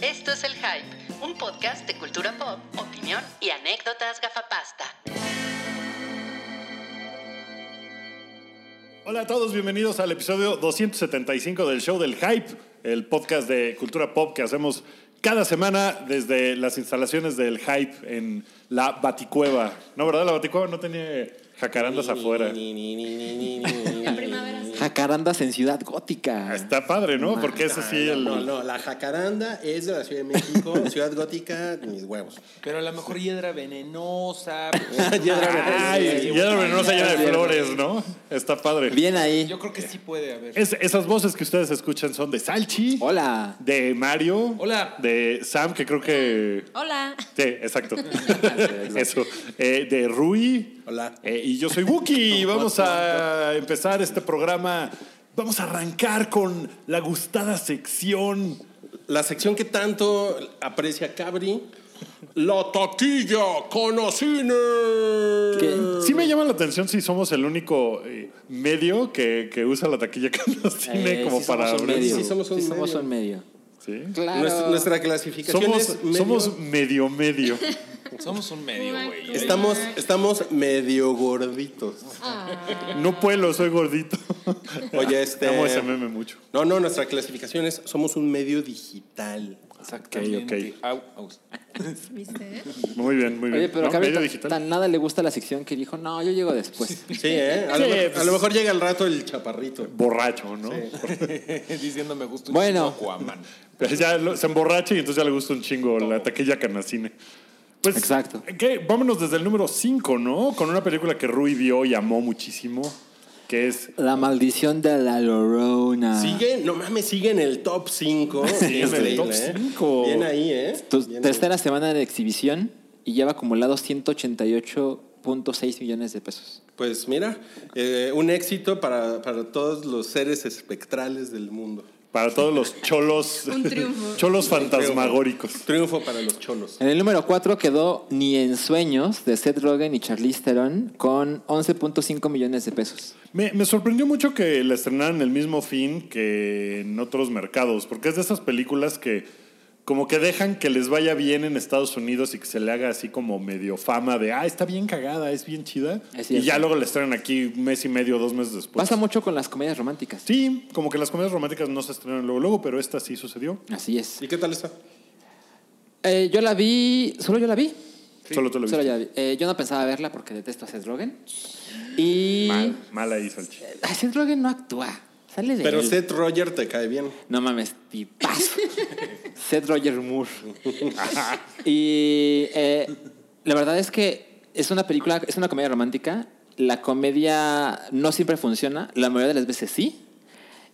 Esto es El Hype, un podcast de cultura pop, opinión y anécdotas gafapasta. Hola a todos, bienvenidos al episodio 275 del show del Hype, el podcast de cultura pop que hacemos cada semana desde las instalaciones del Hype en la Baticueva. No, ¿verdad? La Baticueva no tiene jacarandas afuera. Jacarandas Ah, en Ciudad Gótica. Está padre, ¿no? Porque ese sí el... Ah, No, no, la jacaranda es de la Ciudad de México, Ciudad Gótica, mis huevos. Pero a lo mejor hiedra venenosa. pues, Ay, ya la venenosa llena de Ay, flores, ¿no? Está padre. Bien ahí. Yo creo que sí puede haber. Es- esas voces que ustedes escuchan son de Salchi. Hola. De Mario. Hola. De Sam, que creo que... Hola. Sí, exacto. Eso. Eh, de Rui. Hola. Eh, y yo soy Buki. y vamos a empezar este programa. Vamos a arrancar con la gustada sección. La sección que tanto aprecia Cabri, la taquilla con Ocine. ¿Qué? Sí me llama la atención si somos el único eh, medio que, que usa la taquilla canastine Eh, como sí para somos un abrir. medio. Sí, somos un Sí somos medio. un medio. Sí. Claro. Nuestra, nuestra clasificación Somos, es medio- somos medio medio. Somos un medio, güey. estamos, Eh. estamos medio gorditos. No puedo, soy gordito. Oye, este- Amo ese meme mucho. No, no, nuestra clasificación es somos un medio digital. Exactamente. Au, au. ¿Viste? Muy bien, muy bien. Oye, pero ¿No? acá Medio tan, digital. tan nada le gusta la sección que dijo, no, yo llego después. Sí, ¿eh? A, lo, Sí, mejor- pues- a lo mejor llega al rato el chaparrito. Borracho, ¿no? Diciendo me gusta un Bueno. chingo Aquaman. Pero Pues ya lo- se emborracha y entonces ya le gusta un chingo la taquilla canacine. Pues, Exacto. ¿qué? Vámonos desde el número 5, ¿no? Con una película que Rui vio y amó muchísimo, que es... La maldición de la Lorona. Sigue, no mames, sigue en el top 5. en el top cinco. Bien ahí, ¿eh? Tu Bien ahí. tercera semana de exhibición y lleva acumulado 188.6 millones de pesos. Pues mira, eh, un éxito para, para todos los seres espectrales del mundo. Para todos los cholos... Un triunfo. Cholos fantasmagóricos. Triunfo para los cholos. En el número 4 quedó Ni en sueños de Seth Rogen y Charlize Theron con 11.5 millones de pesos. Me, me sorprendió mucho que la estrenaran el mismo fin que en otros mercados, porque es de esas películas que como que dejan que les vaya bien en Estados Unidos y que se le haga así como medio fama de, ah, está bien cagada, es bien chida. Es y cierto. ya luego la estrenan aquí un mes y medio, dos meses después. Pasa mucho con las comedias románticas. Sí, como que las comedias románticas no se estrenan luego, luego, pero esta sí sucedió. Así es. ¿Y qué tal está? Eh, yo la vi, solo yo la vi. Solo te lo Solo viste. yo la vi. Eh, yo no pensaba verla porque detesto a Seth Rogen. Y... Mal, mal ahí, Salchi. Ay, Seth Rogen no actúa. Sale de Pero él. Seth Roger te cae bien. No mames, tipazo. Seth Roger Moore. y eh, la verdad es que es una película, es una comedia romántica. La comedia no siempre funciona, la mayoría de las veces sí.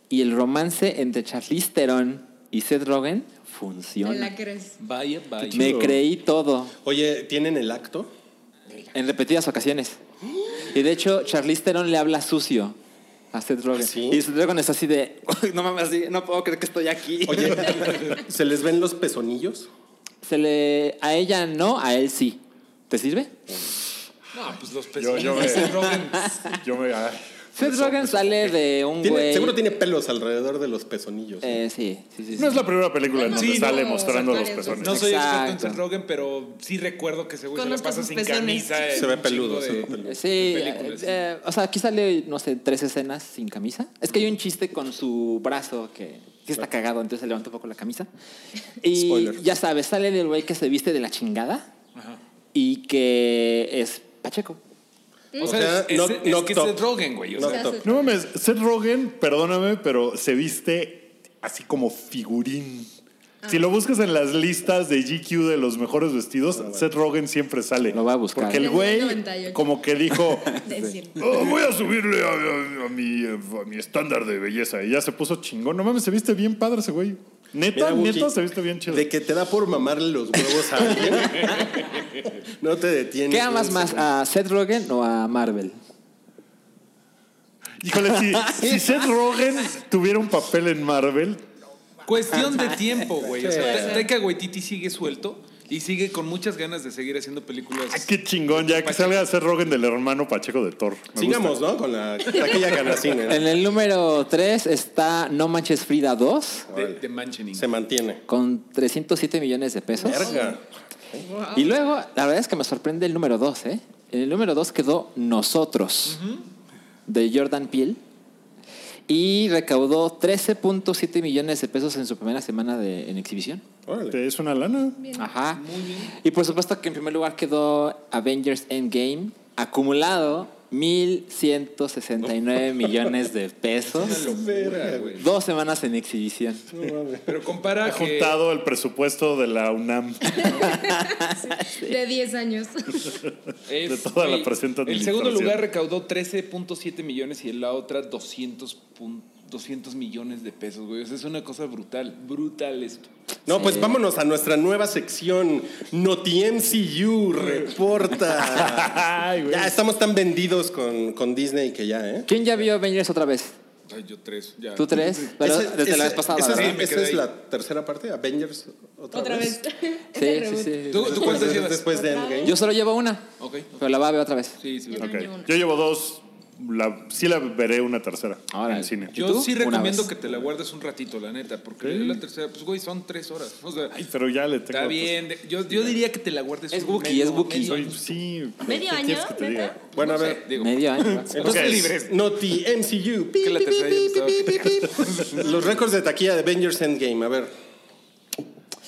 Y el romance entre Charlize Theron y Seth Rogen ¿Te funciona. la crees? Vaya, vaya. Me chido. creí todo Oye, ¿tienen el acto? en repetidas ocasiones. Y de hecho, Charlize Theron le habla sucio a Seth Rogen. ¿Ah, ¿Sí? Y Seth Rogen es así de, no mames, así, no puedo creer que estoy aquí. Oye, ¿se les ven los pezonillos? Se le, a ella no, a él sí. ¿Te sirve? No, pues los Yo, pesos. yo me... yo me- ay. Seth Rogen sale de un Tiene- güey. seguro tiene pelos alrededor de los pezonillos. ¿eh? Eh, sí, sí, sí. sí. No es la primera película en Sí, donde no, sale no, mostrando los varias veces. pezones. No soy experto en Exacto. Seth Rogen, pero sí recuerdo que ese güey se la Conozco pasa sus sin pezones. camisa. en se ve un chingo peludo, de- se ve peludo. Sí, películas. eh, eh, o sea, aquí sale, no sé, tres escenas sin camisa. Es que hay un chiste con su brazo que sí está cagado, entonces se levanta un poco la camisa. Y Spoiler. ya sabes, sale el güey que se viste de la chingada Mm. y que es Pacheco. O O sea, sea, es, no- es- es no que es top. Seth Rogen, güey. O No sea, top. No mames, Seth Rogen, perdóname, pero se viste así como figurín. Si lo buscas en las listas de GQ de los mejores vestidos, Ah, Seth Rogen siempre sale. Lo voy a buscar. Porque el Desde güey 98. como que dijo, Decir. "Oh, voy a subirle a, a- a mi, a mi estándar de belleza. Y ya se puso chingón. No mames, se viste bien padre ese güey. Neta, Mira, Buki, neta, se viste bien chido. De que te da por mamarle los huevos a alguien. no te detienes. ¿Qué amas más, Ah, a Seth Rogen o a Marvel? Híjole, si, si Seth Rogen tuviera un papel en Marvel, Cuestión de tiempo, güey. O sea, Sí. Ta- Taika Waititi sigue suelto. Y sigue con muchas ganas de seguir haciendo películas. Ah, qué chingón, ya que salga a ser Rogen del hermano Pacheco de Thor. Me Sigamos, ¿no? Con la taquilla canacina. En el número 3 está No Manches Frida 2 de, de Manchening. Se mantiene. con 307 millones de pesos. Verga. Y luego, la verdad es que me sorprende el número 2, ¿eh? En el número 2 quedó Nosotros, de Jordan Peele. Y recaudó 13.7 millones de pesos en su primera semana de, en exhibición. gusta. Órale. ¿Te es una lana? Ajá. Y por supuesto que en primer lugar quedó Avengers Endgame, acumulado 1.169 millones de pesos. Verga, güey. Dos semanas en exhibición. Pero compara Ha que- juntado el presupuesto de la UNAM. De 10 años. Es- De toda la güey, presente El segundo administración. lugar recaudó 13.7 millones y en la otra 200, pun- 200 millones de pesos, güey. O sea, es una cosa brutal. Brutal esto. No, pues vámonos a nuestra nueva sección. Noti MCU reporta. Ay, güey. ya estamos tan vendidos con, con Disney que ya, ¿eh? ¿Quién ya vio Avengers otra vez? Ay, yo tres. Ya. ¿Tú tres? Pero Ese- desde ese- la vez pasada, Esa, ¿verdad? me esa quedé es ahí. la tercera parte, Avengers otra, Otra vez. Es Sí, el sí, reboot. sí. ¿Tú, tú cuántas Después- llevas? Después de Endgame. Yo solo llevo una, Ok. ok. pero la va a ver otra vez. Sí, sí. Yo Ok. también llevo una. Yo llevo dos. La, sí la veré una tercera Ahora, en el cine. yo- ¿Y Yo tú? sí Una recomiendo vez. que te la guardes un ratito, la neta, porque Sí. la tercera, pues güey, son tres horas. O sea, Ay, pero ya le tengo... está bien. de- Yo, yo diría que te la guardes Es un Wookiee, medio- es Wookiee. medio- Soy- sí. ¿Medio ¿qué año, quieres que te neta? diga? Bueno, a no sé, ver. digo, Medio año. entonces Ok. libres. Noti MCU. Que la tercera ya me estaba Los récords de taquilla de Avengers Endgame, a ver.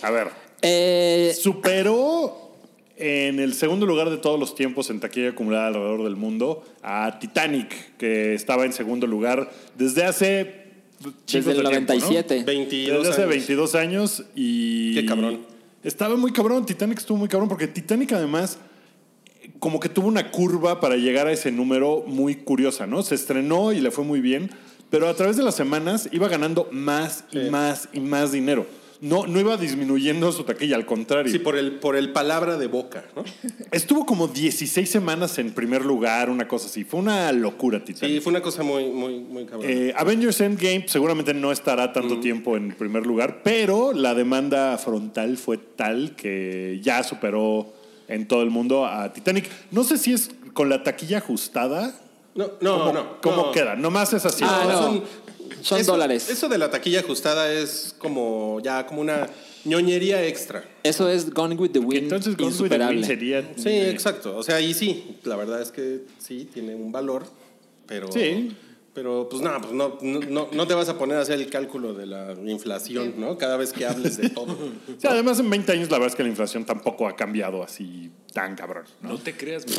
A ver. Eh, Superó en el segundo lugar de todos los tiempos en taquilla acumulada alrededor del mundo a Titanic, que estaba en segundo lugar desde hace... chingos desde el de tiempo, ¿no? 97. 22 Desde hace años. 22 años y... Qué cabrón. Estaba muy cabrón, Titanic estuvo muy cabrón, porque Titanic además como que tuvo una curva para llegar a ese número muy curiosa, ¿no? Se estrenó y le fue muy bien, pero a través de las semanas iba ganando más y más y más dinero. No, no iba disminuyendo su taquilla, al contrario. Sí, pues. por el, por el palabra de boca, ¿no? Estuvo como 16 semanas en primer lugar, una cosa así. Fue una locura, Titanic. Sí, fue una cosa muy, muy, muy cabrón. Eh, Avengers Endgame seguramente no estará tanto tiempo en primer lugar, pero la demanda frontal fue tal que ya superó en todo el mundo a Titanic. No sé si es con la taquilla ajustada. no, no, ¿Cómo, no. cómo no. queda? Nomás es así. Ah, no. son- Son eso- dólares. Eso de la taquilla ajustada es como ya como una ñoñería extra. Eso es Gone with the Wind. Entonces, Gone with the insuperable. Wind sería. Sí, exacto. O sea, y sí, la verdad es que sí, tiene un valor, pero... Sí. Pero pues nada, pues no, no, no- no te vas a poner a hacer el cálculo de la inflación, ¿no? Cada vez que hables de todo. Sí, además, en 20 años, la verdad es que la inflación tampoco ha cambiado así tan cabrón. ¿no? No te creas, güey.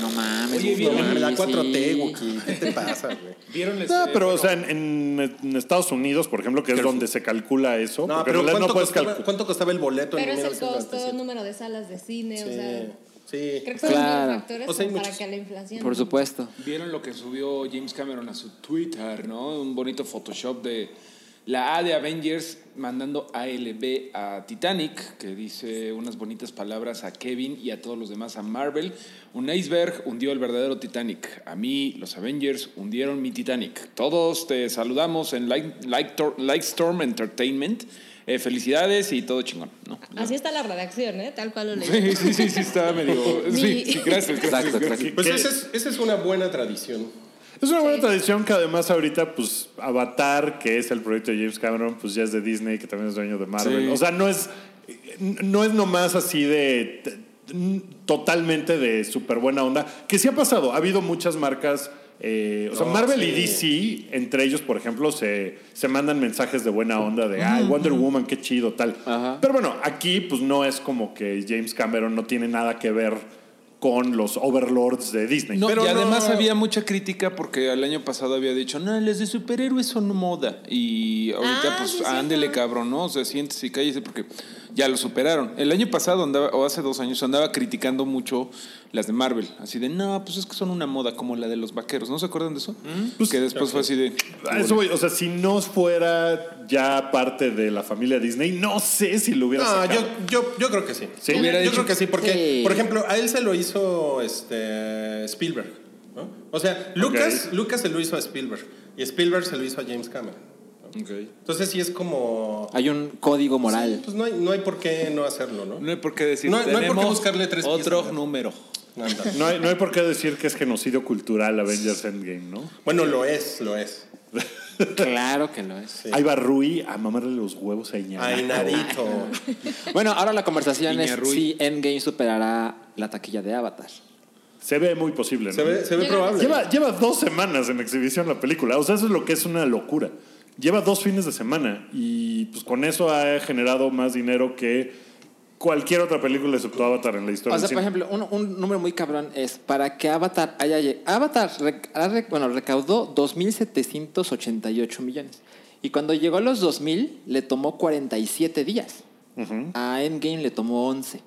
No mames. Oye, güey, No, ¿vieron mames, la sí. 4T, Wookie, ¿qué te pasa, güey? ¿Vieron No, este- Ah, pero, o bueno, sea, en, en- en Estados Unidos, por ejemplo, que es donde se calcula eso, No, porque pero en realidad ¿cuánto, no puedes costaba, calcular. cuánto costaba el boleto Pero en es el costo, 1997? número de salas de cine, o sea. Sí, Creo sí. que son Claro. los factores O sea, hay como para muchos. que la inflación. Por supuesto. Vieron lo que subió James Cameron a su Twitter, ¿no? Un bonito Photoshop de la A de Avengers mandando ALB a Titanic, que dice unas bonitas palabras a Kevin y a todos los demás, a Marvel. Un iceberg hundió el verdadero Titanic. A mí, los Avengers hundieron mi Titanic. Todos te saludamos en Light- Light Tor- Lightstorm Entertainment. Eh, felicidades y todo chingón, ¿no? Así está la redacción, ¿eh? Tal cual lo leí. Sí, sí, sí, sí, está medio. Sí, Mi- sí, gracias, gracias. Exacto, gracias. exacto. Pues ¿Qué? esa es, esa es una buena tradición. Es una buena tradición que además ahorita, pues, Avatar, que es el proyecto de James Cameron, pues ya es de Disney, que también es dueño de Marvel. Sí. O sea, no es, no es nomás así de t- n- totalmente de súper buena onda. Que sí ha pasado, ha habido muchas marcas. eh, o sea, No, Marvel sí. y DC, entre ellos, por ejemplo, se, se mandan mensajes de buena onda de, ay, Wonder Woman, qué chido, tal. Ajá. Pero bueno, aquí pues no es como que James Cameron no tiene nada que ver con los overlords de Disney. No, Pero y además no- había mucha crítica porque el año pasado había dicho, no, los de superhéroes son moda. Y ahorita, Ah, pues, sí, es ándele, cierto. cabrón, ¿no? O sea, siéntese y cállese porque ya lo superaron. El año pasado andaba, o hace dos años, andaba criticando mucho las de Marvel. Así de, no, pues es que son una moda como la de los vaqueros. ¿No se acuerdan de eso? Mm. Pues- que después fue así de... A eso voy, o sea, si no fuera ya parte de la familia Disney, no sé si lo hubiera No, sacado. yo, yo, yo creo que sí. Sí. Yo, Hubiera yo dicho- creo que sí, porque, Sí. por ejemplo, a él se lo hizo este, Spielberg. ¿no? O sea, Lucas, Lucas se lo hizo a Spielberg y Spielberg se lo hizo a James Cameron. ¿no? Ok. Entonces sí es como... Hay un código moral. Pues no hay, no hay por qué no hacerlo, ¿no? No hay por qué decir. No hay- no hay por qué "Tenemos buscarle tres pies Otro al gato". número. Anda. No hay, no hay por qué decir que es genocidio cultural Avengers Endgame, ¿no? Bueno, lo es, lo es. claro que lo es. Ahí va Rui a mamarle los huevos a Iñárritu. Ay, nadito. Bueno, ahora la conversación es Iñárritu. si Endgame superará la taquilla de Avatar. Se ve muy posible, ¿no? Se ve, se ve Yo creo que probable. Lleva, lleva dos semanas en exhibición la película. O sea, eso es lo que es una locura. Lleva dos fines de semana y pues con eso ha generado más dinero que cualquier otra película excepto Avatar en la historia. O sea, del por cine. ejemplo, un, un número muy cabrón es para que Avatar haya lle- Avatar rec- ha rec- bueno, recaudó 2.788 millones. Y cuando llegó a los 2.000, le tomó 47 días. A Endgame le tomó 11.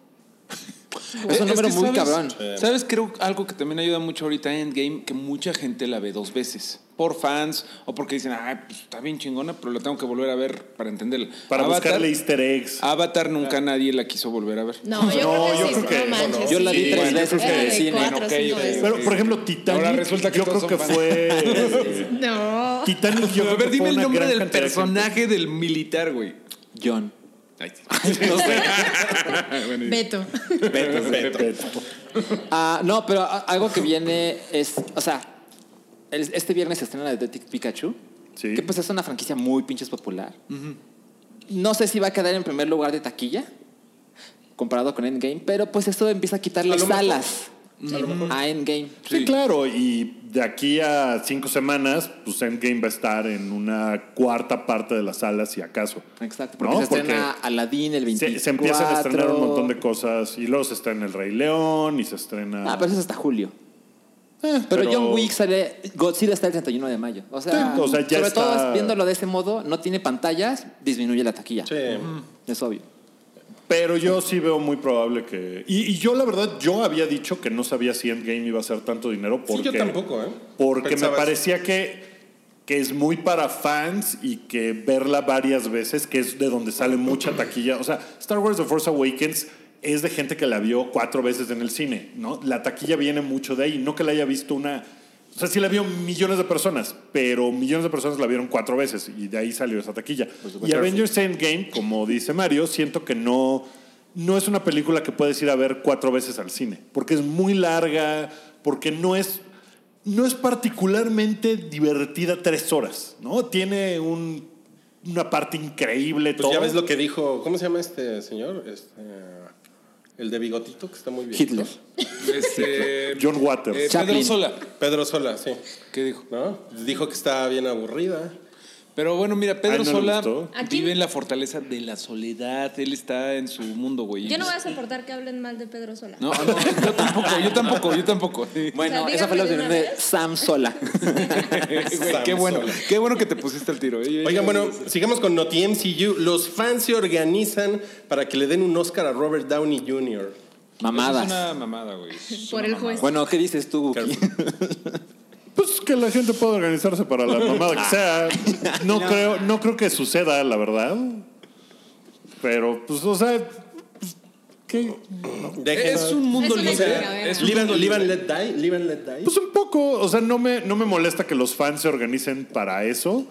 es un que número muy sabes- cabrón. ¿Sabes? Creo algo que también ayuda mucho ahorita a Endgame, que mucha gente la ve dos veces. Por fans o porque dicen, ah, pues está bien chingona, pero la tengo que volver a ver para entenderla. Para Avatar- buscarle easter eggs. Avatar nunca nadie la quiso volver a ver. No, yo No, creo que yo sí, creo que- no manches. Yo la vi sí. tres bueno, yo veces creo en que- el cine. Bueno, ok, yo veces. Pero, por ejemplo, Titanic. Ahora resulta que yo creo todos que son fue. No. Titanic, yo creo a ver, que fue dime el una nombre gran del cantidad de gente. personaje del militar, güey. John. Ay, sí. No sé. Beto. Ah, no, pero a- algo que viene es, o sea, el- este viernes se estrena Detective Pikachu, Sí. que pues es una franquicia muy pinches popular. No sé si va a quedar en primer lugar de taquilla comparado con Endgame, pero pues esto empieza a quitarle A lo mejor. salas a Endgame. Sí. claro. Y de aquí a cinco semanas, pues Endgame va a estar en una cuarta parte de las salas, si acaso. Exacto, porque No, se estrena Aladdin el 24. se, se empiezan a estrenar un montón de cosas y luego se estrena El Rey León y se estrena. eh, Ah, pero eso es hasta julio. pero, pero- John Wick sale, Godzilla está el 31 de mayo. O sea, Sí, o sea, ya sobre está- todo viéndolo de ese modo, no tiene pantallas, disminuye la taquilla. Sí. Es obvio. Pero yo sí veo muy probable que. Y, y yo, la verdad, yo había dicho que no sabía si Endgame iba a ser tanto dinero. Sí, Porque, yo tampoco, ¿eh? Porque Pensaba me parecía que, que es muy para fans y que verla varias veces, que es de donde sale mucha taquilla. O sea, Star Wars The Force Awakens es de gente que la vio cuatro veces en el cine, ¿no? La taquilla viene mucho de ahí, no que la haya visto una. O sea, sí la vio millones de personas, pero millones de personas la vieron cuatro veces y de ahí salió esa taquilla. Y Avengers Endgame, como dice Mario, siento que no, no es una película que puedes ir a ver cuatro veces al cine, porque es muy larga, porque no es no es particularmente divertida tres horas, ¿no? Tiene un- una parte increíble. Pues todo. ya ves lo que dijo, ¿cómo se llama este señor? Este, el de bigotito, que está muy bien. Hitler. Este, John Waters. eh, Pedro Chaplin. Sola. Pedro Sola, sí. ¿Qué dijo? ¿No? Pues Dijo que está bien aburrida. Pero bueno, mira, Pedro Ay, no le Sola gustó. ¿A quién? vive en la fortaleza de la soledad. Él está en su mundo, güey. Yo no voy a soportar que hablen mal de Pedro Sola. No, no, yo tampoco, yo tampoco, yo tampoco. Sí. Bueno, O sea, esa fue la díganme opinión de de una vez. Sam Sola. Güey, Sam qué bueno, Sola. qué bueno que te pusiste al tiro. eh. Oigan, bueno, sigamos con Noti MCU. Los fans se organizan para que le den un Oscar a Robert Downey Jr. Eso Mamadas. Es una mamada, güey. Es Por una el mamada. juez. Bueno, ¿qué dices tú, Buki? Pues que la gente pueda organizarse para la mamada que sea. No, Creo, no creo que suceda, la verdad. Pero, pues, o sea, pues, ¿qué? Dejen- Es un mundo Es una O libre. chingadera. Es un live, mundo and, live and libre. let die, live and let die. Pues un poco, o sea, no me, no me molesta que los fans se organicen para eso.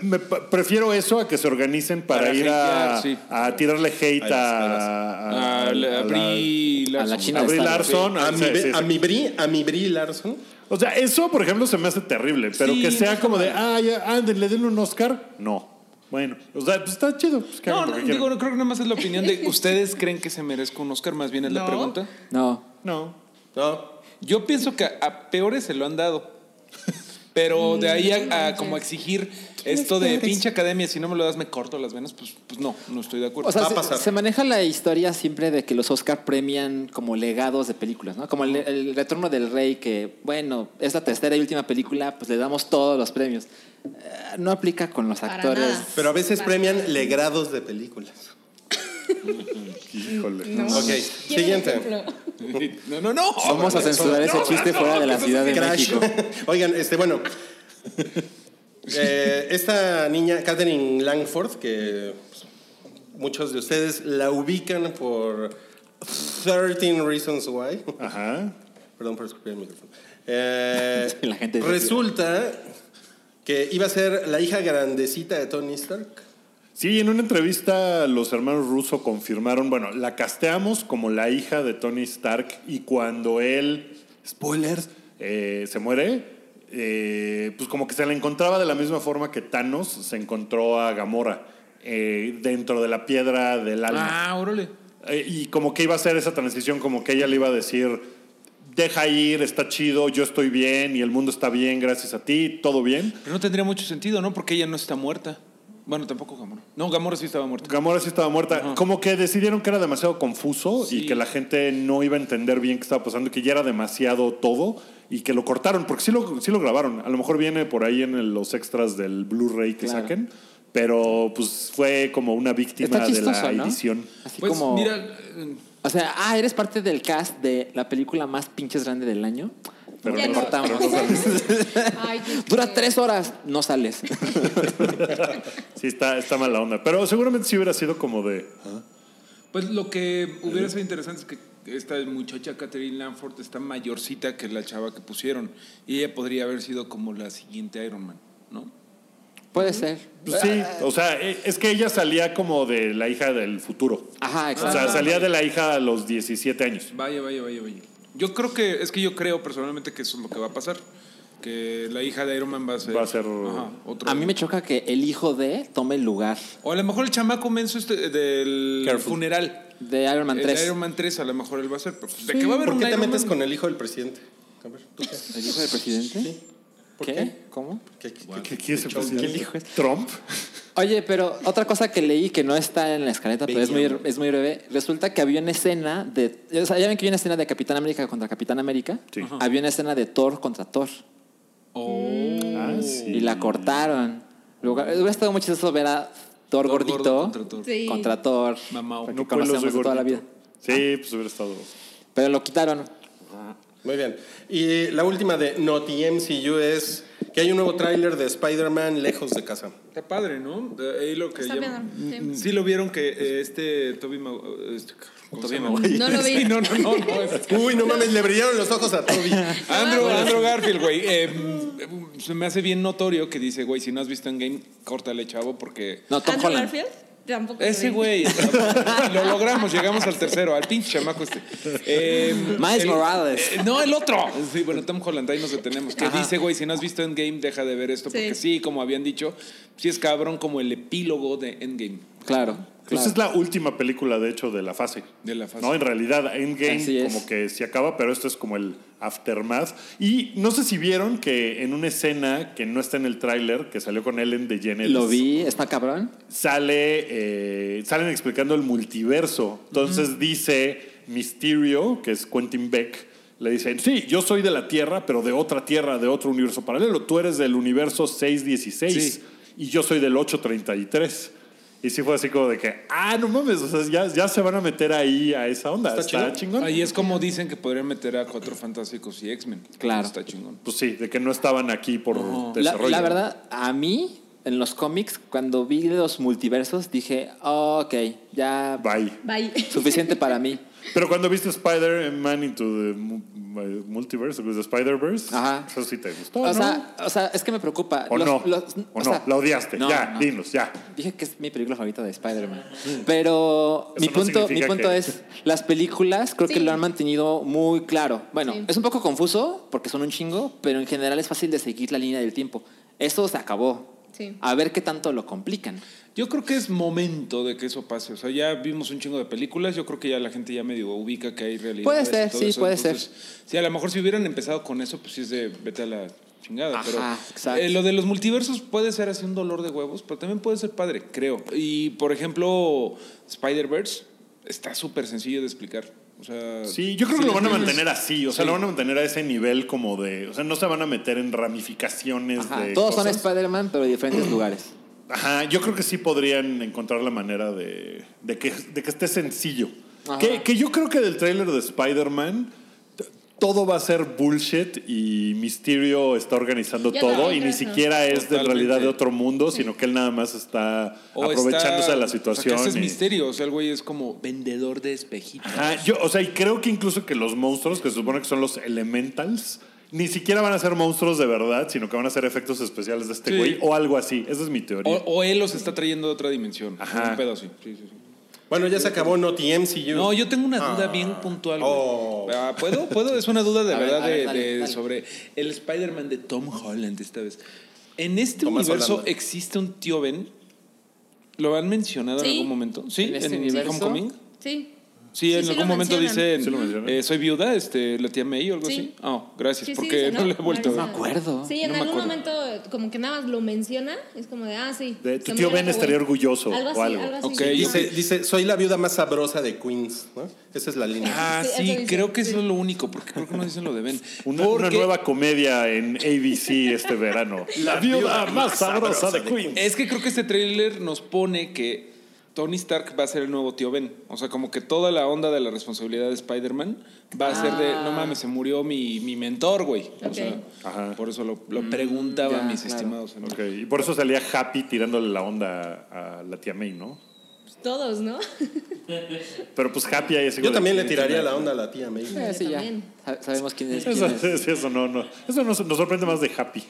Me- me- prefiero eso a que se organicen para, Para ir a, hatear, sí. a tirarle hate A las- a las- a, a- A la- a a la- Brie a la Larson. china. A Brie Está bien, Larson. A o, mi, sea, sí, a sí. mi Brie, a mi Brie Larson. O sea, eso, por ejemplo, se me hace terrible. Pero Sí, que sea no como de, ah, ya, anden, le den un Oscar. No. Bueno, o sea, pues está chido. pues, que No, hagan no, lo que quieran. digo, no creo que nada más es la opinión de ustedes creen que se merezca un Oscar, más bien es la No. pregunta. No. no. No. Yo pienso que a, a peores se lo han dado. Pero de ahí a, a como exigir esto de pinche academia, si no me lo das me corto las venas, pues, pues no, no estoy de acuerdo. Ah, O sea, Va a pasar. se, se maneja la historia siempre de que los Oscar premian como legados de películas, ¿no? Como el, el Retorno del Rey, que, bueno, es la tercera y última película, pues le damos todos los premios. Eh, no aplica con los Para actores. nada. Pero a veces premian legrados de películas. Híjole. No. Ok, Quiero siguiente. un ejemplo. no, no, no. Vamos a censurar ese chiste fuera de la Ciudad de Crash. México. Oigan, este, bueno. Eh, esta niña, Katherine Langford, que pues, muchos de ustedes la ubican por 13 Reasons Why. Ajá. Perdón por escupir el micrófono. Eh, La gente dice- resulta que iba a ser la hija grandecita de Tony Stark. Sí, en una entrevista los hermanos Russo confirmaron, bueno, la casteamos como la hija de Tony Stark y cuando él, spoilers, eh, se muere, eh, pues como que se la encontraba de la misma forma que Thanos se encontró a Gamora eh, dentro de la piedra del alma. Ah, órale. Eh, y como que iba a hacer esa transición, como que ella le iba a decir, deja ir, está chido, yo estoy bien y el mundo está bien gracias a ti, todo bien. Pero no tendría mucho sentido, ¿no? Porque ella no está muerta. Bueno, tampoco Gamora. No, Gamora sí estaba muerta. Gamora sí estaba muerta. Ajá. Como que decidieron que era demasiado confuso y Sí. que la gente no iba a entender bien qué estaba pasando, que ya era demasiado todo y que lo cortaron, porque sí lo, sí lo grabaron. A lo mejor viene por ahí en el- los extras del Blu-ray que Claro. saquen, pero pues fue como una víctima Está de chistoso, la ¿no? edición. Así Pues como... mira, eh, O sea, ah, eres parte del cast de la película más pinches grande del año. Pero Pero te no- cortamos. pero no Ay, qué Dura feo. tres horas, no sales. Sí, está, está mala onda. Pero seguramente sí hubiera sido como de... pues lo que hubiera sido interesante es que esta muchacha Catherine Lanford está mayorcita que la chava que pusieron. Y ella podría haber sido como la siguiente Iron Man, ¿no? Puede ser. Pues sí, o sea, e- es que ella salía como de la hija del futuro. Ajá, O exacto. sea, salía de la hija a los 17 años. Vaya, vaya, vaya, vaya. Yo creo que, es que yo creo personalmente que eso es lo que va a pasar. Que la hija de Iron Man va a ser. Va a ser- Ajá, otro. A mí me choca que el hijo de tome el lugar O a lo mejor el chamaco menso este del Careful. funeral. de Iron Man el 3. Iron Man 3 a lo mejor él va a ser. pero pues, ¿De qué va a haber ¿Por un qué te Iron metes Man? con el hijo del presidente? A ver, ¿tú qué? ¿El hijo del presidente? ¿Por ¿Qué? qué? ¿Cómo? ¿Qué- qué- qué- ¿Qué quiere ser presidente? ¿Qué dijo? ¿Trump? Oye, pero otra cosa que leí que no está en la escaleta, pero es muy, Veíamos. es muy breve. Resulta que había una escena de. O sea, ya ven que había una escena de Capitán América contra Capitán América. Sí. Ajá. Había una escena de Thor contra Thor. Oh. Ah, sí. Y la cortaron. Luego, hubiera estado muy chistoso ver a Thor, Thor gordito gordo contra Thor. Sí. contra Thor, Mamao. porque No puedo conocemos de soy toda la vida. gordito. Sí, pues hubiera estado. Pero lo quitaron. Muy bien. Y la última de Naughty MCU es que hay un nuevo tráiler de Spider-Man lejos de casa. Está padre, ¿no? De Ahí lo que Está llaman- Mm, bien, Sí lo vieron que eh, este Toby Maguire. Este, ¿cómo se llama? mm. No lo vi. Sí, no, no, no. no, es- Uy, no mames, le brillaron los ojos a Toby. Andrew, Andrew Garfield, güey. eh, se me hace bien notorio que dice, güey, si no has visto Endgame, córtale, chavo, porque No, Tom Andrew Holland. Garfield tampoco. lo Ese vi. güey. lo logramos, llegamos al tercero, al pinche chamaco este. Eh, Miles Morales. eh, no, el otro. Sí, bueno, Tom Holland, ahí nos detenemos. Que dice, güey, si no has visto Endgame, deja de ver esto, Sí. porque sí, como habían dicho, sí es cabrón como el epílogo de Endgame. Claro. Pues claro. es la última película, de hecho, de la fase. De la fase. No, en realidad, Así Endgame es. como que se acaba, pero esto es como el aftermath. Y no sé si vieron que en una escena que no está en el tráiler, que salió con Ellen DeGeneres, Lo vi, está cabrón. sale, eh, salen explicando el multiverso. Entonces dice Mysterio, que es Quentin Beck, le dicen, sí, yo soy de la Tierra, pero de otra Tierra, de otro universo paralelo. Tú eres del universo 616 Sí. y yo soy del 833. Y sí fue así como de que, ah, no mames, o sea, ya, ya se van a meter ahí a esa onda. Está, Está chido. chingón. Ahí es como dicen que podrían meter a Cuatro Fantásticos y X-Men. Claro. Está chingón. Pues sí, de que no estaban aquí por La, desarrollo. la verdad, a mí, en los cómics, cuando vi los multiversos, dije, "Oh, ok, ya Bye. Bye. suficiente para mí. Pero cuando viste Spider-Man into the mu- mu- Multiverse, the Spider-Verse, Ajá. eso sí te gustó. O ¿no? sea, o sea, es que me preocupa. o Los- no. los- o, o no. sea, la odiaste. no, ya, no. dinos, ya. Dije que es mi película favorita de Spider-Man. Pero mi no punto, mi significa punto que- es, las películas creo que Sí. lo han mantenido muy claro. Bueno, Sí. es un poco confuso porque son un chingo, pero en general es fácil de seguir la línea del tiempo. Eso se acabó. Sí. A ver qué tanto lo complican. Yo creo que es momento de que eso pase. O sea, ya vimos un chingo de películas. Yo creo que ya la gente ya medio ubica que hay realidad. Puede ser, sí, puede Sí, a lo mejor si hubieran empezado con eso, pues sí es de vete a la chingada. Ajá, pero exacto. eh, lo de los multiversos puede ser así un dolor de huevos, pero también puede ser padre, creo. Y por ejemplo, Spider-Verse está súper sencillo de explicar. O sea, Sí, yo creo si que le lo van a entiendes- mantener así. O sea, Sí. lo van a mantener a ese nivel como de. O sea, no se van a meter en ramificaciones Ajá, de. Todos son Este, cosas. Spider-Man, pero de diferentes lugares. Ajá, yo creo que sí podrían encontrar la manera de, de que, de que esté sencillo. Ajá. Que, que yo creo que del tráiler de Spider-Man t- todo va a ser bullshit y Misterio está organizando Ya todo no, y ya ni no. siquiera es de Totalmente. realidad de otro mundo, sino que él nada más está O aprovechándose está- de la o sea, que situación. ese es y- misterio. O sea, el güey es como vendedor de espejitos. Ajá, yo, o sea, y creo que incluso que los monstruos, que se supone que son los elementals, ni siquiera van a ser monstruos de verdad, sino que van a ser efectos especiales de este Sí. güey o algo así. Esa es mi teoría. O, o él los está trayendo de otra dimensión. Ajá. Un pedo así. Sí, sí, sí. Bueno, ya se acabó Naughty MCU. No, yo tengo una duda bien puntual. güey. Oh. Ah, ¿Puedo? ¿Puedo? Es una duda de A ver, verdad a ver, de- dale, de- dale. sobre el Spider-Man de Tom Holland esta vez. En este Tomás universo Holanda. existe un tío Ben. ¿Lo han mencionado en Sí. algún momento? Sí, en, ¿En este universo? Homecoming. Sí. Sí, en sí algún lo momento mencionan. dicen, Sí lo mencionan. eh, soy viuda, este, la tía May o algo Sí. así. Ah, gracias, Sí, sí, porque dicen, no, le he vuelto a No ver. me acuerdo. Sí, en No me algún acuerdo. momento como que nada más lo menciona, es como de, ah, sí. De, tu se tío muere Ben tu estaría abuelo. orgulloso Algo así, o algo. algo así. Ok, Ajá. Dice, dice, soy la viuda más sabrosa de Queens, ¿no? Esa es la línea. Ah, Sí, eso sí, dicen, creo que sí. eso es lo único, porque creo que no dicen lo de Ben. Una, una Porque- nueva comedia en ABC este verano. La viuda más sabrosa de Queen. Es que creo que este tráiler nos pone que Tony Stark va a ser el nuevo tío Ben. O sea, como que toda la onda de la responsabilidad de Spider-Man va a ser de, no Ah. mames, se murió mi, mi mentor, güey. O Ok. sea, Ajá. por eso lo, lo preguntaba Mm, ya, mis claro. estimados amigos. Ok, y por eso salía Happy tirándole la onda a la tía May, ¿no? Todos, ¿no? Pero pues Happy ahí es Yo también le tiraría la onda a la tía May. Eh, sí, ya. También. Sa- Sabemos quién es. Quién Eso, es. sí, eso no, no. Eso nos, nos sorprende más de Happy.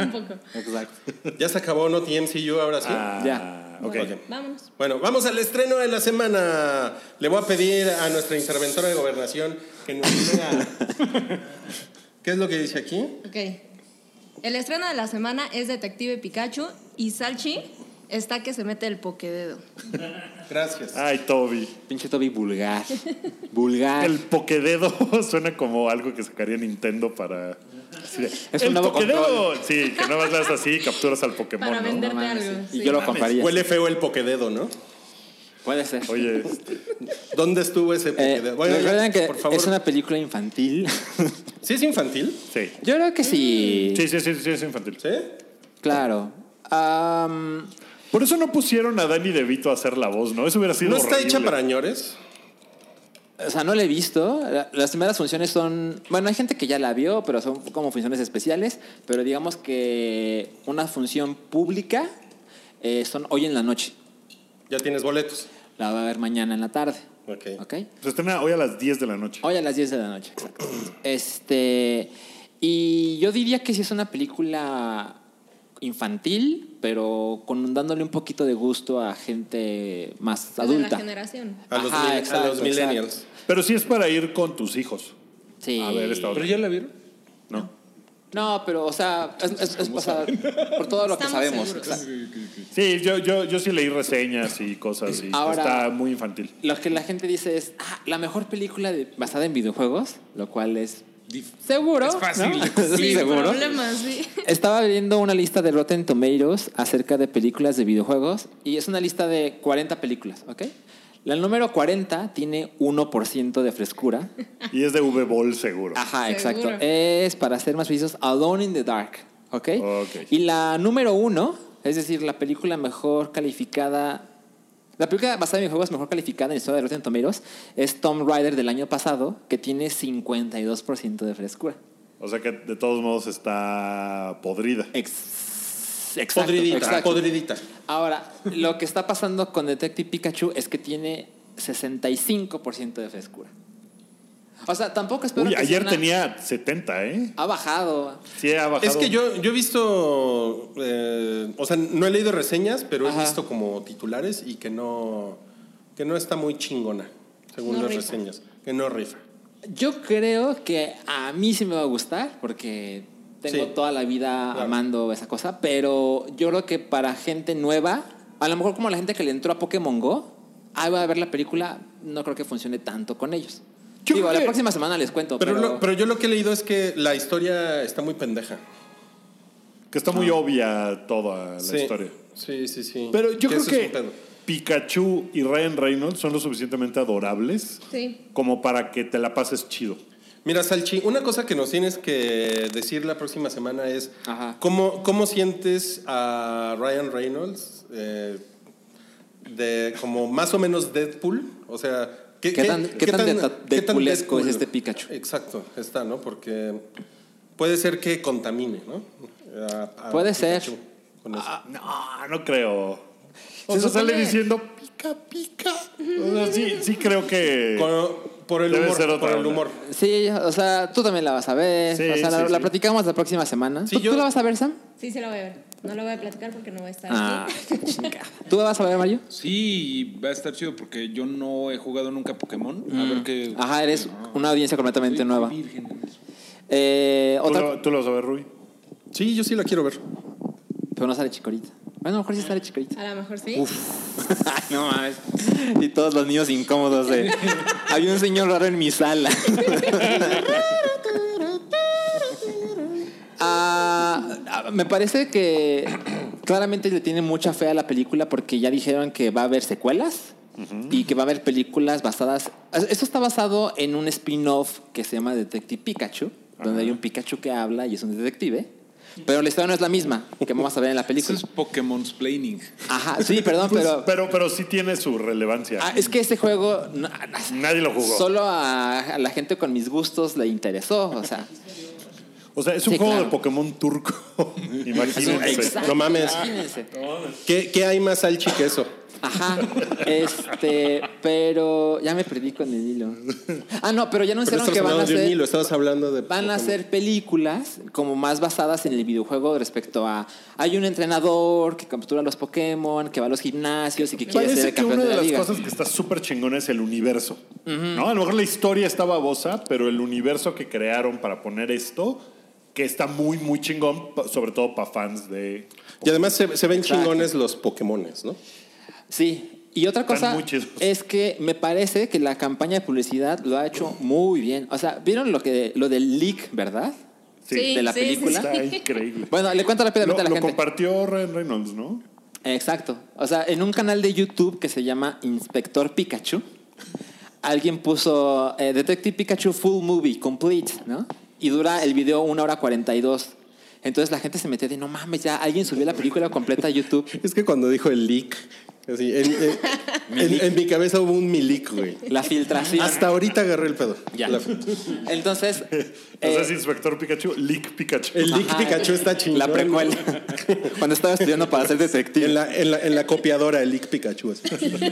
Un poco. Exacto. Ya se acabó Naughty MCU, ahora sí. Ah, Ya. ok. Bueno, Vámonos. Bueno, vamos al estreno de la semana. Le voy a pedir a nuestra interventora de gobernación que nos lea. ¿Qué es lo que dice aquí? Ok. El estreno de la semana es Detective Pikachu y Salchi está que se mete el pokededo. Gracias. Ah, Ay, Toby. Pinche Toby vulgar. vulgar. El pokededo suena como algo que sacaría Nintendo para. así de, Es un el nuevo pokededo. Sí, que nada más le das así y capturas al Pokémon. Para ¿no? vender. No mames, algo, sí. sí. Y yo lo compraría. Huele feo el pokededo, ¿no? Puede ser. Oye, este, ¿Dónde estuvo ese Eh, pokededo? Bueno, ya, recuerden que por favor. es una película infantil. ¿Sí es infantil? sí. Yo creo que sí. Mm. Sí, sí, sí, sí, es infantil. ¿Sí? Claro. Am, Por eso no pusieron a Danny DeVito a hacer la voz, ¿no? Eso hubiera sido. ¿No está horrible. hecha para ñores? o sea, no la he visto. La- Las primeras funciones son. Bueno, hay gente que ya la vio, pero son como funciones especiales. Pero digamos que una función pública eh, son hoy en la noche. Ya tienes boletos. La va a ver mañana en la tarde. Ok. ¿Ok? Se estrena hoy a las 10 de la noche. Hoy a las 10 de la noche, exacto. Este. Y yo diría que sí es una película infantil, pero con dándole un poquito de gusto a gente más De la adulta. generación. A los, Ajá, mil- a exacto, los millennials. Pero sí es para ir con tus hijos. Sí. A ver, esta otra. ¿Pero ya la vieron? No. No, pero, o sea, es, es- es- o sea, por todo lo que Estamos sabemos. seguros. exacto. Sí, yo, yo, yo sí leí reseñas y cosas y Ahora- está muy infantil. Lo que la gente dice es, ah, la mejor película de- basada en videojuegos, lo cual es Dif- seguro. Es fácil ¿no? de cumplir. Sí, Sin seguro. problemas, sí. Estaba viendo una lista de Rotten Tomatoes acerca de películas de videojuegos y es una lista de 40 películas, ¿ok? La número 40 tiene 1% de frescura. Y es de V-Ball seguro. Ajá, Seguro. exacto. Es, para ser más precisos, Alone in the Dark, ¿ok? Ok. Y la número 1, es decir, la película mejor calificada... La película basada en videojuegos mejor calificada en la historia de Rotten Tomatoes es Tomb Raider del año pasado, que tiene 52% de frescura. O sea que de todos modos está podrida. Ex- exacto, Podridita, exacto. podridita. Ahora, lo que está pasando con Detective Pikachu es que tiene 65% de frescura. O sea, tampoco espero Uy, que sea ayer una- tenía 70, ¿eh? Ha bajado. Sí, ha bajado. Es que yo, yo he visto, eh, o sea, no he leído reseñas, pero Ajá. he visto como titulares y que no, que no está muy chingona, según No las rifa. reseñas, que no rifa. Yo creo que a mí sí me va a gustar porque tengo Sí. toda la vida Claro. amando esa cosa, pero yo creo que para gente nueva, a lo mejor como la gente que le entró a Pokémon Go, ahí va a ver la película, no creo que funcione tanto con ellos. Yo Digo, creo la que- próxima semana les cuento, Pero, pero, lo- pero yo lo que he leído es que la historia está muy pendeja. Que está muy obvia toda la Ah. sí. historia. Sí, sí, sí. Pero yo creo eso es un que pedo. Pikachu y Ryan Reynolds son lo suficientemente adorables Sí. como para que te la pases chido. Mira, Salchi, una cosa que nos tienes que decir la próxima semana es Ajá. ¿cómo, cómo sientes a Ryan Reynolds eh, de como más o menos Deadpool. O sea, ¿Qué tan- qué tan deta- Deadpoolesco es este Pikachu? Exacto, está, ¿no? Porque puede ser que contamine, ¿no? A- a Puede ser. Pikachu con eso. Ah, No, no creo. O Se sea, sale supone- diciendo pica, pica. O sea, sí, sí creo que... Con- por el Debe humor. ser otra por el onda. humor. Sí, o sea, tú también la vas a ver. Sí, o sea, la, sí, la sí. platicamos la próxima semana. Sí, ¿Tú, yo- tú la vas a ver, Sam? Sí, se la voy a ver. No la voy a platicar porque no voy a estar Ah, aquí. chinga. ¿Tú la vas a ver, Mario? Sí, y va a estar chido porque yo no he jugado nunca Pokémon. A ver qué. Mm. Ajá, eres una audiencia completamente Soy nueva. virgen en eso. Eh, ¿Tú, otra, lo, tú lo vas a ver, Rui. Sí, yo sí la quiero ver. Pero no sale chicorita. Bueno, a lo mejor sí sale chicorita. A lo mejor sí. Ay, no mames. Y todos los niños incómodos de. Había un señor raro en mi sala. Ah, ah, me parece que claramente le tiene mucha fe a la película porque ya dijeron que va a haber secuelas y que va a haber películas basadas. Esto está basado en un spin-off que se llama Detective Pikachu, donde hay un Pikachu que habla y es un detective. Pero la historia no es la misma que vamos a ver en la Eso película. es Pokémon Splaining. Ajá, sí, perdón, Pues, pero. pero, pero sí tiene su relevancia. Ah, es que este juego no- Nadie lo jugó. solo a, a la gente con mis gustos le interesó. O sea, o sea, es un sí, juego claro. de Pokémon turco. Imagínense. Exacto, no mames. imagínense. ¿Qué, qué hay más salchi que eso? Ajá. Este, pero ya me perdí con el hilo. Ah, no, pero ya no Pero no anunciaron estabas que van hablando a de un hilo, hacer estabas hablando de. van a Pokémon. hacer películas como más basadas en el videojuego respecto a hay un entrenador que captura a los Pokémon, que va a los gimnasios y que quiere ser Parece el que campeón una de de, la las liga. cosas que está súper chingona es el universo. ¿no? A lo mejor la historia está babosa, pero el universo que crearon para poner esto, que está muy, muy chingón, pa- sobre todo para fans de. Y además se, se ven Exacto. chingones los Pokémones, ¿no? Sí. Y otra Están cosa muy chidos. es que me parece que la campaña de publicidad lo ha hecho muy bien. O sea, ¿vieron lo que lo del leak, verdad? Sí, de la sí, película. Está increíble. Bueno, le cuento rápidamente Lo, a la lo gente. compartió Ryan Reynolds, ¿no? Exacto. O sea, en un canal de YouTube que se llama Inspector Pikachu, alguien puso eh, Detective Pikachu Full Movie Complete, ¿no? Y dura el video 1 hora 42. Entonces la gente se metió de, no mames, ya alguien subió la película completa a YouTube. Es que cuando dijo el leak, así, en, en- en- en mi cabeza hubo un milic, güey. La filtración. Ah, Hasta ahorita agarré el pedo. Ya. La- Entonces. O sea, eh, es Inspector Pikachu, Leak Pikachu. el leak ajá, Pikachu está chingón. La precuela. Cuando estaba estudiando para ser detective. En la, en la- en la copiadora, el leak Pikachu. así.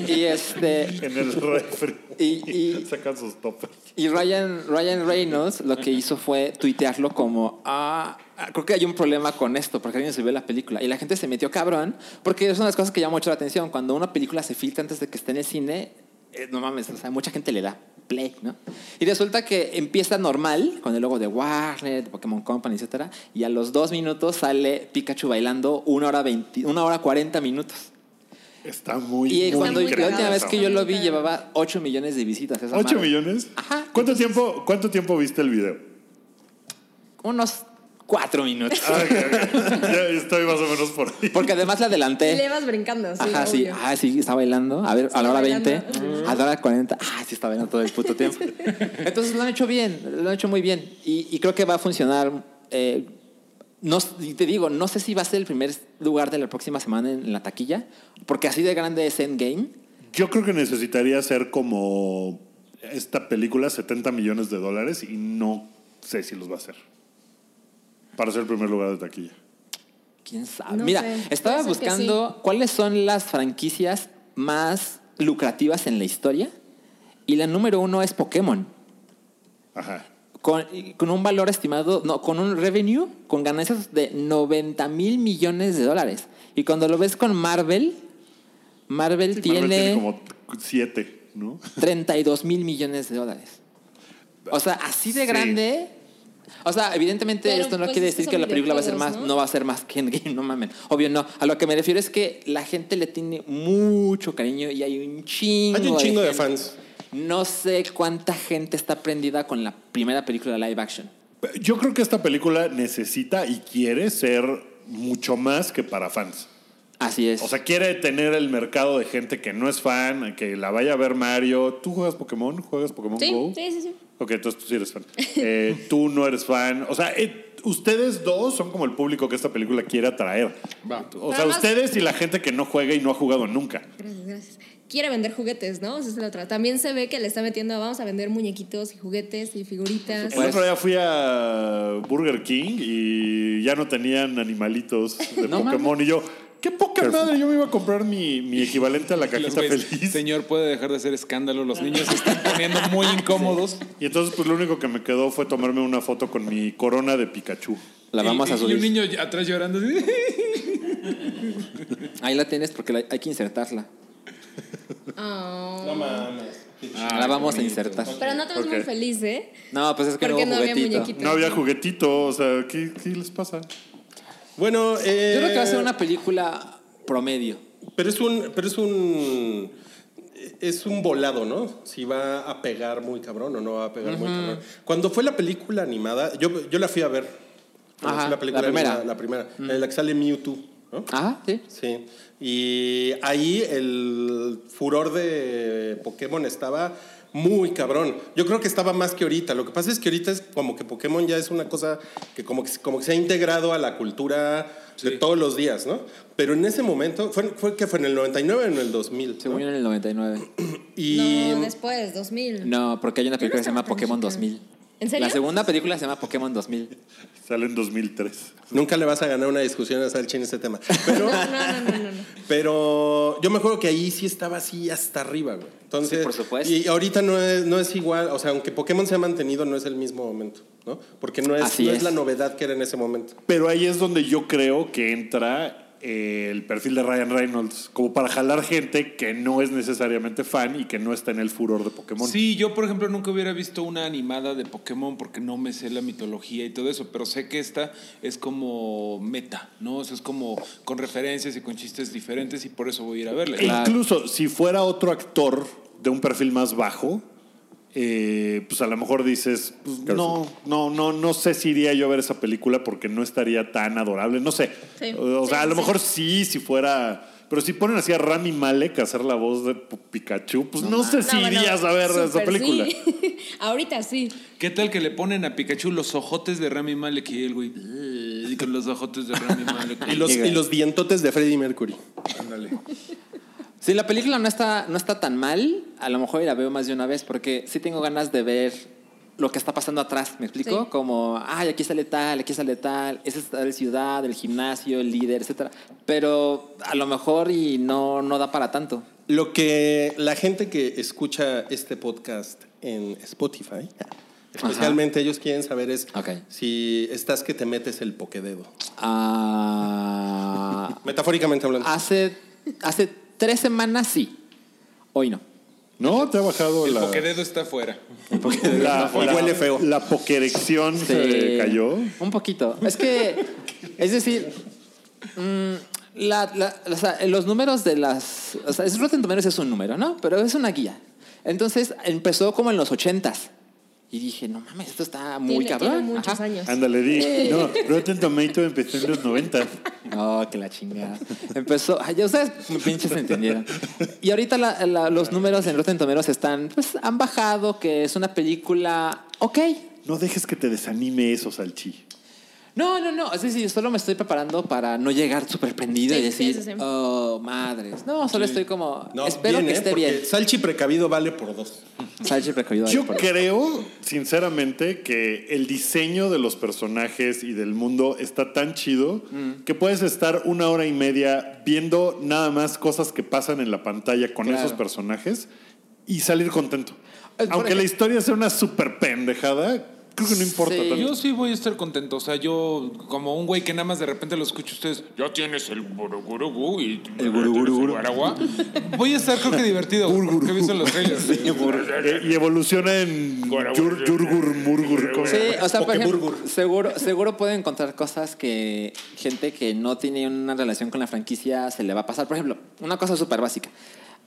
Y este. En el refri. Y- y- sacan sus toppers. Y Ryan, Ryan Reynolds lo que hizo fue tuitearlo como, ah, ah, creo que hay un problema con esto, porque alguien subió la película. Y la gente se metió cabrón, porque es una de las cosas que llama mucho la atención. Cuando una película se filtra antes de que esté en el cine, eh, no mames, o sea, mucha gente le da play, ¿no? Y resulta que empieza normal, con el logo de Warner, de Pokémon Company, etcétera, y a los dos minutos sale Pikachu bailando una hora, 20, una hora 40 minutos. Está muy Y muy cuando increíble la última vez esa que yo lo vi Está muy llevaba 8 millones de visitas. esa ¿Ocho madre. millones? Ajá. ¿Cuánto tiempo, ¿Cuánto tiempo viste el video? Unos cuatro minutos. Ah, ok, ok. Ya estoy más o menos por ahí. Porque además la Le adelanté. vas brincando. Sí, Ajá, sí. obvio. Ah, sí, está bailando. A ver, a la Está hora bailando. 20, a la hora 40. Ah, sí, está bailando todo el puto tiempo. Entonces lo han hecho bien, lo han hecho muy bien. Y, y creo que va a funcionar. eh, no, s- y te digo, no sé si va a ser el primer lugar de la próxima semana en la taquilla, porque así de grande es Endgame. Yo creo que necesitaría ser como esta película, 70 millones de dólares, y no sé si los va a hacer. Para ser el primer lugar de taquilla. ¿Quién sabe? No Mira, sé. estaba Puede ser que buscando cuáles son las franquicias más lucrativas en la historia. Y la número uno es Pokémon. Ajá. con, con un valor estimado, no, con un revenue, con ganancias de 90 mil millones de dólares. Y cuando lo ves con Marvel, Marvel tiene, Marvel tiene como 7, ¿no? 32 mil millones de dólares. O sea, así de Sí. grande. O sea, evidentemente Pero, esto no pues, quiere estos decir son que la película va a ser más, videojuegos, ¿no? ¿no? va a ser más que Endgame, no mamen. Obvio no. A lo que me refiero es que la gente le tiene mucho cariño y hay un chingo. Hay un chingo de gente. fans. No sé cuánta gente está prendida con la primera película live action. Yo creo que esta película necesita y quiere ser mucho más que para fans. Así es. O sea, quiere tener el mercado de gente que no es fan, que la vaya a ver Mario. ¿Tú juegas Pokémon? ¿Juegas Pokémon Go? Sí, sí, sí, sí. Ok, entonces tú sí eres fan. Eh, tú no eres fan. O sea, eh, ustedes dos son como el público que esta película quiere atraer. O sea, Además- ustedes y la gente que no juega y no ha jugado nunca. Gracias, gracias. Quiere vender juguetes, ¿no? Esa es la otra. También se ve que le está metiendo, vamos a vender muñequitos y juguetes y figuritas. El otro día fui a Burger King y ya no tenían animalitos de No Pokémon y yo. Qué poca madre, yo me iba a comprar mi, mi equivalente a la Los cajita güeyes, feliz. Señor, puede dejar de hacer escándalo. Los niños se están poniendo muy incómodos. Y entonces, pues lo único que me quedó fue tomarme una foto con mi corona de Pikachu. La vamos Y- a y- Y un subir. niño atrás llorando. así. Ahí la tienes porque la- hay que insertarla. No mames. la vamos a insertar. Ah, Pero no te ves Ah, Ok. muy feliz, ¿eh? No, pues es que no Porque hubo no había juguetito. muñequito. No había juguetito, o sea, ¿qué, qué les pasa? Bueno, eh, Yo creo que va a ser una película promedio. Pero es un. Pero es un. Es un volado, ¿no? Si va a pegar muy cabrón o no va a pegar muy cabrón. Cuando fue la película animada, yo, yo la fui a ver. Cuando Ajá, fue la primera. animada, la primera. eh, la que sale Mewtwo, ¿no? Ah, Ajá, sí. Sí. Y ahí el furor de Pokémon estaba muy cabrón. Yo creo que estaba más que ahorita. Lo que pasa es que ahorita es como que Pokémon ya es una cosa que como que, como que se ha integrado a la cultura de todos los días, ¿no? Pero en ese momento, fue, fue que fue en el 99 o en el 2000. Según yo en el 99. Y No, después, 2000. No, porque hay una película que se llama estaba tan Pokémon chica. 2000. ¿En serio? La segunda película se llama Pokémon 2000. Sale en 2003. nunca le vas a ganar una discusión a Salchi en ese tema. Pero, No, no, no, no, no. Pero yo me acuerdo que ahí sí estaba así hasta arriba, güey. Entonces, Sí, por supuesto. Y ahorita no es, no es igual, o sea, aunque Pokémon se ha mantenido, no es el mismo momento, ¿no? Porque no es, Así no es. es la novedad que era en ese momento. Pero ahí es donde yo creo que entra eh, el perfil de Ryan Reynolds, como para jalar gente que no es necesariamente fan y que no está en el furor de Pokémon. Sí, yo por ejemplo nunca hubiera visto una animada de Pokémon porque no me sé la mitología y todo eso, pero sé que esta es como meta, ¿no? O sea, es como con referencias y con chistes diferentes y por eso voy a ir a verla. E incluso si fuera otro actor de un perfil más bajo, eh, pues a lo mejor dices, pues, no, no, no, no sé si iría yo a ver esa película porque no estaría tan adorable, no sé. Sí. O sea, Sí, a lo sí. mejor sí, si fuera... Pero si ponen así a Rami Malek a hacer la voz de P- Pikachu, pues no, sé si No, bueno, irías a ver esa súper película. sí. Ahorita sí. ¿Qué tal que le ponen a Pikachu los ojotes de Rami Malek y el güey "Ugh", y con los ojotes de Rami Malek? Y los, Llega. y los dientotes de Freddie Mercury. Ándale. Si la película no está, no está tan mal, a lo mejor la veo más de una vez porque sí tengo ganas de ver lo que está pasando atrás, ¿me explico? Sí. Como, ay, aquí sale tal, aquí sale tal, esa es tal ciudad, el gimnasio, el líder, etcétera. Pero a lo mejor y no, no da para tanto. Lo que la gente que escucha este podcast en Spotify, especialmente ellos quieren saber es Ok. si estás que te metes el pokededo. Ah, Metafóricamente hablando. hace, hace tres semanas sí, hoy no. No, te ha bajado El la... Pokédedo está afuera. La, Y la- huele feo. La pokerección se Sí. cayó. Un poquito. Es que, es decir, mm, la- la- o sea, los números de las... O sea, es Rotten Tomatoes es un número, ¿no? Pero es una guía. Entonces empezó como en los ochentas. Y dije, no mames, esto está muy tiene, cabrón. tiene muchos Ajá. años. Ándale, di. No, Rotten Tomato empezó en los 90. No, que la chingada. Empezó. Ay, ya ustedes pinches entendieron. Y ahorita la- la- los números en Rotten Tomatoes están. Pues han bajado, que es una película. Ok. No dejes que te desanime eso, Salchi. No, no, no. Es decir, solo me estoy preparando para no llegar súper prendido y Sí, sí, decir, sí, sí. oh, madres. No, solo estoy como, No, espero bien, que ¿eh? esté Porque bien. Salchi precavido vale por dos. Sánchez precavido. Yo por- creo, sinceramente, que el diseño de los personajes y del mundo está tan chido que puedes estar una hora y media viendo nada más cosas que pasan en la pantalla con Claro. esos personajes y salir contento. Eh, por Aunque la ejemplo- historia sea una super pendejada, creo que no importa Sí. tanto. Yo sí voy a estar contento. O sea, yo, como un güey que nada más de repente lo escucho a ustedes, ya tienes el burugurugú y el burugurugú. Voy a estar, creo que divertido. Porque he visto los trailers. Eh, Y evoluciona en yur- Yurgur Murgur. ¿cómo Sí, se llama? o sea, por ejemplo, Pokeburger. seguro, seguro puede encontrar cosas que gente que no tiene una relación con la franquicia se le va a pasar. Por ejemplo, una cosa súper básica.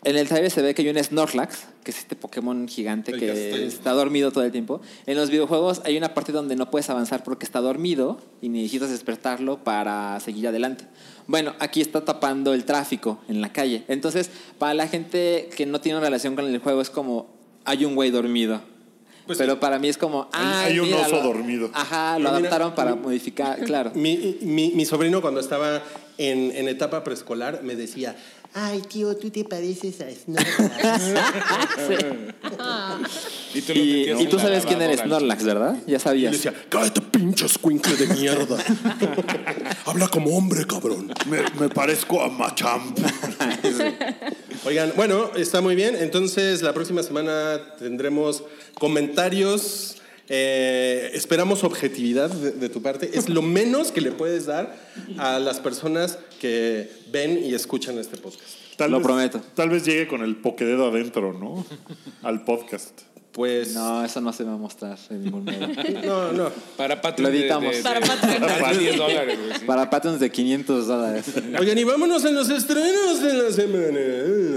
En el trailer se ve que hay un Snorlax, que es este Pokémon gigante El que castaño. está dormido todo el tiempo. En los videojuegos hay una parte donde no puedes avanzar porque está dormido y necesitas despertarlo para seguir adelante. Bueno, aquí está tapando el tráfico en la calle. Entonces, para la gente que no tiene una relación con el juego es como hay un güey dormido. Pues Pero sí. para mí es como, Hay- Ay, hay un mira, oso lo- dormido. Ajá, lo Mira, adaptaron para modificar, claro. Mi, mi- mi sobrino cuando estaba en, en etapa preescolar me decía, Ay, tío, tú te pareces a Snorlax. Y tú, lo Y, metías y en tú la sabes quién eres, lavadora. Snorlax, ¿verdad? Ya Y le sabías. decía, cállate, pinche escuincle de mierda. Habla como hombre, cabrón. Me, me parezco a Machamp. Oigan, bueno, está muy bien. Entonces, la próxima semana tendremos comentarios. Eh, esperamos objetividad de, de tu parte. Es lo menos que le puedes dar a las personas que ven y escuchan este podcast. Lo prometo. Tal vez llegue con el poquededo adentro, ¿no? Al podcast. Pues. No, eso no se va a mostrar en ningún modo. no. no. Para Lo Patreon. de- de- editamos. de- Para Patreon. Para 10 dólares, güey, sí. Para patents de 500 dólares. Oigan, y vámonos en los estrenos de la semana.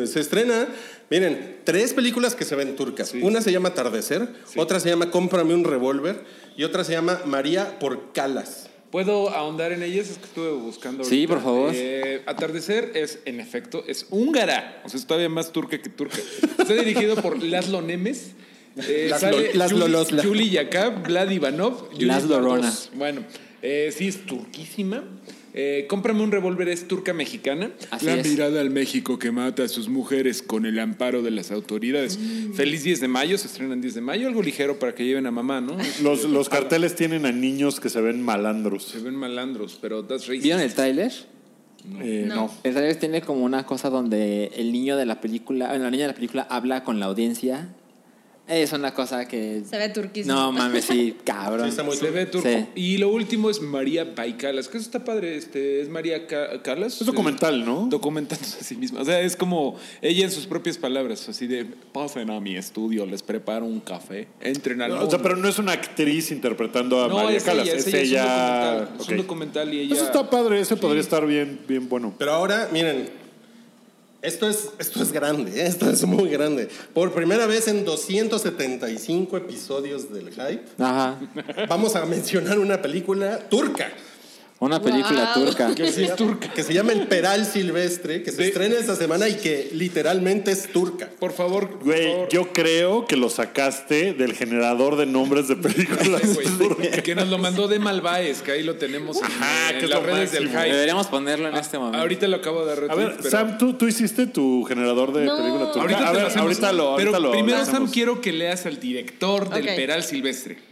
Uh, Se estrena, miren, tres películas que se ven turcas. Una se llama Atardecer, otra se llama Cómprame un revólver y otra se llama María por Calas. ¿Puedo ahondar en ellas? Es que estuve buscando. Sí, ahorita. por favor. Eh, Atardecer es, en efecto, es húngara. O sea, es todavía más turca que turca. Está dirigido por Laszlo Nemes. Eh, Las sale lo- las Yuli- lolosla. Yuli Yakab, Vlad Ivanov. Yuli Laszlo Bardos. Rona. Bueno, eh, sí, es turquísima. Eh, cómprame un revólver, es turca mexicana. Así la es. mirada al México que mata a sus mujeres con el amparo de las autoridades. Feliz 10 de mayo, se estrena el 10 de mayo. Algo ligero para que lleven a mamá, ¿no? Los, los carteles tienen a niños que se ven malandros. Se ven malandros, pero that's racist. ¿Vieron el tráiler? Eh, no. El tráiler tiene como una cosa donde el niño de la película, bueno, la niña de la película habla con la audiencia. Es una cosa que... Se ve turquísimo. No mames, sí, cabrón. Sí, está muy- Se ve turco. Sí. Y lo último es María Baikalas, que eso está padre. Este, es María Ca- Calas. Es documental, ¿no? Documentándose a sí misma. O sea, es como ella en sus propias palabras, así de, pasen a mi estudio, les preparo un café, entren al No, o sea, horno". pero no es una actriz interpretando a No, María es Calas, ella, es, es ella, ella. es un documental, es Ok. un documental y ella... Eso está padre, ese podría estar bien, bien bueno. Pero ahora, miren, esto es, esto es grande, ¿eh? esto es muy grande. Por primera vez en 275 episodios del Hype, Ajá. vamos a mencionar una película turca. Una película Wow. turca. Que se, llama, que se llama El Peral Silvestre, que se De- estrena esta semana y que literalmente es turca. Por favor, por Güey, favor. yo creo que lo sacaste del generador de nombres de películas. Güey, que nos lo mandó de Malváez, que ahí lo tenemos en, Ajá, en que es las lo redes del máximo. hype. Deberíamos ponerlo Ah, en este momento. Ahorita lo acabo de A retweet, ver, pero- Sam, ¿tú, tú hiciste tu generador de No. película turca. Ahorita a te ver, lo hacemos. ahorita lo. Pero ahorita lo- primero, lo hacemos. Sam, quiero que leas al director del Ok. Peral Silvestre.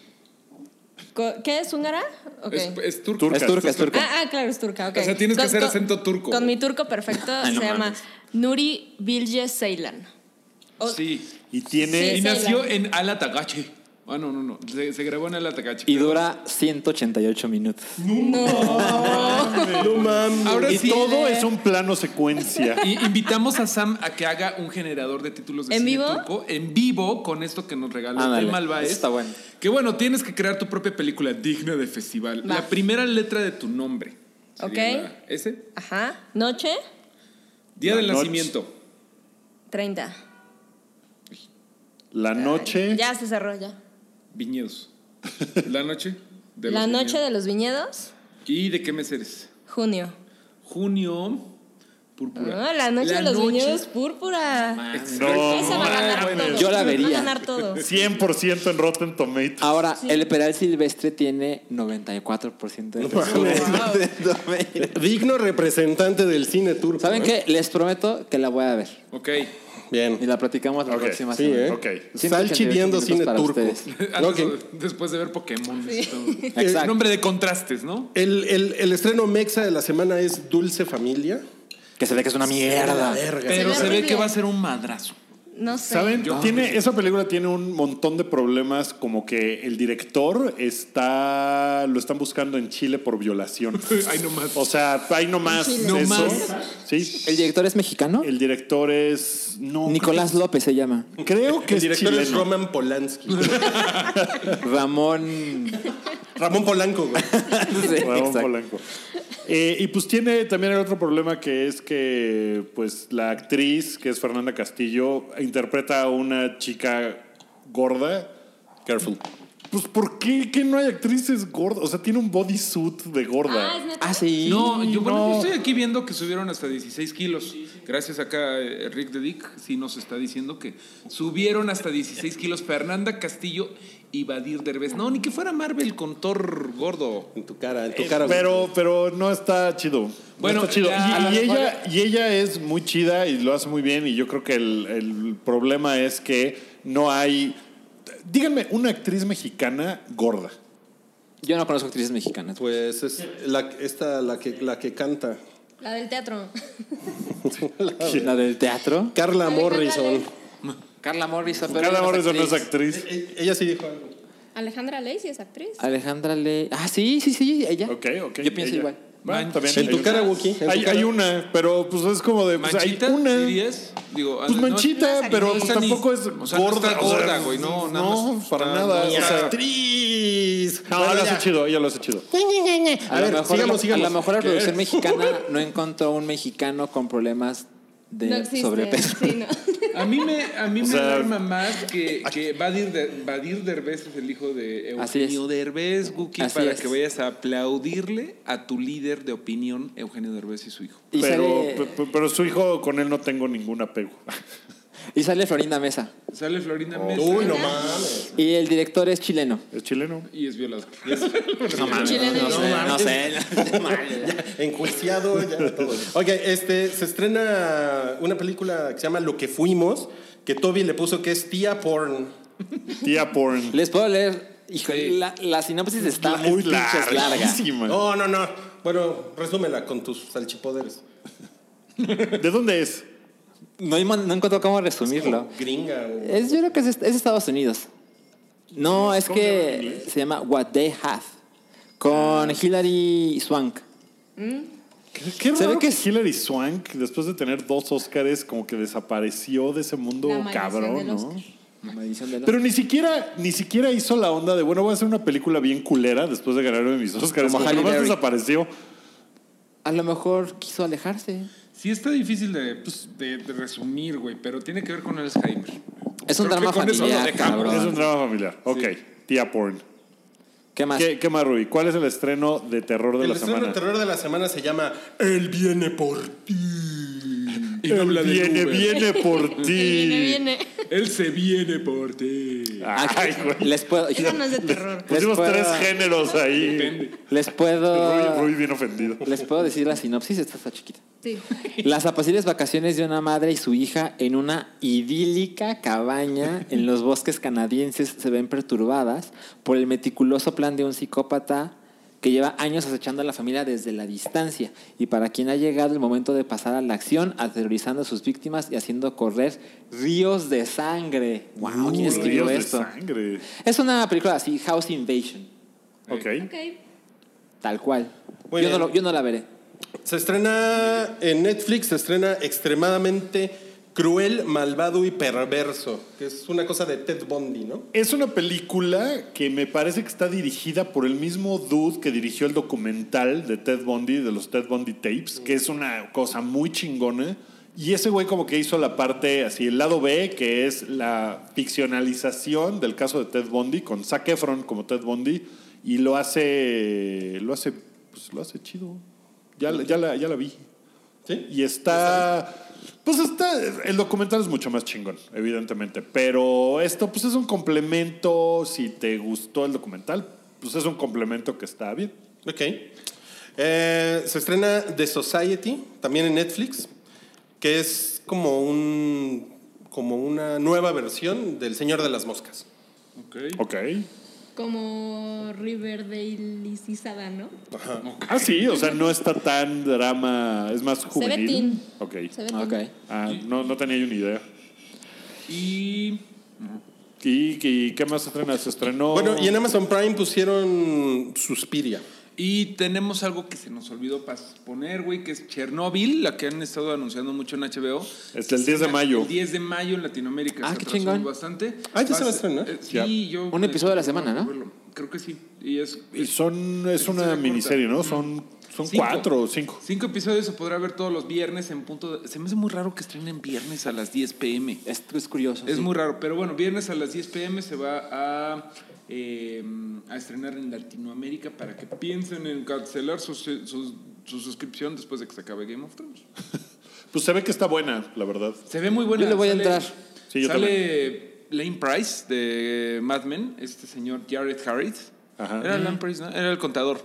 Co- ¿Qué es húngara? Ok. Es, es turco. Turca. Es turca, es turca. Ah, ah, claro, es turca. ok. O sea, tienes que hacer acento turco. Con mi turco perfecto Ay, no se llama mames. Nuri Bilge Ceylan. O- Sí. Y tiene. Y Oh, Sí, nació Ceylan. en Alatagache. Ah, no, no, no. Se, se grabó en Alatagache. Y dura 188 minutos. No mames. Ahora y sí. todo es un plano secuencia. Y invitamos a Sam a que haga un generador de títulos de ¿En cine vivo? turco en vivo con esto que nos regaló Ándale, el Malváez. eso está bueno. Que bueno, tienes que crear tu propia película digna de festival. Va. La primera letra de tu nombre. sería Ok. la- ¿Ese? Ajá. Noche, Día del La noche. nacimiento. 30. La ¿Eh? noche. Ya se cerró, ya. Viñedos. La noche. de La los noche viñedos. de los viñedos, ¿Y de qué mes eres? junio. Junio, púrpura. Ah, la noche de los noche- Ah, viñedos, púrpura. No, Esa va a ganar mames. todo. Yo la Va vería. a ganar todo. 100% en Rotten Tomatoes. Ahora, el Peral Silvestre tiene 94% de personas. Digno representante del cine turco. ¿Saben ¿eh? qué? Les prometo que la voy a ver. Ok. Y Bien. la platicamos la Ok, próxima Sí, semana. ¿eh? Ok. Salchi 188 viendo minutos cine para turco. ustedes. Antes Ok. o- después de ver Pokémon. Exacto. Un nombre de contrastes, ¿no? El, el- el estreno mexa de la semana es Dulce Familia. Que se ve que es una mierda. Verga. Pero ve se ve horrible. que va a ser un madrazo. No sé. ¿Saben? Tiene, esa película tiene un montón de problemas, como que el director está lo están buscando en Chile por violación. Ay, no más. O sea, hay nomás En Chile. eso. No más. Sí. ¿El director es mexicano? El director es. No. Nicolás López se llama. Creo que El es director es chileno. Roman Polanski. Ramón. Ramón Polanco, güey. Sí, Ramón exacto. Polanco. Eh, y pues tiene también el otro problema que es que pues la actriz, que es Fernanda Castillo, interpreta a una chica gorda. Careful. Pues ¿por qué que no hay actrices gordas? O sea, tiene un bodysuit de gorda. Ah, es neta. Ah, sí. No, yo, bueno, no. yo estoy aquí viendo que subieron hasta 16 kilos. Gracias acá, eh, Rick de Dick, sí nos está diciendo que subieron hasta 16 kilos Fernanda Castillo y Badir Derbez. No, ni que fuera Marvel con Thor gordo. En tu cara, en tu Eh, cara. güey. pero, pero no está chido. No Bueno, está chido. la- Y- a lo y, mejor- ella, y ella es muy chida y lo hace muy bien. Y yo creo que el, el problema es que no hay. Díganme, una actriz mexicana gorda. Yo no conozco actrices mexicanas. Pues es la, esta, la que, la que canta. La del teatro. Ah, La del teatro. Carla Alejandra Morrison. Ley. Carla Morrison. pero Carla ella Morrison no es actriz. actriz. E- Ella sí dijo algo. Alejandra Ley sí es actriz. Alejandra Le. Ah, sí, sí, sí, ella. Ok, ok. Yo pienso ella. igual. Bueno, también En hay tu una. cara, Wookie. en tu Hay, cara. hay una, pero pues es como de. Pues, hay ¿Manchita? una. dirías? Digo, Pues no- manchita, no pero está pues, ni- tampoco es o sea, no gorda. está o sea, gorda, güey, no, nada no, más para está- nada. no, o sea, ¡Actriz! no, Bueno, ella lo ya. hace chido, ella lo hace chido. A, A lo ver, mejor, sigamos, sigamos. a lo mejor la ¿Qué? producción mexicana no encontró un mexicano con problemas de no existe. sobrepeso. Sí, no. A mí me, a mí O me sea, alarma más que, que Badir, de- Badir Derbez es el hijo de Así Eugenio es. Derbez, Guki, Así para es. que vayas a aplaudirle a tu líder de opinión, Eugenio Derbez y su hijo. Y, Pero, sale, pe- pe- pero su hijo con él no tengo ningún apego. Ah, y sale Florinda Mesa. Sale Oh. Florinda Mesa Uy, no mames. Y el director es chileno. Es chileno. y es violador. Chileno. Ah, No sé, no sé. Enjuiciado ya todo. Oye, este, se estrena una pelíula que se llama Lo que fuimos, que Toby le puso que es tía porn. Tía porn. Les puedo leer. Híjole, la, la sinopsis está Es muy pinches larga. larguísima. No, no, no. Bueno, resúmela con tus salchipoderes. ¿De dónde es? No, hay man- no encuentro cómo resumirlo. Gringa. Eh, o- Es, yo creo que es, es Estados Unidos. No, es ¿Cómo se llama en que inglés? se llama What They Have con Hilary Swank. Qué- Qué Se ve raro que que es- Hilary Swank, después de tener dos Óscares, como que desapareció de ese mundo La maldición cabrón, del ¿no? Óscar. La maldición de los- Pero ni siquiera, ni siquiera hizo la onda de, bueno, voy a hacer una película bien culera después de ganar uno de mis Óscares. Como Como Halle nomás Berry. desapareció. A lo mejor quiso alejarse. Sí, está difícil de, pues, de- de resumir, güey, pero tiene que ver con Alzheimer. Es un Creo que drama con eso lo familiar, dejamos. cabrón. Es un drama familiar. Ok, tía porn. ¿Qué más? ¿Qué, ¿Qué más, Rubí? ¿Cuál es el estreno de terror de El la estreno semana? de terror de la semana se llama Él viene por ti. Y no habla del viene, Uber. viene por ti. Viene, viene. Él se viene por ti. Ay, güey. Les puedo. Eso no es de terror. Pusimos puedo- tres géneros ahí. Depende. Les puedo. Rubí, Rubí bien ofendido. Les puedo decir la sinopsis. Esta está chiquita. Sí. Las apacibles vacaciones de una madre y su hija en una idílica cabaña en los bosques canadienses se ven perturbadas por el meticuloso plan de un psicópata que lleva años acechando a la familia desde la distancia y para quien ha llegado el momento de pasar a la acción aterrorizando a sus víctimas y haciendo correr ríos de sangre. Wow, ¿quién Uh, escribió ríos de esto? sangre. Es una película así, House Invasion, Ok. Ok. tal cual. Muy Yo no, bien. lo- yo no la veré. Se estrena en Netflix, se estrena extremadamente cruel, malvado y perverso, que es una cosa de Ted Bundy, ¿no? Es una película que me parece que está dirigida por el mismo dude que dirigió el documental de Ted Bundy, de los Ted Bundy Tapes, que es una cosa muy chingona. Y ese güey como que hizo la parte así, el lado B, que es la ficcionalización del caso de Ted Bundy, con Zac Efron como Ted Bundy, y lo hace, lo hace, pues lo hace chido. Ya, la- ya, la, ya la vi. ¿Sí? Y está. Pues está. El documental es mucho más chingón, evidentemente. Pero esto, pues es un complemento. Si te gustó el documental, pues es un complemento que está bien. Ok. Eh, se estrena The Society, también en Netflix, que es como un como una nueva versión del Señor de las Moscas. Ok. Ok. Como Riverdale y Cisada, ¿no? Ah, sí, o sea, no está tan drama. Es más juvenil. teen. Ok. Se ve Ok. bien. Ah, no, no tenía yo ni idea. Y ¿Y, y qué más estrena? Se estrenó. Bueno, y en Amazon Prime pusieron Suspiria. Y tenemos algo que se nos olvidó pas- poner, güey, que es Chernobyl, la que han estado anunciando mucho en HBO. Hasta Este, el 10 de mayo. El 10 de mayo en Latinoamérica. Ah, se qué atrasó chingón. este bastante. Ah, ya se va a estrenar. eh, sí, Ya. yo... Un episodio a la semana, ¿no? Creo que sí. Y es... Y Son, es historia una corta. miniserie, ¿no? Son, son Cinco. cuatro o cinco. Cinco episodios se podrá ver todos los viernes en punto... de- Se me hace muy raro que estrenen viernes a las 10 pm. Es, es curioso. Es sí. muy raro, pero bueno, viernes a las 10 pm se va a, eh, a estrenar en Latinoamérica para que piensen en cancelar su, su- su suscripción después de que se acabe Game of Thrones. Pues se ve que está buena, la verdad. Se ve muy buena. Yo le voy a Sale- entrar. Sí, yo sale Lane Price de Mad Men, este señor Jared Harris. Ajá. Era Lane Price, ¿no? Era el contador.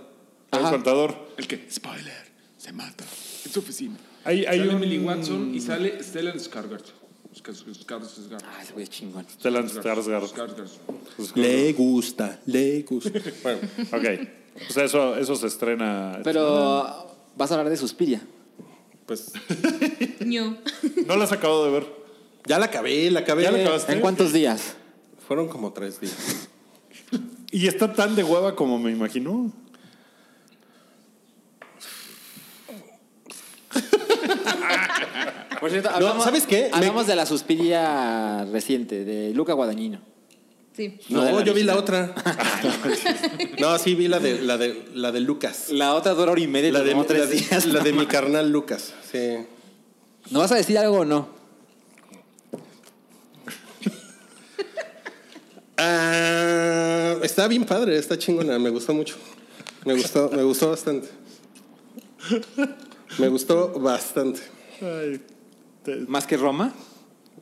El Ajá. contador. El que, spoiler, se mata en su oficina. Hay- hay sale un- Emily Watson y sale Stellan Skarsgård. Skarsgård. Ay, güey, chingón. Ah, Stellan Skarsgård. Le gusta, le gusta. bueno, Ok. Pues eso, eso se estrena. Pero vas a hablar de Suspiria. pues Ñu. No las acabo de ver. ya la acabé, la acabé. ¿Ya la acabaste? ¿En cuántos días? Fueron como tres días. Y está tan de hueva como me imagino. Por cierto, hablamos- ¿sabes qué? Me- Hablamos de la Suspiria reciente, de Luca Guadagnino. Sí. No, de la yo vi la otra. no, sí vi la de la de la de Lucas. La otra dura hora y media, La de, como tres la de- días. la de mi carnal Lucas. Sí. ¿No vas a decir algo o no? Ah, está bien padre, está chingona, me gustó mucho. Me gustó, me gustó bastante. Me gustó bastante. Ay, te- ¿Más que Roma?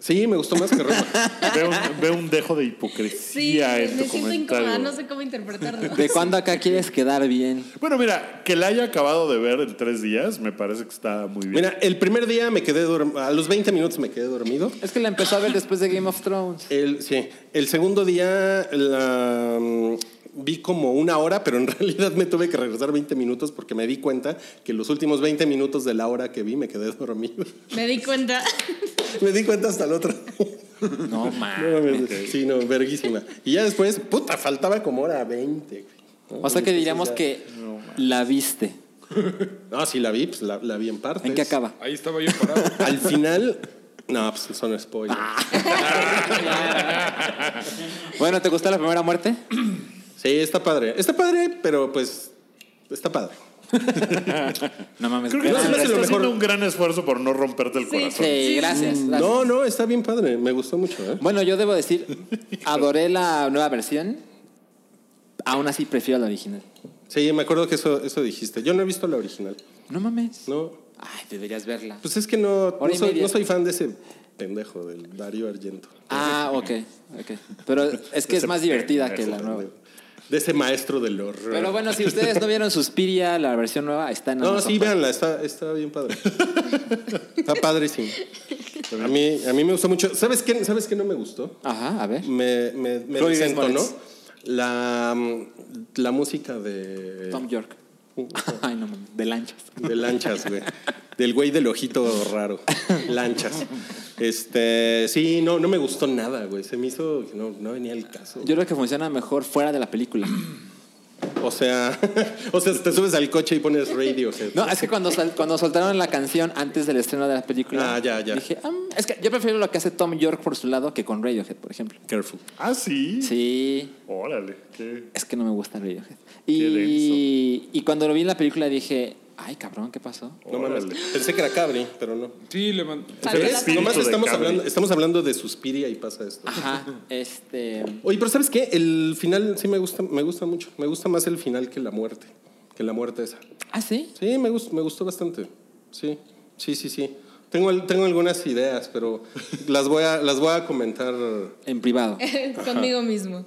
Sí, me gustó más que Roma. veo, veo un dejo de Sí, hipocresía en me tu siento comentario. incómoda, no sé cómo interpretarlo. ¿De cuándo acá quieres quedar bien? Bueno, mira, que la haya acabado de ver en tres días, me parece que está muy bien. Mira, el primer día me quedé dormido, a los 20 minutos me quedé dormido. Es que la empezó a ver después de Game of Thrones. El, sí, el segundo día la, mm, vi como una hora, pero en realidad me tuve que regresar 20 minutos porque me di cuenta que los últimos 20 minutos de la hora que vi me quedé dormido. Me di cuenta. me di cuenta hasta el otro. No mames. No, mames, sí, no, verguísima. Y ya después, puta, faltaba como hora 20. güey. O sea que diríamos que la viste. No, sí la vi, pues la, la vi en partes. ¿En qué acaba? Ahí estaba yo parado. Al final, no, pues son spoilers. Bueno, ¿te gustó la primera muerte? Sí, está padre. Está padre, pero pues está padre. No mames. Creo que No, se me hace está lo haciendo mejor. un gran esfuerzo por no romperte el Sí. corazón. Sí, gracias. gracias. No, no, está bien padre. Me gustó mucho, ¿eh? Bueno, yo debo decir, adoré la nueva versión. Aún así prefiero la original. Sí, me acuerdo que eso, eso dijiste. Yo no he visto la original. No mames. No. Ay, deberías verla. Pues es que no, Hora no, y soy, media. no soy fan de ese pendejo, del Dario Argento. Ah, ok, pues, ok. Pero es que es más divertida que la nueva. De ese maestro del horror. Pero bueno, si ustedes no vieron Suspiria, la versión nueva está en No, Amazon sí, Prime. véanla, está, está bien padre. está padrísimo. A mí, a mí me gustó mucho. ¿Sabes qué, ¿Sabes qué no me gustó? Ajá, a ver. Me, me, me Chloe Grace desentonó Moretz. la, mm, la música de, Tom York. Ay, no mames. De lanchas. de Lanchas, güey. Del güey del ojito raro. Lanchas. Este, sí, no, no me gustó nada, güey. Se me hizo que no, no venía el caso. Yo creo que funciona mejor fuera de la película. O sea, o sea, te subes al coche y pones radio. o sea, No, es que cuando, sal- cuando soltaron la canción antes del estreno de la película, Ah, ya, ya. dije, "Ah, es que yo prefiero lo que hace Tom York por su lado que con Radiohead, por ejemplo. Careful. Ah, sí. Sí, Órale. qué- es que no me gusta Radiohead. Qué Y, denso. y cuando lo vi en la película dije, ay, cabrón, ¿qué pasó? No mames. Órale. Pensé que era Cabri, pero no. Sí, le mandé. Faltó la- ¿Ves? Nomás de estamos Cabri. hablando, estamos hablando de Suspiria y pasa esto. Ajá, este... Oye, pero ¿sabes qué? El final sí me gusta, me gusta mucho. Me gusta más el final que la muerte. Que la muerte esa. Ah, sí. Sí, me, gust- me gustó bastante. Sí, sí, sí, sí. Tengo, al- tengo algunas ideas, pero las voy, a, las voy a comentar. En privado. Conmigo mismo.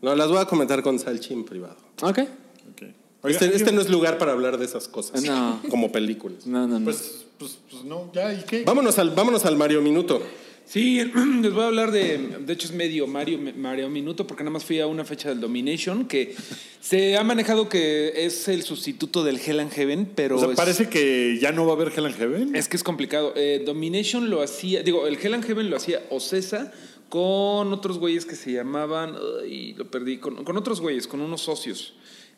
No, las voy a comentar con Salchi en privado. Ok. ok. Oiga, Este, este no es lugar para hablar de esas cosas. No. Como películas. No, no, no. Pues, pues, pues no, ya, ¿y qué? Vámonos al, vámonos al Mario Minuto. Sí, les voy a hablar de. De hecho, es medio Mario, Mario Minuto, porque nada más fui a una fecha del Domination que se ha manejado que es el sustituto del Hell and Heaven, pero. O sea, es- parece que ya no va a haber Helen Heaven. Es que es complicado. Eh, Domination lo hacía, digo, el Hell and Heaven lo hacía Ocesa con otros güeyes que se llamaban, y lo perdí, con, con otros güeyes, con unos socios,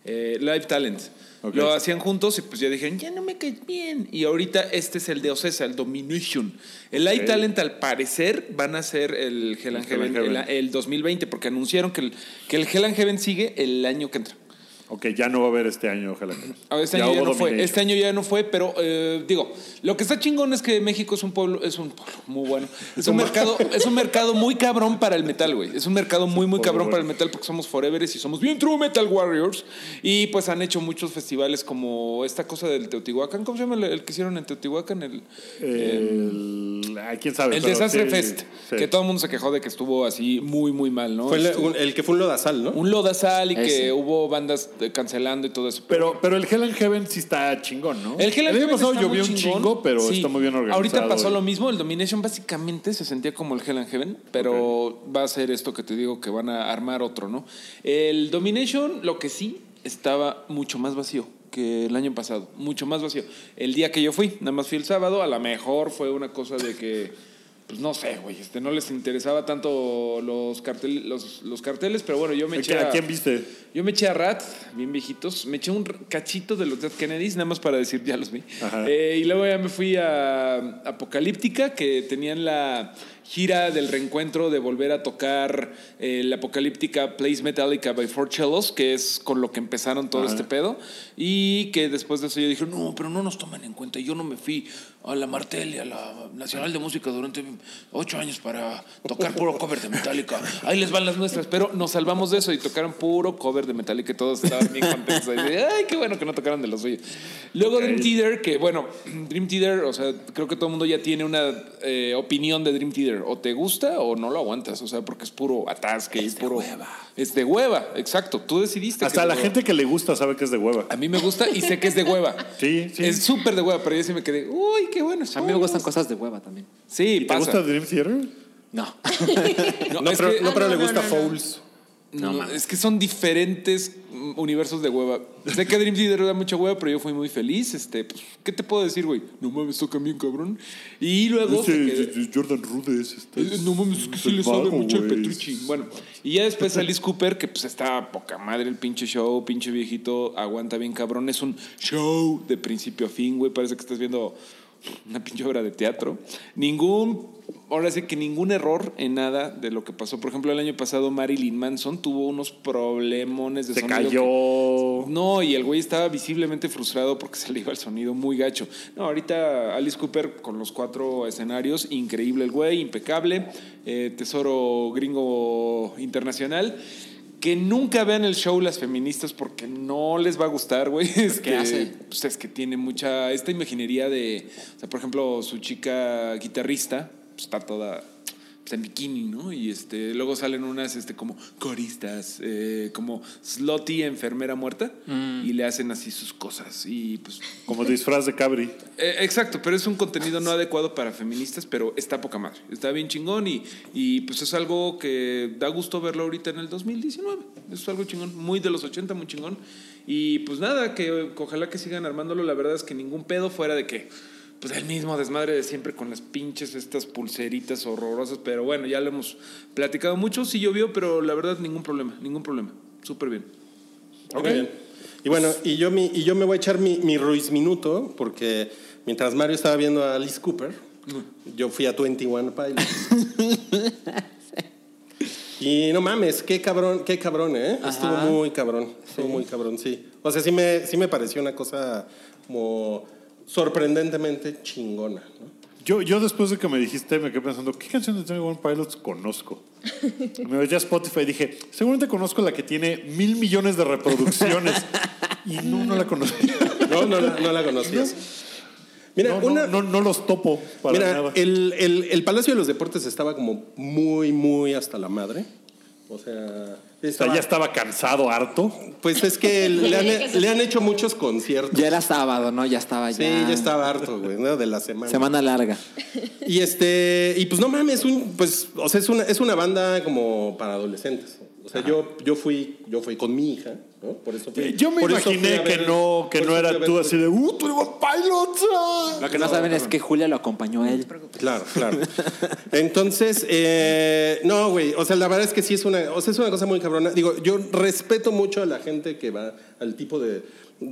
eh, Live Talent. Ok. Lo hacían juntos y pues ya dijeron, ya no me caes bien. Y ahorita este es el de Ocesa, el Domination. El Live Ok. Talent al parecer van a ser el Hell and El Hell and Heaven, el- Heaven. El, 2020 porque anunciaron que el, que el Hell and Heaven sigue el año que entra. Ok, ya no va a haber este año Helen Heaven. Ah, Este Ya año ya hubo no fue. Domination. Este año ya no fue, pero eh, digo, lo que está chingón es que México es un pueblo, es un pueblo muy bueno. Es un mercado, es un mercado muy cabrón para el metal, güey. Es un mercado muy, muy pueblo cabrón bueno. para el metal porque somos foreveres y somos bien true metal warriors. Y pues han hecho muchos festivales como esta cosa del Teotihuacán. ¿Cómo se llama el, el que hicieron en Teotihuacán? El, El, ay, quién sabe. el pero Desastre sí, Fest. sí. Que todo el mundo se quejó de que estuvo así muy, muy mal, ¿no? Fue el, Este- un- el que fue un lodazal, ¿no? un lodazal y que Ese. hubo bandas eh, eh, cancelando y todo eso. Pero, pero el Hell and Heaven sí está chingón, ¿no? El Hell and año Heaven pasado está muy llovió un chingón. chingo, pero Sí. está muy bien organizado. Ahorita pasó y- lo mismo. El Domination básicamente se sentía como el Hell and Heaven, pero va a ser esto que te digo que van a armar otro, ¿no? El Domination, lo que sí, estaba mucho más vacío que el año pasado, mucho más vacío. El día que yo fui, nada más fui el sábado, a lo mejor fue una cosa de que, pues no sé, güey, este, no les interesaba tanto los, cartel- los, los carteles, pero bueno, yo me ¿A eché quién- ¿A quién viste? yo me eché a Rat, bien viejitos. Me eché un cachito de los Dead Kennedys, nada más para decir, ya los vi. Ajá. Eh, y luego ya me fui a Apocalíptica, que tenían la gira del reencuentro de volver a tocar eh, la Apocalíptica Place Metallica by Four Cellos, que es con lo que empezaron todo Ajá. este pedo. Y que después de eso yo dije, no, pero no nos toman en cuenta. Yo no me fui a la Martel y a la Nacional de Música durante ocho años para tocar puro cover de Metallica. Ahí les van las nuestras. Pero nos salvamos de eso y tocaron puro cover de Metallica y todos estaban bien contentos. Ahí de, Ay, qué bueno que no tocaron de los suyos. Luego Dream Theater, que bueno, Dream Theater, o sea, creo que todo el mundo ya tiene una eh, opinión de Dream Theater. O te gusta o no lo aguantas, o sea, porque es puro atasque y puro... hueva. Es de hueva, exacto. Tú decidiste. Hasta es a de la hueva. gente que le gusta sabe que es de hueva. A mí me gusta y sé que es de hueva. Sí, sí. Es súper de hueva, pero yo sí me quedé, uy, qué bueno. A mí me gustan cosas de hueva también. Sí, ¿Te pasa. gusta Dream Theater? No. No, No, es, pero, que, no, pero Ah, no, le gusta no, no, no. Fouls. no, es que son diferentes mm, universos de hueva. Sé que Dream Theater da mucha hueva, pero yo fui muy feliz. Este, pues, ¿Qué te puedo decir, güey? No mames, tocan bien, cabrón. Y luego... Este, me quedé- este, Jordan Rudes. este, Eh, No mames, es que sí el le sabe vago, mucho el güey. Petrucci. Bueno, y ya después Alice Cooper, que pues está poca madre el pinche show, pinche viejito, aguanta bien cabrón. Es un show de principio a fin, güey. Parece que estás viendo una pinche obra de teatro. Ningún, ahora sí que ningún error en nada de lo que pasó. Por ejemplo, el año pasado Marilyn Manson tuvo unos problemones de Se sonido que- cayó. no, y el güey estaba visiblemente frustrado porque se le iba el sonido muy gacho. No, ahorita Alice Cooper con los cuatro escenarios, increíble el güey, impecable, eh, tesoro gringo internacional. Que nunca vean el show las feministas porque no les va a gustar, güey. Es que, hace? Pues es que tiene mucha. Esta imaginería de. O sea, por ejemplo, su chica guitarrista pues, está toda pues, en bikini, ¿no? Y este, luego salen unas este, como coristas, eh, como slotty enfermera muerta, y le hacen así sus cosas. Y pues. Como disfraz de cabri. eh, exacto, pero es un contenido no adecuado para feministas, pero está poca madre. Está bien chingón y, y pues es algo que da gusto verlo ahorita en el 2019. Es algo chingón, muy de los 80, muy chingón. Y pues nada, que ojalá que sigan armándolo. La verdad es que ningún pedo fuera de que. Pues el mismo desmadre de siempre con las pinches estas pulseritas horrorosas, pero bueno, ya lo hemos platicado mucho, sí llovió, pero la verdad ningún problema, ningún problema, súper bien. Muy bien. Y bueno, y yo, mi, y yo me voy a echar mi, mi Ruiz Minuto, porque mientras Mario estaba viendo a Alice Cooper, Mm. yo fui a 21 Pilots. y no mames, qué cabrón, qué cabrón, ¿eh? Estuvo muy cabrón, estuvo muy cabrón, sí. O sea, sí me, sí me pareció una cosa como sorprendentemente chingona, ¿no? Yo, yo después de que me dijiste, me quedé pensando, ¿qué canción de Tony One Pilots conozco? Me metí a Spotify y dije, seguramente conozco la que tiene mil millones de reproducciones. Y no, no la conocía. No, no, la- no la conocías. Mira, No, no, una, no, no los topo para Mira, nada. El, el- el Palacio de los Deportes estaba como muy, muy hasta la madre. O sea, O sea, estaba- ya estaba cansado, harto. pues es que le han, le han hecho muchos conciertos. Ya era sábado, ¿no? Ya estaba ya. Sí, ya estaba harto, güey, ¿no? de la semana. Semana larga. Y este, y pues no mames, un, pues, o sea, es una, es una banda como para adolescentes. O sea, yo, yo fui, yo fui con mi hija, ¿no? Por eso fui- Yo me por eso fui imaginé a que ver- no, que por no eso era fui a tú ver- así de, ¡Uh, Tony One Pilots! ah". Lo que no, saben es que Julia lo acompañó a él. Claro, claro. Entonces, eh, no, güey, o sea, la verdad es que sí es una, o sea, es una cosa muy cabrona. Digo, yo respeto mucho a la gente que va al tipo de,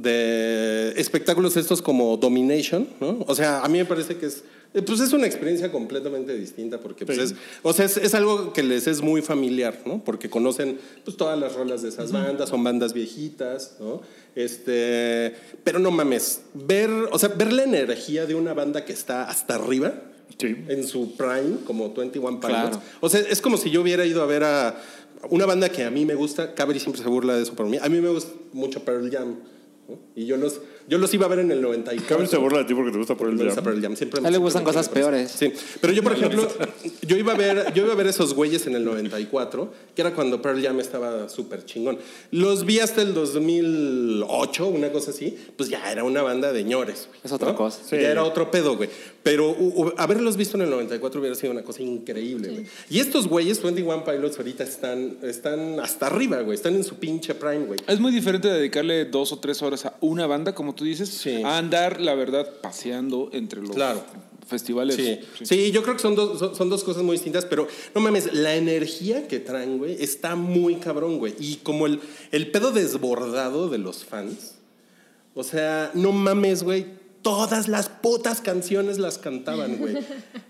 de espectáculos estos como Domination, ¿no? O sea, a mí me parece que es, eh, pues es una experiencia completamente distinta porque, pues, Sí. es, o sea, es, es algo que les es muy familiar, ¿no? Porque conocen, pues, todas las rolas de esas bandas, son bandas viejitas, ¿no? Este, pero no mames, ver, o sea, ver la energía de una banda que está hasta arriba, Sí. en su prime, como 21 Pilots. Claro. O sea, es como si yo hubiera ido a ver a una banda que a mí me gusta, Cabri siempre se burla de eso, pero a mí, a mí me gusta mucho Pearl Jam. ¿no? ¿no? Y yo los, yo los iba a ver en el 94. Cameron se burla de ti porque te gusta por el Me gusta jam. Pearl Jam, siempre A él le siempre gustan me gusta cosas Pearl Jam. peores. Sí, pero yo, por ejemplo, yo iba, a ver, yo iba a ver esos güeyes en el 94, que era cuando Pearl Jam estaba súper chingón. Los vi hasta el 2008, una cosa así, pues ya era una banda de ñores. güey, Es otra ¿no? cosa. Sí. Ya era otro pedo, güey. Pero u- u- haberlos visto en el 94 hubiera sido una cosa increíble, güey. Y estos güeyes, 21 Pilots, ahorita están, están hasta arriba, güey. Están en su pinche prime, güey. Es muy diferente dedicarle dos o tres horas a una banda, como tú dices, Sí. a andar, la verdad, paseando entre los Claro. festivales. Sí, sí, yo creo que son dos, son, son dos cosas muy distintas, pero no mames, la energía que traen, güey, está muy cabrón, güey. Y como el, el pedo desbordado de los fans. O sea, no mames, güey. Todas las putas canciones las cantaban, güey.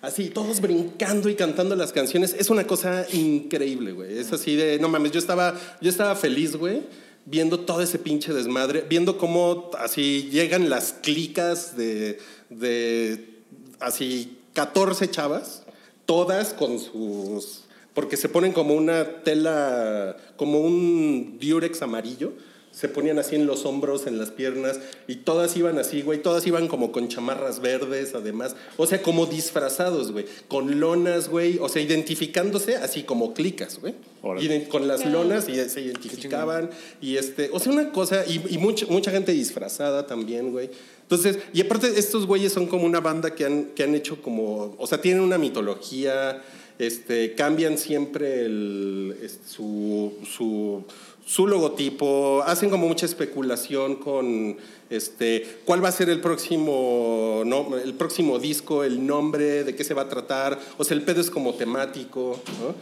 Así, todos brincando y cantando las canciones. Es una cosa increíble, güey. Es así de, no mames, yo estaba, yo estaba feliz, güey, viendo todo ese pinche desmadre, viendo cómo así llegan las clicas de, de así 14 chavas, todas con sus... Porque se ponen como una tela, como un diurex amarillo. Se ponían así en los hombros, en las piernas, y todas iban así, güey. Todas iban como con chamarras verdes, además. O sea, como disfrazados, güey. Con lonas, güey. O sea, identificándose así como clicas, güey. Órale. Iden- Con las lonas y se identificaban. Y este, o sea, una cosa, y, y mucha, mucha gente disfrazada también, güey. Entonces, y aparte, estos güeyes son como una banda que han, que han hecho como, o sea, tienen una mitología, este, cambian siempre el, este, su, su, su logotipo, hacen como mucha especulación con este, cuál va a ser el próximo, no, el próximo disco, el nombre, de qué se va a tratar, o sea, el pedo es como temático, ¿no?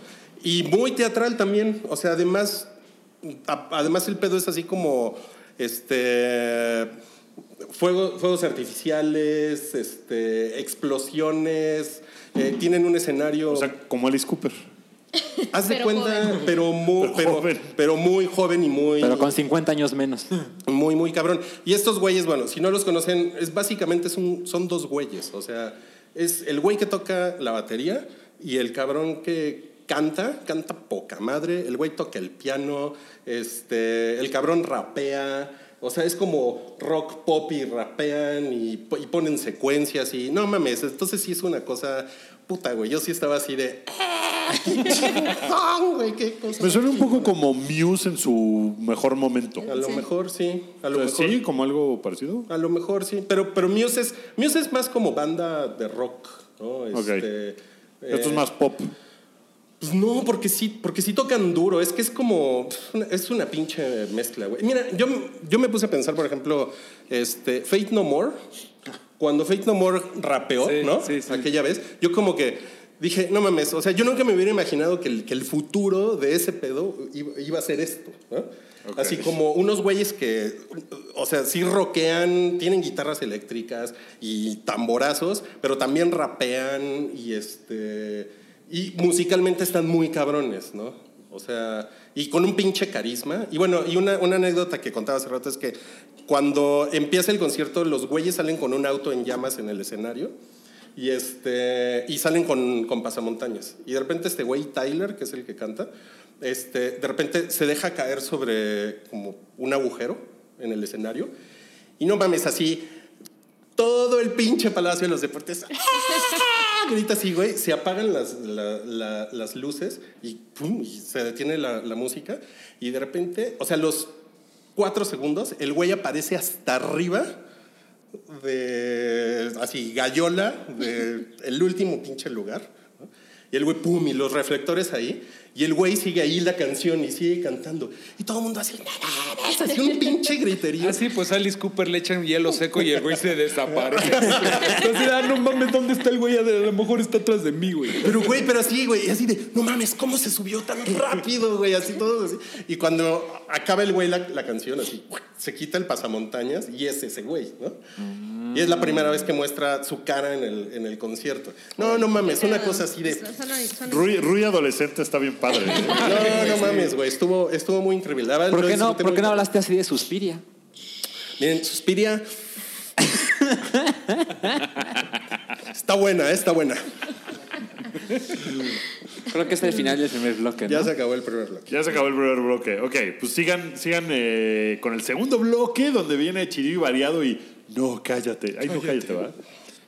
Y muy teatral también. O sea, además, a- además el pedo es así como este fuego- fuegos artificiales, este, explosiones. eh, tienen un escenario. O sea, como Alice Cooper. haz de pero cuenta, joven. pero muy, Pero pero, joven. pero muy joven y muy. Pero con 50 años menos. Muy, muy cabrón. Y estos güeyes, bueno, si no los conocen, es básicamente es un- son dos güeyes. O sea, es el güey que toca la batería y el cabrón que canta, canta poca madre. El güey toca el piano, este, el cabrón rapea. O sea, es como rock pop y rapean y, po- y ponen secuencias y no mames. Entonces sí es una cosa puta, güey. Yo sí estaba así de. "Ah, qué chingón, güey, qué cosa". Me suena un poco como Muse en su mejor momento. A lo Sí. mejor sí. A lo Pues mejor sí, como algo parecido. A lo mejor sí, pero, pero Muse, es, Muse es más como banda de rock, ¿no? Este, Esto es eh, más pop. pues no, porque sí, porque sí tocan duro. Es que es como. Es una pinche mezcla, güey. Mira, yo, yo me puse a pensar, por ejemplo, este, Fate No More. Cuando Fate No More rapeó, Sí, ¿no? sí, sí. Aquella vez, yo como que dije, no mames, o sea, yo nunca me hubiera imaginado que el, que el futuro de ese pedo iba, iba a ser esto, ¿no? Así como unos güeyes que, o sea, sí rockean, tienen guitarras eléctricas y tamborazos, pero también rapean y este. Y musicalmente están muy cabrones, ¿no? O sea, y con un pinche carisma. Y bueno, y una, una anécdota que contaba hace rato es que cuando empieza el concierto, los güeyes salen con un auto en llamas en el escenario y, este, y salen con, con pasamontañas. Y de repente este güey Tyler, que es el que canta, este, de repente se deja caer sobre como un agujero en el escenario. Y no mames, así todo el pinche Palacio de los Deportes. ¡ah! Grita así, güey. Se apagan las, la- la- las luces y, pum, y se detiene la, la música. Y de repente, o sea, los cuatro segundos, el güey aparece hasta arriba de, así, gallola, del último pinche lugar. ¿no? Y el güey, pum, y los reflectores ahí. Y el güey sigue ahí la canción y sigue cantando. Y todo el mundo así, así un pinche griterío. Ah, sí, pues Alice Cooper le echan hielo seco y el güey se desaparece. Entonces, ah, no mames, ¿dónde está el güey? A lo mejor está atrás de mí, güey. Pero, güey, pero así, güey, así de, no mames, ¿cómo se subió tan rápido, güey? Así todo así. Y cuando acaba el güey la, la canción, así, se quita el pasamontañas y es ese güey, ¿no? Y es la primera vez que muestra su cara en el, en el concierto. No, no mames, una cosa así de... Suena- suena- Rui, Rui adolescente está bien padre. ¿eh? No, no mames, güey, estuvo, estuvo muy increíble. La verdad, ¿Por lo qué no, disfruté ¿por muy qué no mucho. hablaste así de Suspiria? Miren, Suspiria... Está buena, eh, está buena. Creo que es el final del primer bloque, ¿no? Ya se acabó el primer bloque. Ya se acabó el primer bloque. Ok, pues sigan, sigan eh, con el segundo bloque donde viene Chiri variado y no, cállate. Ay, no, cállate, ¿va?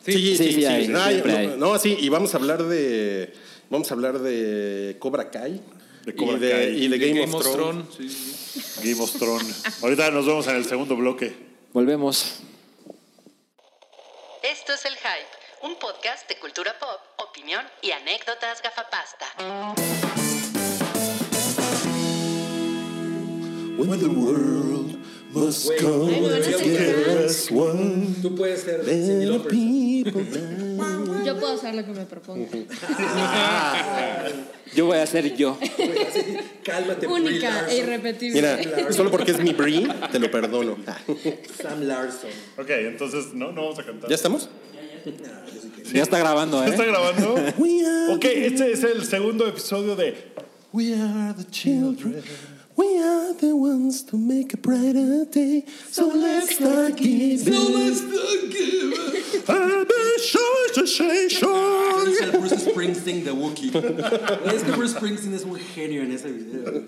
Sí, sí, sí, sí. sí hay, No, siempre no, hay. no, sí, y vamos a hablar de. Vamos a hablar de Cobra Kai. De Cobra y de, Kai. y de Game, of Thrones. Sí, sí, sí. Game of Thrones. Ahorita nos vemos en el segundo bloque. Volvemos. Esto es El Hype, un podcast de cultura pop, opinión y anécdotas gafapasta. When the world must Güey, come ahí me van a sacar. together as one, Tú puedes ser Cindy let Lauper. people pues, down. Yo puedo hacer lo que me proponga. Yo voy a ser yo. Cálmate, Brie Única e Larson. irrepetible. Mira, solo porque es mi Brie, te lo perdono. Sam Larson. Ok, entonces no, no vamos a cantar. ¿Ya estamos? Ya está grabando, ¿Ya está ¿eh? grabando? ok, este es el segundo episodio de We are the children. We are the ones to make a brighter day. So let's start giving. So let's start giving. A show to say show. Es el Bruce Springsteen de Wookiee. Es que Bruce Springsteen es un genio en ese video.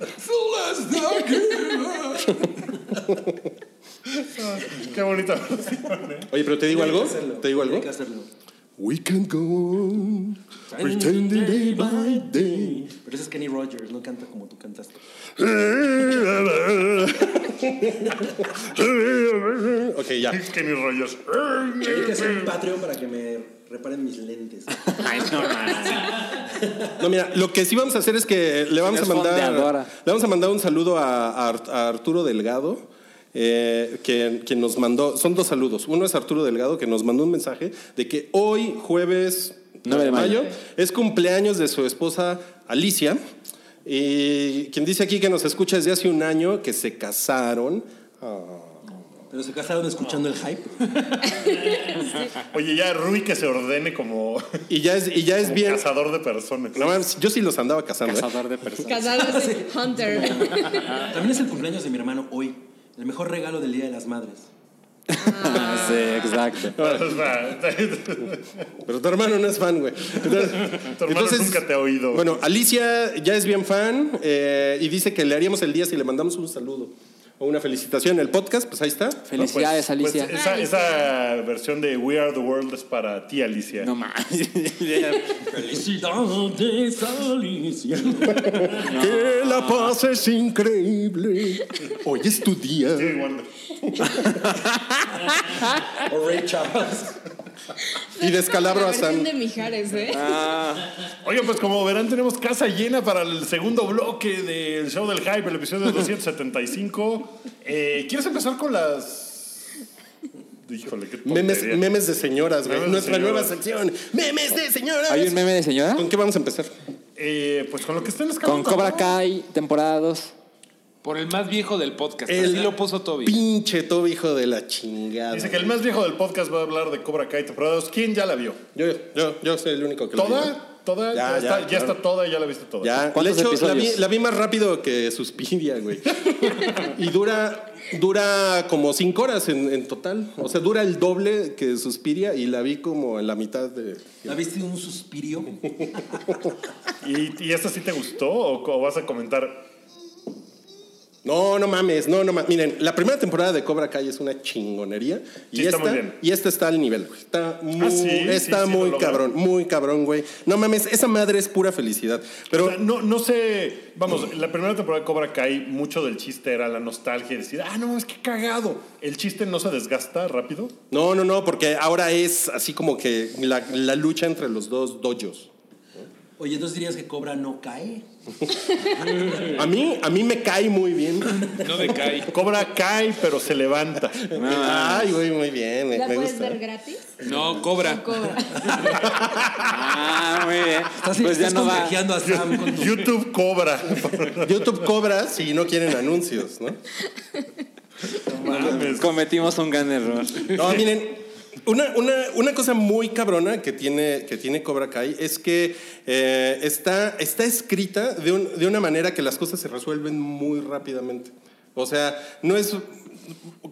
Qué bonita. Oye, pero te digo algo. Te digo algo. Hay que hacerlo. We can go on pretending day by day. Pero ese es Kenny Rogers, no canta como tú cantaste. ok, ya. que mis rollos. Hay que hacer un Patreon para que me reparen mis lentes. Ay, no, man. No, mira, lo que sí vamos a hacer es que le vamos a Señor mandar, fondeadora. le vamos a mandar un saludo a, a Ar- a Arturo Delgado. eh, quien, quien nos mandó, son dos saludos. Uno es Arturo Delgado, que nos mandó un mensaje de que hoy, jueves 9 de mayo. es cumpleaños de su esposa Alicia. Y quien dice aquí que nos escucha desde hace un año, que se casaron. Pero se casaron escuchando el hype. Oye, ya Rui que se ordene como, Y ya es, y ya es como bien. cazador de personas. No, mames, yo sí los andaba casando. ¿eh? Cazador de personas. Casado sí, Hunter. También es el cumpleaños de mi hermano hoy. El mejor regalo del Día de las Madres. Ah, Sí, exacto. O sea, Pero tu hermano no es fan, güey. Entonces, Tu hermano nunca te ha oído. Bueno, Alicia ya es bien fan eh, y dice que le haríamos el día si le mandamos un saludo o una felicitación. El podcast, pues ahí está. Felicidades, pues, Alicia. esa, esa versión de We Are the World es para ti, Alicia. No, man. Felicidades, Alicia. Que la paz es increíble. Hoy es tu día. Sí, Wonder. O Ray Charles. Y descalabro La a Ah, versión Sam. de Mijares, ¿eh? Oigan, pues como verán, tenemos casa llena para el segundo bloque del show del hype, el episodio 275. Eh, ¿Quieres empezar con las. Híjole, qué Memes, tontería. memes de señoras, güey. Memes de Nuestra señoras. nueva sección. Memes de señoras. ¿Hay un meme de señora? ¿Con qué vamos a empezar? Eh, pues con lo que estén Con escapando. Cobra Kai, temporada 2. Por el más viejo del podcast. El Así lo puso Toby. Pinche Toby, hijo de la chingada. Dice que el más viejo del podcast va a hablar de Cobra Kai temporada dos. ¿Quién ya la vio? Yo, yo, yo soy el único que lo digo. ¿Toda? ¿Toda? Ya, Ya, ya, está, ya claro. está toda, ya la viste toda. Ya, de ¿Cuántos hecho, la vi, episodios? la vi más rápido que Suspiria, güey. y dura, dura como cinco horas en, en total. O sea, dura el doble que Suspiria y la vi como en la mitad de. ¿La viste un suspirio? ¿Y, y esta sí te gustó o, co- vas a comentar? No, no mames, no, no mames. Miren, la primera temporada de Cobra Kai es una chingonería. Y, Sí, está esta, muy bien. Ah, y esta está al nivel, güey. Está muy, sí, sí, está sí, lo muy logra. cabrón, muy cabrón, güey. No mames, esa madre es pura felicidad. Pero Mm. O sea, no, no sé, vamos, la primera temporada de Cobra Kai, mucho del chiste era la nostalgia y decir, ah, no, es que cagado. ¿El chiste no se desgasta rápido? no, no, no, porque ahora es así como que la, la lucha entre los dos dojos. Oye, entonces dirías que Cobra no cae. A mí, a mí me cae muy bien. No decae. Cobra Kai, pero se levanta. Ay, güey, muy bien. Me, ¿La me puedes gusta. ver gratis? No, cobra. Cobra. Ah, muy bien. Estás, Pues ya estás no va. contagiando a Sam con tu... YouTube Cobra. YouTube cobra si no quieren anuncios, ¿no? Cometimos un gran error. No, miren, una, una- una cosa muy cabrona que tiene, que tiene Cobra Kai es que eh, está, está escrita de, un- de una manera que las cosas se resuelven muy rápidamente. O sea, no es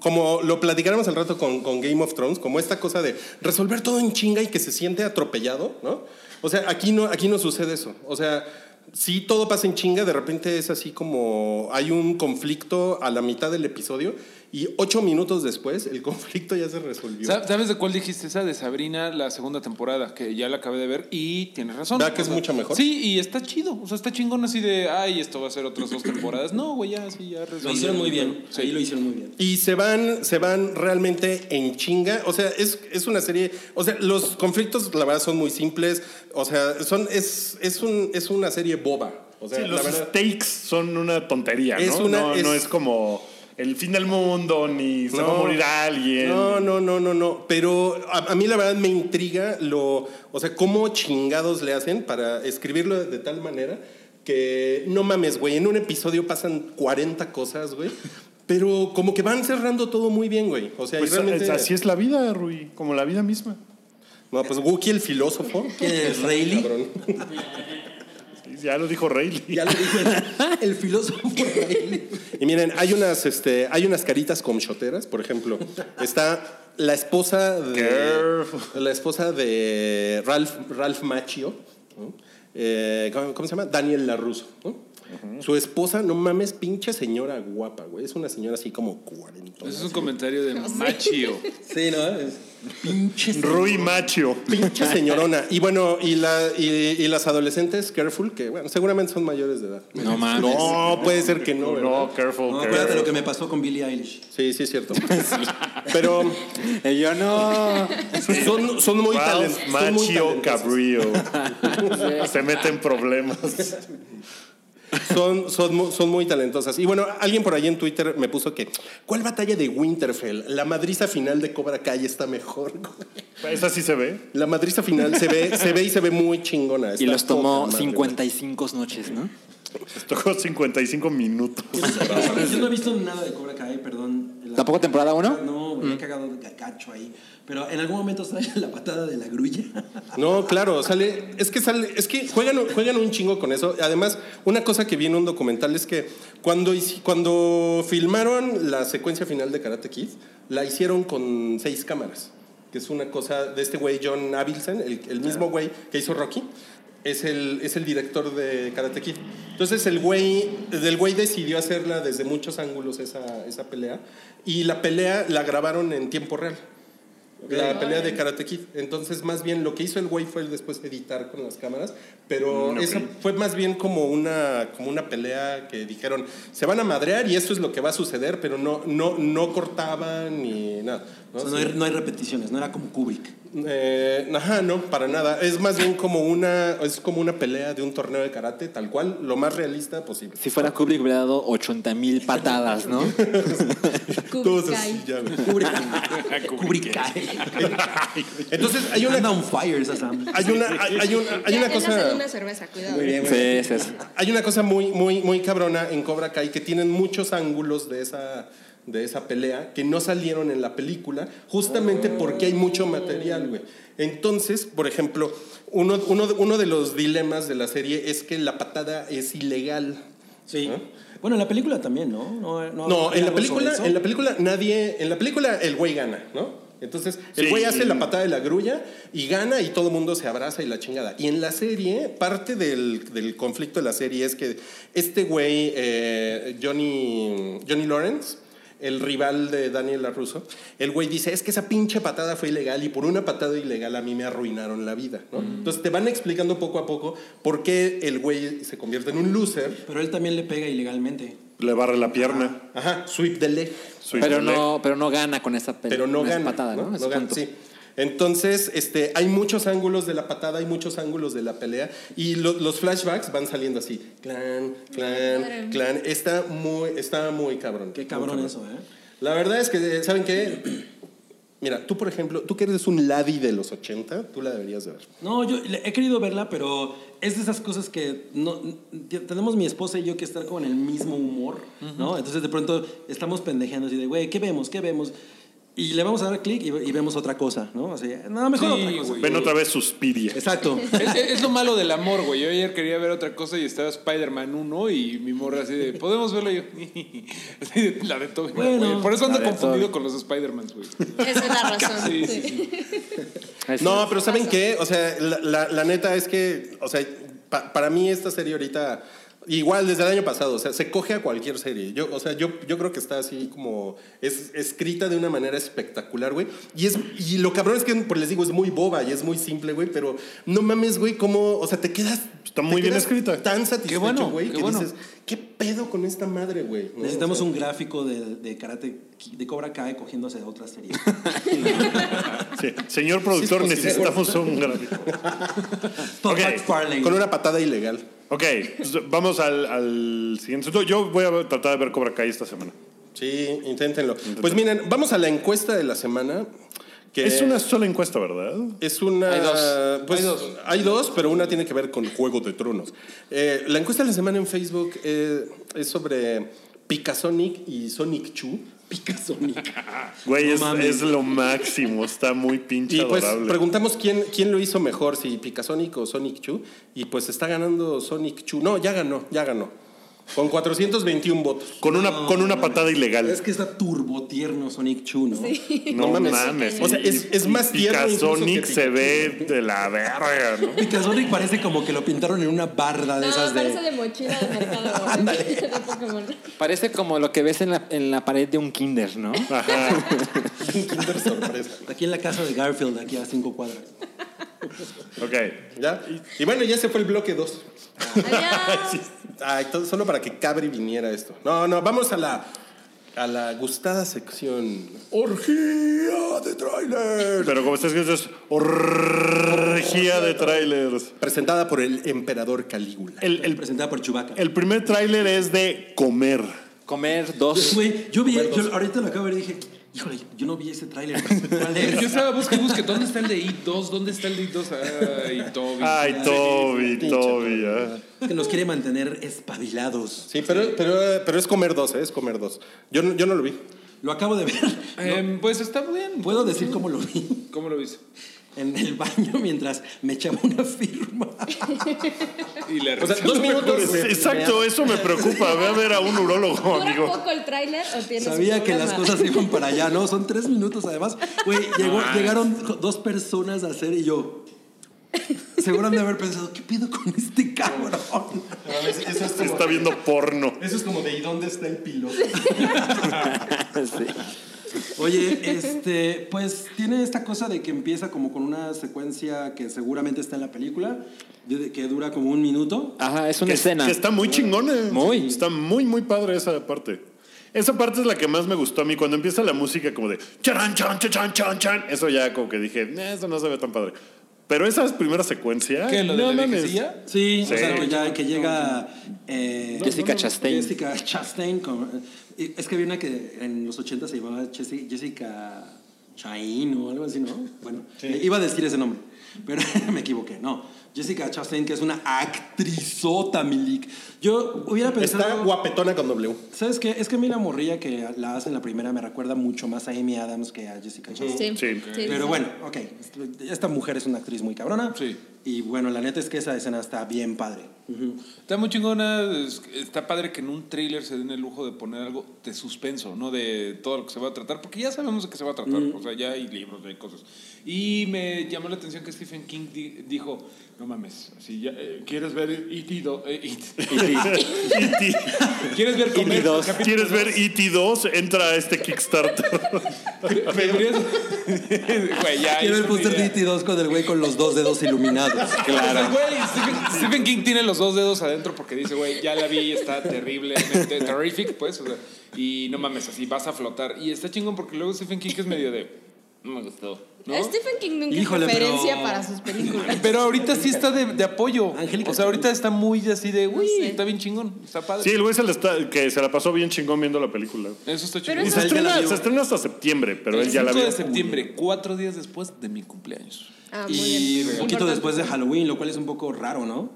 como lo platicáramos al rato con, con Game of Thrones, como esta cosa de resolver todo en chinga y que se siente atropellado, ¿no? O sea, aquí no, aquí no sucede eso. O sea, sí, todo pasa en chinga, de repente es así como hay un conflicto a la mitad del episodio y ocho minutos después el conflicto ya se resolvió. Sa- ¿Sabes de cuál dijiste esa? De Sabrina, la segunda temporada, que ya la acabé de ver y tienes razón. ¿Verdad que O es sea, mucho mejor? Sí, y está chido. O sea, está chingón así de, ay, esto va a ser otras dos temporadas. No, güey, ya, sí, ya Lo hicieron muy bien. Sí. Sí, lo hicieron muy bien. Y se van, se van realmente en chinga. O sea, es, es una serie. O sea, los conflictos, la verdad, son muy simples. O sea, son, es, es, un, es una serie boba. O sea, Sí, la los verdad. stakes son una tontería, ¿no? Es una- no, no es- es como el fin del mundo, ni se va a No. morir alguien. No, no, no, no, no. Pero a, a mí la verdad me intriga lo, o sea, cómo chingados le hacen para escribirlo de tal manera que no mames, güey. En un episodio pasan 40 cosas, güey. Pero como que van cerrando todo muy bien, güey. O sea, y Pues, realmente. es- así es la vida, Rui, como la vida misma. No, pues Wookie el filósofo. ¿Quién es Rayleigh? Cabrón. Sí, Ya lo dijo Rayleigh. Ya lo dijo el, el filósofo Rayleigh. Y miren, hay unas, este, hay unas caritas comchoteras, por ejemplo. Está la esposa de. La esposa de Ralph, Ralph Macchio. ¿no? Eh, ¿cómo, cómo se llama? Daniel Laruso. Su esposa, no mames, pinche señora guapa, güey. Es una señora así como cuarentona. Ese es un comentario de Machio. Sí, ¿no? Es- Pinche. Rui Macho. Pinche señorona. Y bueno, y, la, y, y las adolescentes, careful, que bueno, seguramente son mayores de edad. No mames. No, puede ser que no, ¿verdad? No, careful, No, careful. acuérdate lo que me pasó con Billie Eilish. Sí, sí, es cierto. Pero Y yo no. son, son muy Ralph talent- son muy Macchio talentosas. Cabrillo. Se mete en problemas. son, son, mu- son muy talentosas. Y bueno, alguien por ahí en Twitter me puso que, ¿cuál batalla de Winterfell? La madriza final de Cobra Kai está mejor. güey. Esa sí se ve. La madriza final se ve, se ve y se ve muy chingona. Y Está los tomó poca madre, 55 noches, ¿no? Les tocó 55 minutos. Yo no he visto nada de Cobra Kai, perdón. La- ¿Tampoco temporada uno? No, me he cagado de cacho ahí. Pero en algún momento sale la patada de la grulla. güey. No, claro, sale. Es que sale. Es que juegan, juegan un chingo con eso. Además, una cosa que vi en un documental es que cuando, hici- cuando filmaron la secuencia final de Karate Kid, la hicieron con seis cámaras. Que es una cosa de este güey, John Avildsen, el, el mismo güey que hizo Rocky. es el, es el director de Karate Kid. Entonces el güey, el güey decidió hacerla desde muchos ángulos esa, esa pelea y la pelea la grabaron en tiempo real. La pelea de Karate Kid. Entonces, más bien lo que hizo el güey fue el después editar con las cámaras, Mm, pero esa fue más bien como una, como una pelea que dijeron, se van a madrear y esto es lo que va a suceder, pero no, no, no cortaban ni nada. ¿no? O sea, no, hay, no hay repeticiones, no era como Kubrick. Eh, ajá, no, para nada. Es más bien como una, es como una pelea de un torneo de karate, tal cual, lo más realista posible. Si fuera Kubrick hubiera dado 80 mil patadas, ¿no? Entonces, Kublai. sí, ya ves. Kubrick. Kubrick Kai. Entonces, hay una, ¿Eh? Anda on fire esa Sam. hay una, hay, hay una, hay Ya una es la cosa. segunda cerveza, cuidado. Sí, sí, sí. Hay una cosa muy, muy, muy cabrona en Cobra Kai que tienen muchos ángulos de esa, de esa pelea que no salieron en la película, justamente porque hay mucho material, güey. Entonces, por ejemplo, uno, uno, de- uno de los dilemas de la serie es que la patada es ilegal. Sí. Bueno, en la película también, ¿no? No, No, hay en la algo película, sobre eso. en la película nadie, en la película el güey gana, ¿no? Entonces, el Sí, güey hace y- la patada de la grulla y gana y todo el mundo se abraza y la chingada. Y en la serie, parte del, del conflicto de la serie es que este güey, eh, Johnny, Johnny Lawrence, el rival de Daniel LaRusso, el güey dice, es que esa pinche patada fue ilegal y por una patada ilegal a mí me arruinaron la vida, ¿no? Entonces te van explicando poco a poco por qué el güey se convierte en un loser. Pero él también le pega ilegalmente. Le barre la pierna. Ajá, sweep the leg. Soy Pero Pelé. no, pero no gana con esa pe- pero no con esa gana. patada, ¿no? ¿no? Es No gana, punto. sí. Entonces, este, hay muchos ángulos de la patada, hay muchos ángulos de la pelea y lo- los flashbacks van saliendo así, clan, Madre. clan, clan. Está muy, está muy cabrón. Qué Muy cabrón eso, ¿eh? La verdad es que, ¿saben qué? Mira, tú por ejemplo, tú que eres un ladi de los 80, tú la deberías de ver. No, yo le- he querido verla, pero es de esas cosas que no, t- tenemos mi esposa y yo que estar con el mismo humor, ¿no? Entonces de pronto estamos pendejeando así de, güey, ¿qué vemos? ¿Qué vemos? Y le vamos a dar clic y, y vemos otra cosa, ¿no? Así, no, mejor Sí, otra cosa. güey. Ven otra vez Suspiria. Exacto. Es, es- es lo malo del amor, güey. Yo ayer quería ver otra cosa y estaba Spider-Man 1 y mi morra así de, ¿podemos verla? Y yo, así de, la de Tobey Bueno. Maguire. Por eso La ando de confundido Tobey. con los Spider-Mans, güey. Esa es la razón. Sí, sí, sí. Ahí sí. No, pero ¿saben qué? O sea, la, la- la neta es que, o sea, pa- para mí esta serie ahorita, igual desde el año pasado, o sea, se coge a cualquier serie. Yo, o sea, yo, yo creo que está así como, es escrita de una manera espectacular, güey. Y, es, y lo cabrón es que, pues les digo, es muy boba y es muy simple, güey, pero no mames, güey, cómo, o sea, te quedas... Está te muy bien quedas escrita. Tan satisfecho, bueno, güey, qué que bueno. dices, ¿qué pedo con esta madre, güey? ¿No? Necesitamos O sea, un gráfico de, de karate, Ki- de Cobra Kai cogiéndose de otra serie. Sí. Señor productor, Sí, es posible. necesitamos un gráfico. Todd Ok. McFarlane. Con una patada ilegal. Ok, pues, vamos al, al siguiente asunto. Yo voy a tratar de ver Cobra Kai esta semana. Sí, inténtenlo. Pues miren, vamos a la encuesta de la semana. Que Es una sola encuesta, ¿verdad? Es una. Hay dos. pues, Hay hay dos. dos. pero una tiene que ver con Juego de Tronos. Eh, la encuesta de la semana en Facebook eh, es sobre Picasonic y Sonic Chu. Picasonic. Güey, No es, mames. es lo máximo. Está muy pinche Y pues adorable. preguntamos quién, quién lo hizo mejor, si Picasonic o Sonic Chu. Y pues está ganando Sonic Chu. No, ya ganó, ya ganó. Con 421 votos. con una, con una patada ilegal. Es que está turbo tierno Sonic Chu, ¿no? no, no mames. mames. O sea, es- es más tierno incluso que Picasonic se Pikachu. ve de la verga, ¿no? Picasonic parece como que lo pintaron en una barda de No, esas de... parece de mochila de mercado. de Pokémon. Parece como lo que ves en la, en la pared de un kinder, ¿no? Ajá. Kinder sorpresa. Aquí en la casa de Garfield, aquí a cinco cuadras. Ok. ¿Ya? Y bueno, ya se fue el bloque 2. Adiós. Ay, todo- solo para que Cabri viniera esto. No, no, vamos a la, a la gustada sección. Orgía de trailers. Pero como estás viendo, es orgía de trailers. Presentada por el emperador Calígula. El, el- presentada por Chewbacca. el primer trailer es de comer. Comer dos. Pues, Güey, yo vi, yo ahorita lo acabo de ver y dije, híjole, yo no vi ese tráiler. ¿Cuál Yo es? estaba busque, busque, ¿dónde está el de IT2? ¿Dónde está el de IT2? Ay, Toby. Ay, Toby, pinche Toby. ah. que nos quiere mantener espabilados. Sí, pero, pero, pero es comer dos, ¿eh? es comer dos. Yo, no- yo no lo vi. Lo acabo de ver. Em, pues está bien. Puedo decir cómo lo vi ¿Cómo lo viste? en el baño mientras me echaba una firma. Y la O sea, risa. dos minutos. Sí, Exacto, eso me preocupa. Ve a ver a un urólogo, ¿Dura amigo. poco el tráiler o tienes un Sabía que las programa? cosas iban para allá, ¿no? Son tres minutos además. Güey, llegó- llegaron dos personas a hacer y yo. Seguramente haber pensado, ¿qué pido con este cabrón? Eso es, este Está viendo porno. como de ¿y dónde está el piloto? Sí. Oye, este, pues tiene esta cosa de que empieza como con una secuencia que seguramente está en la película, de- que dura como un minuto. Ajá, es una Que- escena. Que está muy chingona. Muy. Está muy, muy padre esa parte. Esa parte es la que más me gustó a mí. Cuando empieza la música como de charan, chan, chan, chan, chan, chan. Eso ya como que dije, "Nah, eso no se ve tan padre. Pero esa primera secuencia. ¿Qué? ¿Lo de no la mames. viejecilla? Sí, Sí. o sea, que ya que llega eh, Jessica Chastain. Jessica Chastain. con- eh, es que había una que en los 80 se llamaba Chesi- Jessica Chain o algo así, ¿no? Bueno, eh, iba a decir ese nombre, pero me equivoqué, no. Jessica Chastain, que es una actrizota, Milik. Yo hubiera pensado... Está guapetona con W. ¿Sabes qué? Es que a mí la morrilla que la hace en la primera me recuerda mucho más a Amy Adams que a Jessica Chastain. Sí. Sí. Pero bueno, ok. Esta mujer es una actriz muy cabrona. Sí. Y bueno, la neta es que esa escena está bien padre. Está muy chingona. es- Está padre que en un tráiler se den el lujo de poner algo de suspenso, ¿no? De todo lo que se va a tratar, porque ya sabemos de qué se va a tratar. O sea, ya hay libros, ya hay cosas. Y me llamó la atención que Stephen King di- dijo: No mames, si ya, eh, quieres ver E.T. do- eh, E.T.? E.T. ¿Quieres ver comer? dos. capítulo E ¿Quieres ver dos? E.T. 2? Entra a este Kickstarter. Deberías- Güey, ya. Quiero es el una póster idea. de IT2 con el güey con los dos dedos iluminados. Claro. Güey, Stephen, Stephen King tiene los dos dedos adentro porque dice, güey, ya la vi, está terrible, terrific, pues, o sea, y no mames, así vas a flotar. Y está chingón porque luego Stephen King es medio de, no me gustó, ¿no? Stephen King nunca Híjole, es referencia pero- para sus películas. Pero ahorita sí está de, de apoyo. Angélica o sea, ahorita está muy así de, uy, No sé. está bien chingón, está padre. Sí, el güey se le está- que se la pasó bien chingón viendo la película. Eso está Pero chingón. Y eso se él ya la estrena, vio. se estrena hasta septiembre, pero el él ya la 5 vio. de septiembre, cuatro días después de mi cumpleaños. Ah, muy y bien. un poquito Importante. después de Halloween, lo cual es un poco raro, ¿no?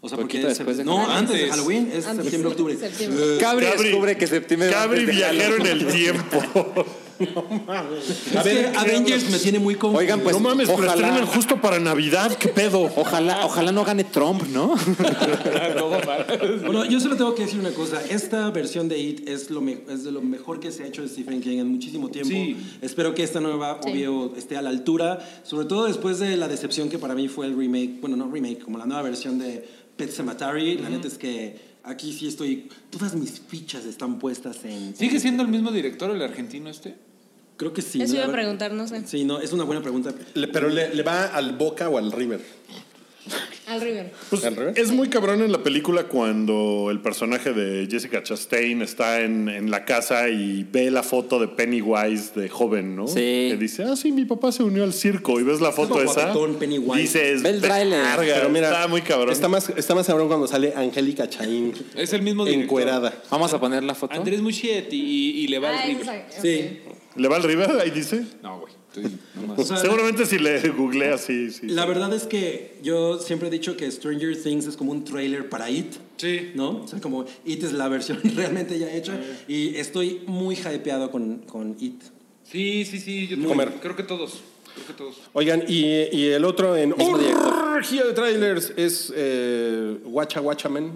O sea, porque Poquito es después de sept- no, Halloween. antes de Halloween es Antes, septiembre, sí, octubre. Ah, pues, Eh. septiembre. Cabri, Cabri- descubre que septiembre va a Cabri festejar viajero en los- el tiempo. A ver, Avengers me tiene muy confuso. Oigan, pues no mames, pero ojalá- estrenan justo para Navidad, qué pedo. Ojalá, ojalá no gane Trump, ¿no? Bueno, yo solo tengo que decir una cosa. Esta versión de It es, lo me- es de lo mejor que se ha hecho de Stephen King en muchísimo tiempo. Sí. Espero que esta nueva, Sí. obvio, esté a la altura. Sobre todo después de la decepción que para mí fue el remake. Bueno, no remake, como la nueva versión de Pet Sematary. La neta es que aquí sí estoy... Todas mis fichas están puestas en... ¿Sigue siendo el mismo director el argentino este? Creo que sí. Eso ¿no? iba a La ver- preguntar, no sé. Sí, no, es una buena pregunta. Le- pero le, le va al Boca o al River. Al River. Pues, ¿Al revés? es muy cabrón en la película cuando el personaje de Jessica Chastain está en, en la casa y ve la foto de Pennywise de joven, ¿no? Sí. Que dice, ah, sí, mi papá se unió al circo. Y ves la foto como esa. guapetón Pennywise. Dices, Ve el tráiler. "Verga, Pero mira, está muy cabrón. Está más, está más cabrón cuando sale Angélica Chaín. Es el mismo director. Encuerada. Vamos a poner la foto. Andrés Muschietti y, y le va al Ah, River. esa- Sí. ¿Le va al River? Ahí dice. No, güey. Estoy- nomás. O sea, Seguramente si le googleas, sí, sí. La verdad es que yo siempre he dicho que Stranger Things es como un trailer para It. Sí. ¿No? O sea, como It es la versión realmente ya hecha. Y estoy muy hypeado con, con It. Sí, sí, sí. Yo Comer. también. Creo que todos. Creo que todos. Oigan, y, y el otro en Mismo director. orgía de trailers es eh, Watcha Watchamen.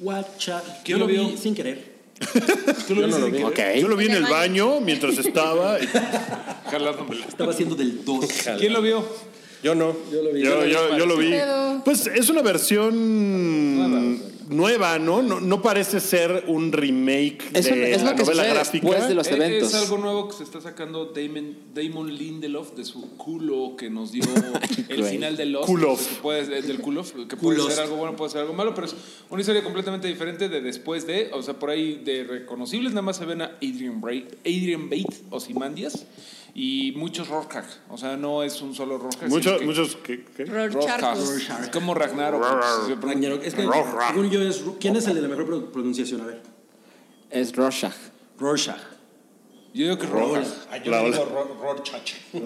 Guacha. ¿Quién Yo lo lo vi vio? sin querer. ¿Tú lo Yo no viste lo de vi. qué? Ok. Yo lo vi en En el el baño mientras estaba. y- Jalándomela. Estaba haciendo del 2. ¿Quién lo vio? Yo no. Yo lo vi. Yo, yo- yo lo vi. Pero- Pues es una versión nueva, ¿no? No, no parece ser un remake Es un- de es lo la que novela sucede gráfica. después de los- Eh, eventos. Es algo nuevo que se está sacando Damon, Damon Lindelof de su culo que nos dio el güey. final de Lost. Pues, Culof. que puede- de- del culof, que puede Culost. ser algo bueno, puede ser algo malo, pero es una historia completamente diferente de después de, o sea, por ahí de reconocibles nada más se ven a Adrian, Bra Adrian Bate o Simandias y muchos Rorschach, o sea, no es un solo Rorschach. Muchos, sino que- muchos. ¿qué- qué? Rorschach. Rorschach. Es como Ragnarok. se pronuncia- Ragnarok. Es que, según yo, es. ¿Quién es el de la mejor pro- pronunciación? A ver. Es Rorschach. Rorschach. Yo digo que Rorschach. La-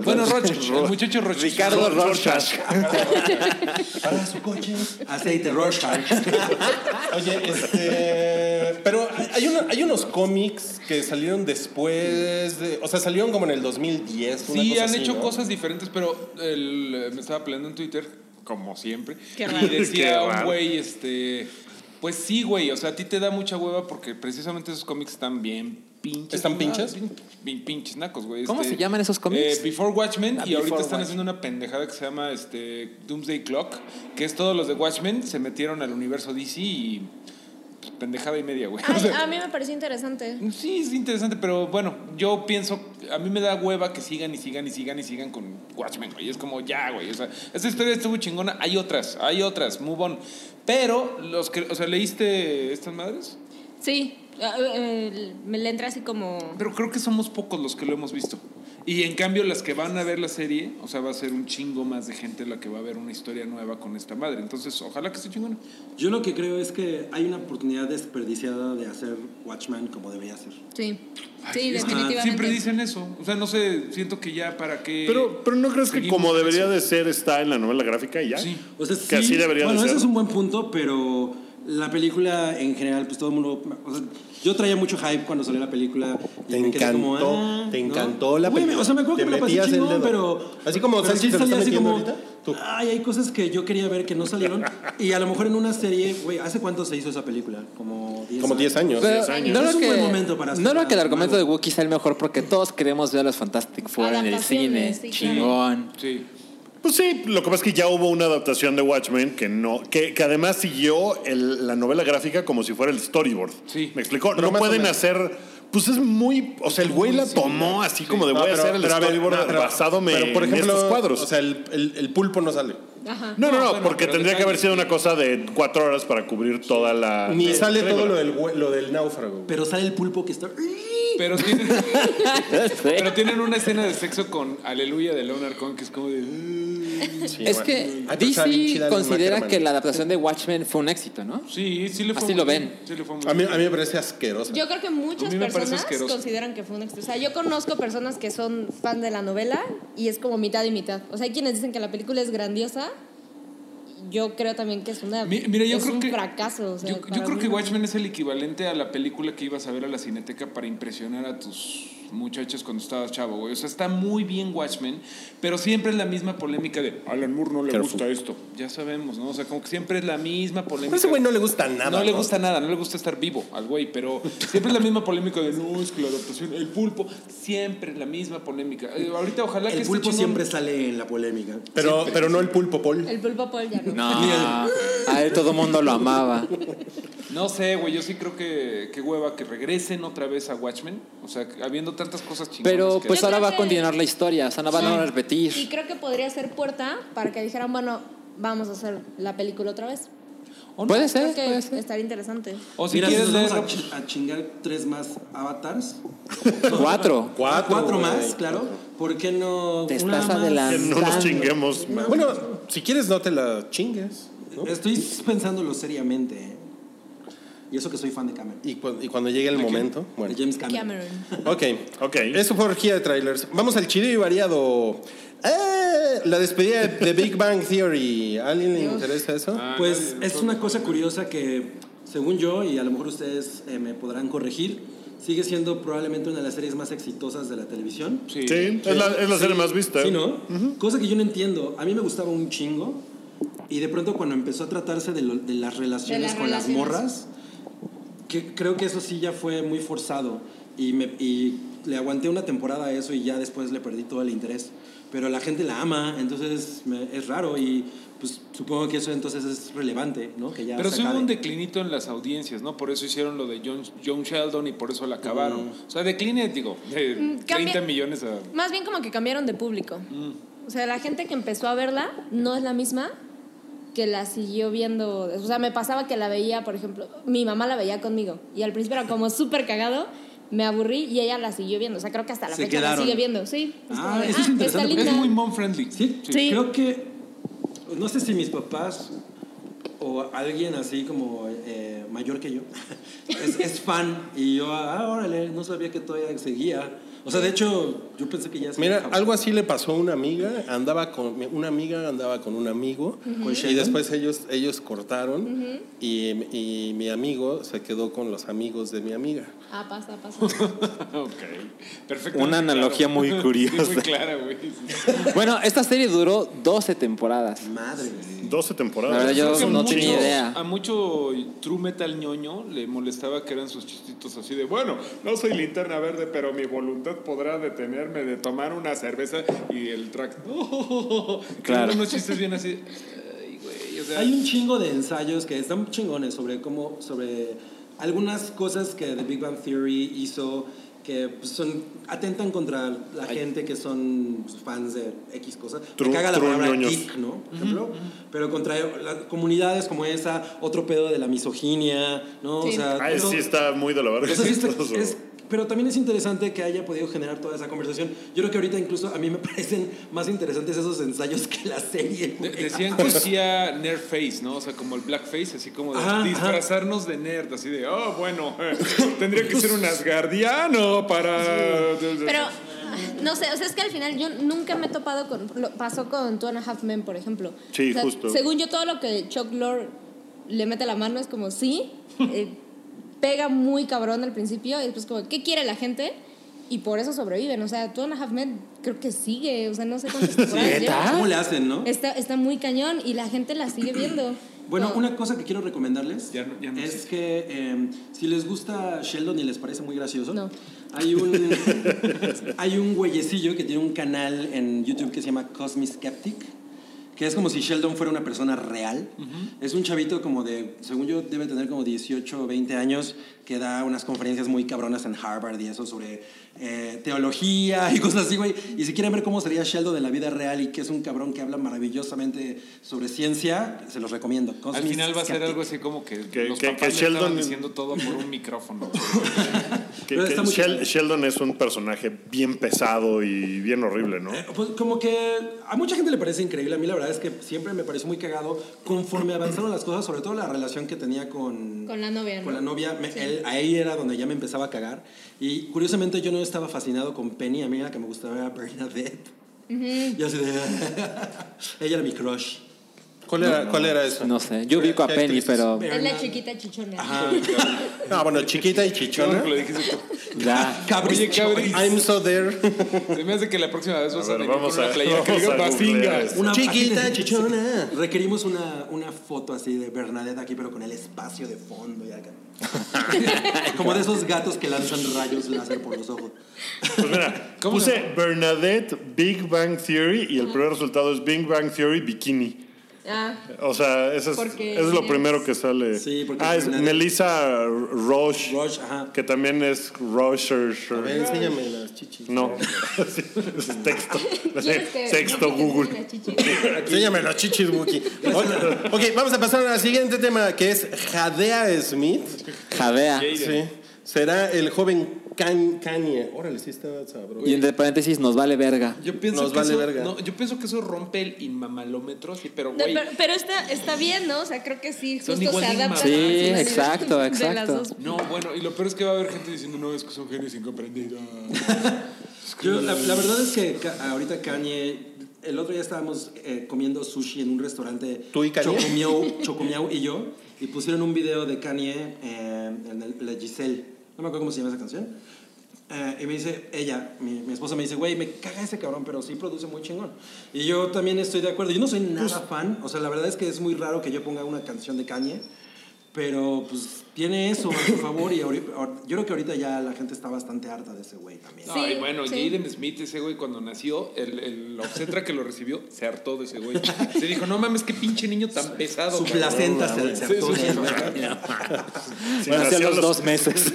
Bueno, Rorschach, el muchacho Rorschach. Ricardo Rorschach. Para su coche. Aceite Rorschach. Oye, este. Pero hay- hay, una- hay unos cómics que salieron después. de- o sea, salieron como en el 2010. una Sí, cosa han así, hecho ¿no? cosas diferentes, pero el, eh, me estaba peleando en Twitter, como siempre, Qué y raro. decía Qué un raro. güey, este, pues sí, güey, o sea, a ti te da mucha hueva porque precisamente esos cómics están bien pinches. ¿Están pinches? Pin- pin- pinches nacos, güey. ¿Cómo se llaman esos cómics? eh, Before Watchmen, Ah, y ahorita Before están Watchmen. haciendo una pendejada que se llama este, Doomsday Clock, que es todos los de Watchmen se metieron al universo DC y pues, pendejada y media, güey. O Ay, sea, a mí me pareció interesante. Sí, es interesante, pero bueno, yo pienso, a mí me da hueva que sigan y sigan y sigan y sigan con Watchmen, güey. Es como, ya, güey. O sea, esta historia estuvo chingona. Hay otras, hay otras, move on. Pero, los que, o sea, ¿leíste estas madres? Sí. ah, eh, Me le entra así como. Pero creo que somos pocos los que lo hemos visto. Y en cambio, las que van a ver la serie, o sea, va a ser un chingo más de gente la que va a ver una historia nueva con esta madre. Entonces, ojalá que esté chingona. Yo lo que creo es que hay una oportunidad desperdiciada de hacer Watchman como debería ser. Sí. Sí, Es que definitivamente. Este, siempre dicen eso. O sea, no sé, siento que ya para qué. Pero, pero no crees que seguimos como con debería eso? de ser está en la novela gráfica y ya. Sí. O sea, Que sí, así debería de bueno, ser. ese es un buen punto, pero la película en general, pues todo el mundo. o sea, yo traía mucho hype cuando salió la película. y Te me quedé como, encantó, ah, te ¿no? encantó la Güey, película. O sea, me acuerdo Te que me la pasé metías el chingón, dedo. pero. Así como pero Sánchez sí te lo salía está así metiendo como, ahorita, tú. Ay, hay cosas que yo quería ver que no salieron. y a lo mejor en una serie, güey, ¿hace cuánto se hizo esa película? Como 10 Como 10 años. Pero No años. creo Es un que, buen momento para no creo hacer que el algo. argumento de Wookiee sea el mejor porque todos queremos ver a los Fantastic Four en el cine. Adaptaciones, sí, Chingón. Sí. Pues sí, lo que pasa es que ya hubo una adaptación de Watchmen que no, que, que además siguió el- la novela gráfica como si fuera el storyboard. Sí. ¿Me explicó? Pero no más o pueden menos. hacer. Pues es muy. O sea, el güey la tomó así como de No, voy pero- a hacer el pero a ver, storyboard no, pero- basado me- pero, por en ejemplo, estos cuadros. O sea, el, el- el pulpo no sale. Ajá. No, no, no, bueno, porque pero tendría que depende. haber sido una cosa de cuatro horas para cubrir toda la. Ni la sale película. todo lo del, hue- lo del náufrago. Pero sale el pulpo que está. Pero tienen, Sí. pero tienen una escena de sexo con Aleluya de Leonard Cohen que es como de. "Ah". Sí, es bueno. que Ay, pero estaba bien chida DC la considera Mackerman. que la adaptación de Watchmen fue un éxito, ¿no? Sí, sí le fue. Así muy lo bien, ven. Sí le fue muy A mí, bien. a mí me parece asquerosa. Yo creo que A muchas mí me parece personas asqueroso. consideran que fue un exceso. O sea, yo conozco personas que son fan de la novela y es como mitad y mitad. O sea, hay quienes dicen que la película es grandiosa. Yo creo también que es una. Mi- Mira, yo es creo un que. fracaso. o sea, yo yo para creo mí que no. Watchmen es el equivalente a la película que ibas a ver a la cineteca para impresionar a tus muchachos cuando estabas chavo, güey. O sea, está muy bien Watchmen, pero siempre es la misma polémica de Alan Moore no le Careful. gusta esto. Ya sabemos, ¿no? O sea, como que siempre es la misma polémica. Pero ese güey no le gusta nada. No le gusta nada, no le gusta estar vivo al güey, pero siempre es la misma polémica de no, es que la adaptación, el pulpo, siempre es la misma polémica. Eh, ahorita ojalá que El esté pulpo chingón. siempre sale en la polémica. Pero, pero no el pulpo Paul. El pulpo Paul ya no. No, a él todo mundo lo amaba. No sé, güey, yo sí creo que qué hueva que regresen otra vez a Watchmen, o sea, que habiendo tantas cosas chingonas. Pero que- pues Yo ahora creo va a que- continuar la historia, o sea, no van a repetir. Y creo que podría ser puerta para que dijeran, bueno, vamos a hacer la película otra vez. O no, Puede Creo ser, que puede ser. estaría interesante. O si Mira, si quieres nos leer... vamos a, chi- a chingar tres más avatars. Cuatro. Cuatro, Cuatro güey. más, claro. ¿Por qué no Te una estás más? Que adelantando. no nos chinguemos. man. Bueno, si quieres no te la chingues. ¿no? Estoy pensándolo seriamente. ¿eh? Y eso que soy fan de Cameron. Y, cu- y cuando llegue el momento. Bueno. De James Cameron. Cameron. Ok. Ok. Eso fue orgía de trailers. Vamos al chido y variado. ¡Eh! La despedida de, de Big Bang Theory. ¿A alguien le interesa eso? Ah, Pues es una cosa curiosa que, según yo, y a lo mejor ustedes eh, me podrán corregir, sigue siendo probablemente una de las series más exitosas de la televisión. Sí. Sí, es la, es la serie más vista. Sí, ¿no? Cosa que yo no entiendo. A mí me gustaba un chingo. Y de pronto cuando empezó a tratarse de, lo- de las relaciones con relaciones. las morras, que creo que eso sí ya fue muy forzado. Y, me, y le aguanté una temporada a eso y ya después le perdí todo el interés. Pero la gente la ama, entonces me- es raro y pues supongo que eso entonces es relevante, ¿no? Que ya Pero se sí hubo acabe. un declinito en las audiencias, ¿no? Por eso hicieron lo de John, John Sheldon y por eso la acabaron. Mm. O sea, decline, digo, de Mm, 30 cambia- Ah, millones a... Más bien como que cambiaron de público. Mm. O sea, la gente que empezó a verla no es la misma que la siguió viendo. O sea, me pasaba que la veía, por ejemplo, mi mamá la veía conmigo y al principio era como súper cagado. Me aburrí y ella la siguió viendo. O sea, creo que hasta la Se fecha la quedaron. sigue viendo. Sí. Es Ah, como de, eso es está interesante porque linda. Es muy mom friendly. Sí, Sí. creo que, no sé si mis papás o alguien así como eh, mayor que yo es, es fan y yo, ah, órale, no sabía que todavía seguía. O sea, de hecho, yo pensé que ya se Mira, acabó. algo así le pasó a una amiga, andaba con una amiga andaba con un amigo y después ellos ellos cortaron y, y mi amigo se quedó con los amigos de mi amiga. Ah, pasa, pasa. Ok, perfecto. Una analogía muy curiosa. muy clara, güey. Sí, sí. Bueno, esta serie duró 12 temporadas. Madre. 12 temporadas. La verdad, yo- Creo que no mucho- tenía idea. A mucho true metal ñoño le molestaba que eran sus chistitos así de, bueno, no soy linterna verde, pero mi voluntad podrá detenerme de tomar una cerveza y el track. Claro. Eran unos chistes bien así. Ay, güey, o sea, Hay un chingo de ensayos que están chingones sobre cómo, sobre algunas cosas que The Big Bang Theory hizo que pues, son atentan contra la gente que son pues, fans de X cosas. Me Tru- caga la palabra truñoños. geek, ¿no? Por ejemplo, pero contra las comunidades como esa, otro pedo de la misoginia, ¿no? O Sí. sea, Ah, todo- sí, está muy de la verga. eso es- es- pero también es interesante que haya podido generar toda esa conversación. Yo creo que ahorita incluso a mí me parecen más interesantes esos ensayos que la serie. de- güey. decían que hacía nerd face, ¿no? O sea, como el blackface, así como de Ajá, ajá. disfrazarnos de nerd, así de, oh, bueno, eh, tendría que ser un asgardiano para... Pero, ah, no sé, o sea, es que al final yo nunca me he topado con. Lo, pasó con Two and a Half Men, por ejemplo. Sí, O sea, justo. Según yo, todo lo que Chuck Lorre le mete la mano es como sí, eh, pega muy cabrón al principio y después, como, ¿qué quiere la gente? Y por eso sobreviven. O sea, Two and a Half Men creo que sigue, o sea, no sé cuántas temporadas lleva. ¿Cómo le hacen, no? Está, está muy cañón y la gente la sigue viendo. Bueno, Como- una cosa que quiero recomendarles Ya no- ya no es sé. que eh, si les gusta Sheldon y les parece muy gracioso, No. hay un hay un güeyecillo que tiene un canal en YouTube que se llama Cosmic Skeptic, que es como si Sheldon fuera una persona real. Es un chavito como de, según yo, debe tener como 18 o 20 años, que da unas conferencias muy cabronas en Harvard y eso sobre eh, teología y cosas así, güey. Y si quieren ver cómo sería Sheldon en la vida real y que es un cabrón que habla maravillosamente sobre ciencia, se los recomiendo. Al Cosmic final va a ser Skeptic. algo así como que, Que- los que- papás que le estaban Sheldon- diciendo todo por un micrófono. Que- Pero que está muy Shel- chido. Sheldon es un personaje bien pesado y bien horrible, ¿no? Pues como que a mucha gente le parece increíble, a mí la verdad es que siempre me pareció muy cagado conforme avanzaron las cosas, sobre todo la relación que tenía con... Con la novia, ¿no? Con la novia, me- él- ahí era donde ya me empezaba a cagar. Y curiosamente yo no estaba fascinado con Penny, a mí la que me gustaba era Bernadette. Yo así de... ella era mi crush. ¿Cuál era cuál era eso? No sé, yo ubico a ¿Qué Penny, actriz? pero Es la chiquita chichona. Ajá. Ah, bueno, chiquita y Yo chichona. lo dijiste tú. Ya. Oye, cabri, I'm so there. se me hace que la próxima vez vas a, ver, venir con vamos una a- playera que vamos diga a googlear Bazinga. esto. Una Chiquita, página- chichona. Requerimos una, una foto así de Bernadette aquí, pero con el espacio de fondo y acá. Como de esos gatos que lanzan rayos láser por los ojos. Pues mira, ¿Cómo puse se Bernadette Big Bang Theory y el primer resultado es Big Bang Theory Bikini. Ah, O sea, eso es, Porque eso es lo es- primero que sale. Sí, porque ah, es es una- Melissa Roche, Rush, ajá. que también es Roche. A ver, enséñame las chichis. No, Sí, es texto. ¿quieres que- Sexto que te enseñe Google. las chichis? Enséñame las chichis, Wookie. Ok, ok, vamos a pasar al siguiente tema, que es Jadea Smith. Jadea. Sí. Será el joven Kan- Kanye. Órale, sí está sabroso. Y entre paréntesis, nos vale verga. Yo pienso, Nos que vale eso, verga. no, yo pienso que eso rompe el inmamalómetro, sí, pero No, güey. pero pero está, está bien, ¿no? O sea, creo que sí, Son justo se igual de adapta. inmamables. Sí, a las exacto, necesidades de exacto. las dos. No, bueno, y lo peor es que va a haber gente diciendo, no, es que son genios incomprendidos. Yo, la, la verdad es que ca- ahorita Kanye, el otro día estábamos eh, comiendo sushi en un restaurante. ¿Tú y Kanye? Chocomiau, Chocomiau y yo, y pusieron un video de Kanye eh, en el- la Giselle. No me acuerdo cómo se llama esa canción. Eh, y me dice, ella, mi, mi esposa me dice, güey, me caga ese cabrón, pero sí produce muy chingón. Y yo también estoy de acuerdo. Yo no soy nada Pues fan, o sea, la verdad es que es muy raro que yo ponga una canción de Kanye. Pero pues tiene eso a su favor y ahori- ahor- yo creo que ahorita ya la gente está bastante harta de ese güey también. No, Sí, y bueno, sí. Jaden Smith, ese güey, cuando nació, el, el obstetra que lo recibió se hartó de ese güey. Se dijo, no mames, qué pinche niño tan pesado. Su cabrón". placenta se desertó. Sí, sí, sí. Si nació Bueno, hacía a los los- dos meses.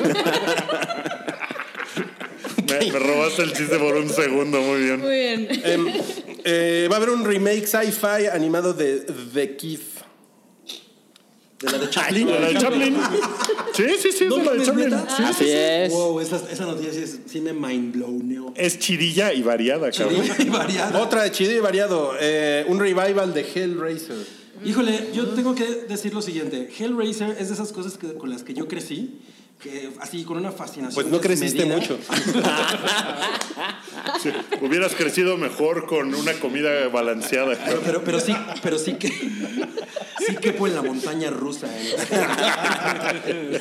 Me, me robaste el chiste por un segundo, muy bien. Muy bien. Em, eh, va a haber un remake sci-fi animado de The Keith. De la de ¿De Chaplin. la de Chaplin? Sí, sí, sí, es ¿No de la de mames, Chaplin. neta? Sí. Así es. Wow, esa, esa noticia sí, es, sí me mind blowneo. Es chirilla y variada, cabrón. Y variada. Otra de chido y variado. eh, un revival de Hellraiser. Híjole, yo tengo que decir lo siguiente. Hellraiser es de esas cosas que- con las que yo crecí, que así con una fascinación. Pues no creciste desmedida. mucho. Sí, Hubieras crecido mejor con una comida balanceada. cabrón. Pero, pero, pero sí, pero sí que sí que fue en la montaña rusa. ¿eh?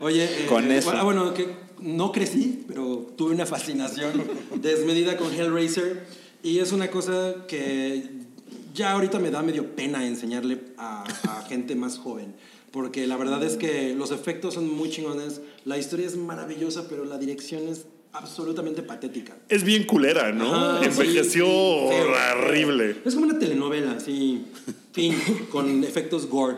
Oye, eh, Con eso. ah, bueno, que no crecí, pero tuve una fascinación desmedida con Hellraiser y es una cosa que ya ahorita me da medio pena enseñarle a, a gente más joven. Porque la verdad es que los efectos son muy chingones, la historia es maravillosa, pero la dirección es absolutamente patética. Es bien culera, ¿no? Ah, sí, Envejeció sí, feo. horrible. Es como una telenovela, así, fin, con efectos gore.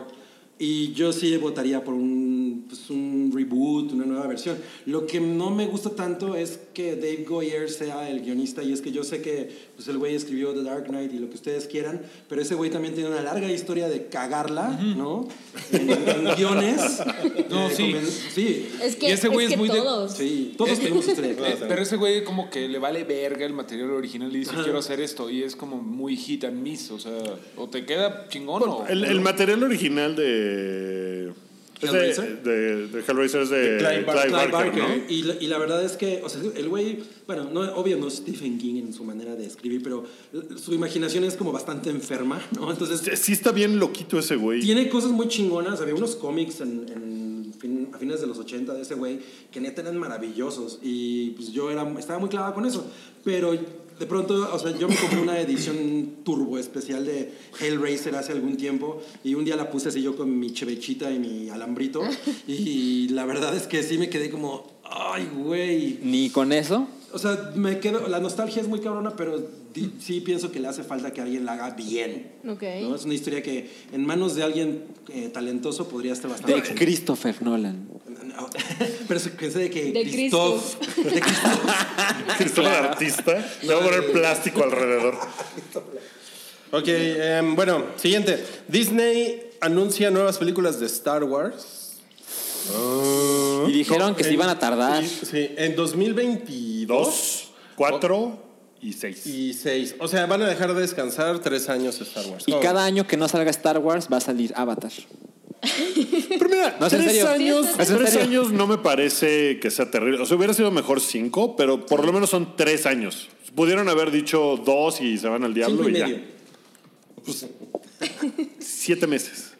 Y yo sí votaría por un, pues, un reboot, una nueva versión. Lo que no me gusta tanto es que Dave Goyer sea el guionista. Y es que yo sé que pues, el güey escribió The Dark Knight y lo que ustedes quieran. Pero ese güey también tiene una larga historia de cagarla, ¿no? En, en guiones. eh, No, sí. conven- sí. Es que, Y ese güey es es que muy de- todos. Sí, todos tenemos historia de Eh, cagarla. pero ese güey como que le vale verga el material original y dice quiero hacer esto y es como muy hit and miss, o sea, o te queda chingón o... El, el material original de. es de- ¿Hellraiser? de, de Hellraiser es de, Clive Bar- Clive Barker, Clive ¿no? Barker, ¿eh? Y, la, y la verdad es que, o sea, el güey, bueno, no, obvio no es Stephen King en su manera de escribir, pero l- su imaginación es como bastante enferma, ¿no? Entonces, Sí está bien loquito ese güey. tiene cosas muy chingonas. Había unos cómics en, en fin- a fines de los 80 de ese güey que neta eran maravillosos y pues yo era, estaba muy clavado con eso, pero... De pronto, o sea, yo me compré una edición turbo especial de Hellraiser hace algún tiempo y un día la puse así yo con mi chevechita y mi alambrito y la verdad es que sí me quedé como, ay, güey, Ni con eso. o sea, me quedo, la nostalgia es muy cabrona, pero di- sí pienso que le hace falta que alguien la haga bien. Ok. ¿no? Es una historia que en manos de alguien eh, talentoso podría estar bastante... De Christopher Nolan. No, pero se pensé de que De Christoph- de Christoph. Cristóbal artista. Le va a poner plástico alrededor. Ok, em, bueno, siguiente. Disney anuncia nuevas películas de Star Wars. ¿Ah? Y dijeron que se iban a tardar. Sí, sí, en 2022 Dos, cuatro y seis. y 6. O sea, van a dejar de descansar tres años Star Wars. Y Oh. cada año que no salga Star Wars va a salir Avatar. Pero mira, No, es en tres, serio. años, Sí, es en tres serio. años no me parece que sea terrible. O sea, hubiera sido mejor cinco, pero por lo menos son tres años. Pudieron haber dicho dos y se van al diablo Cinco y Pues, y ya. medio. Siete meses.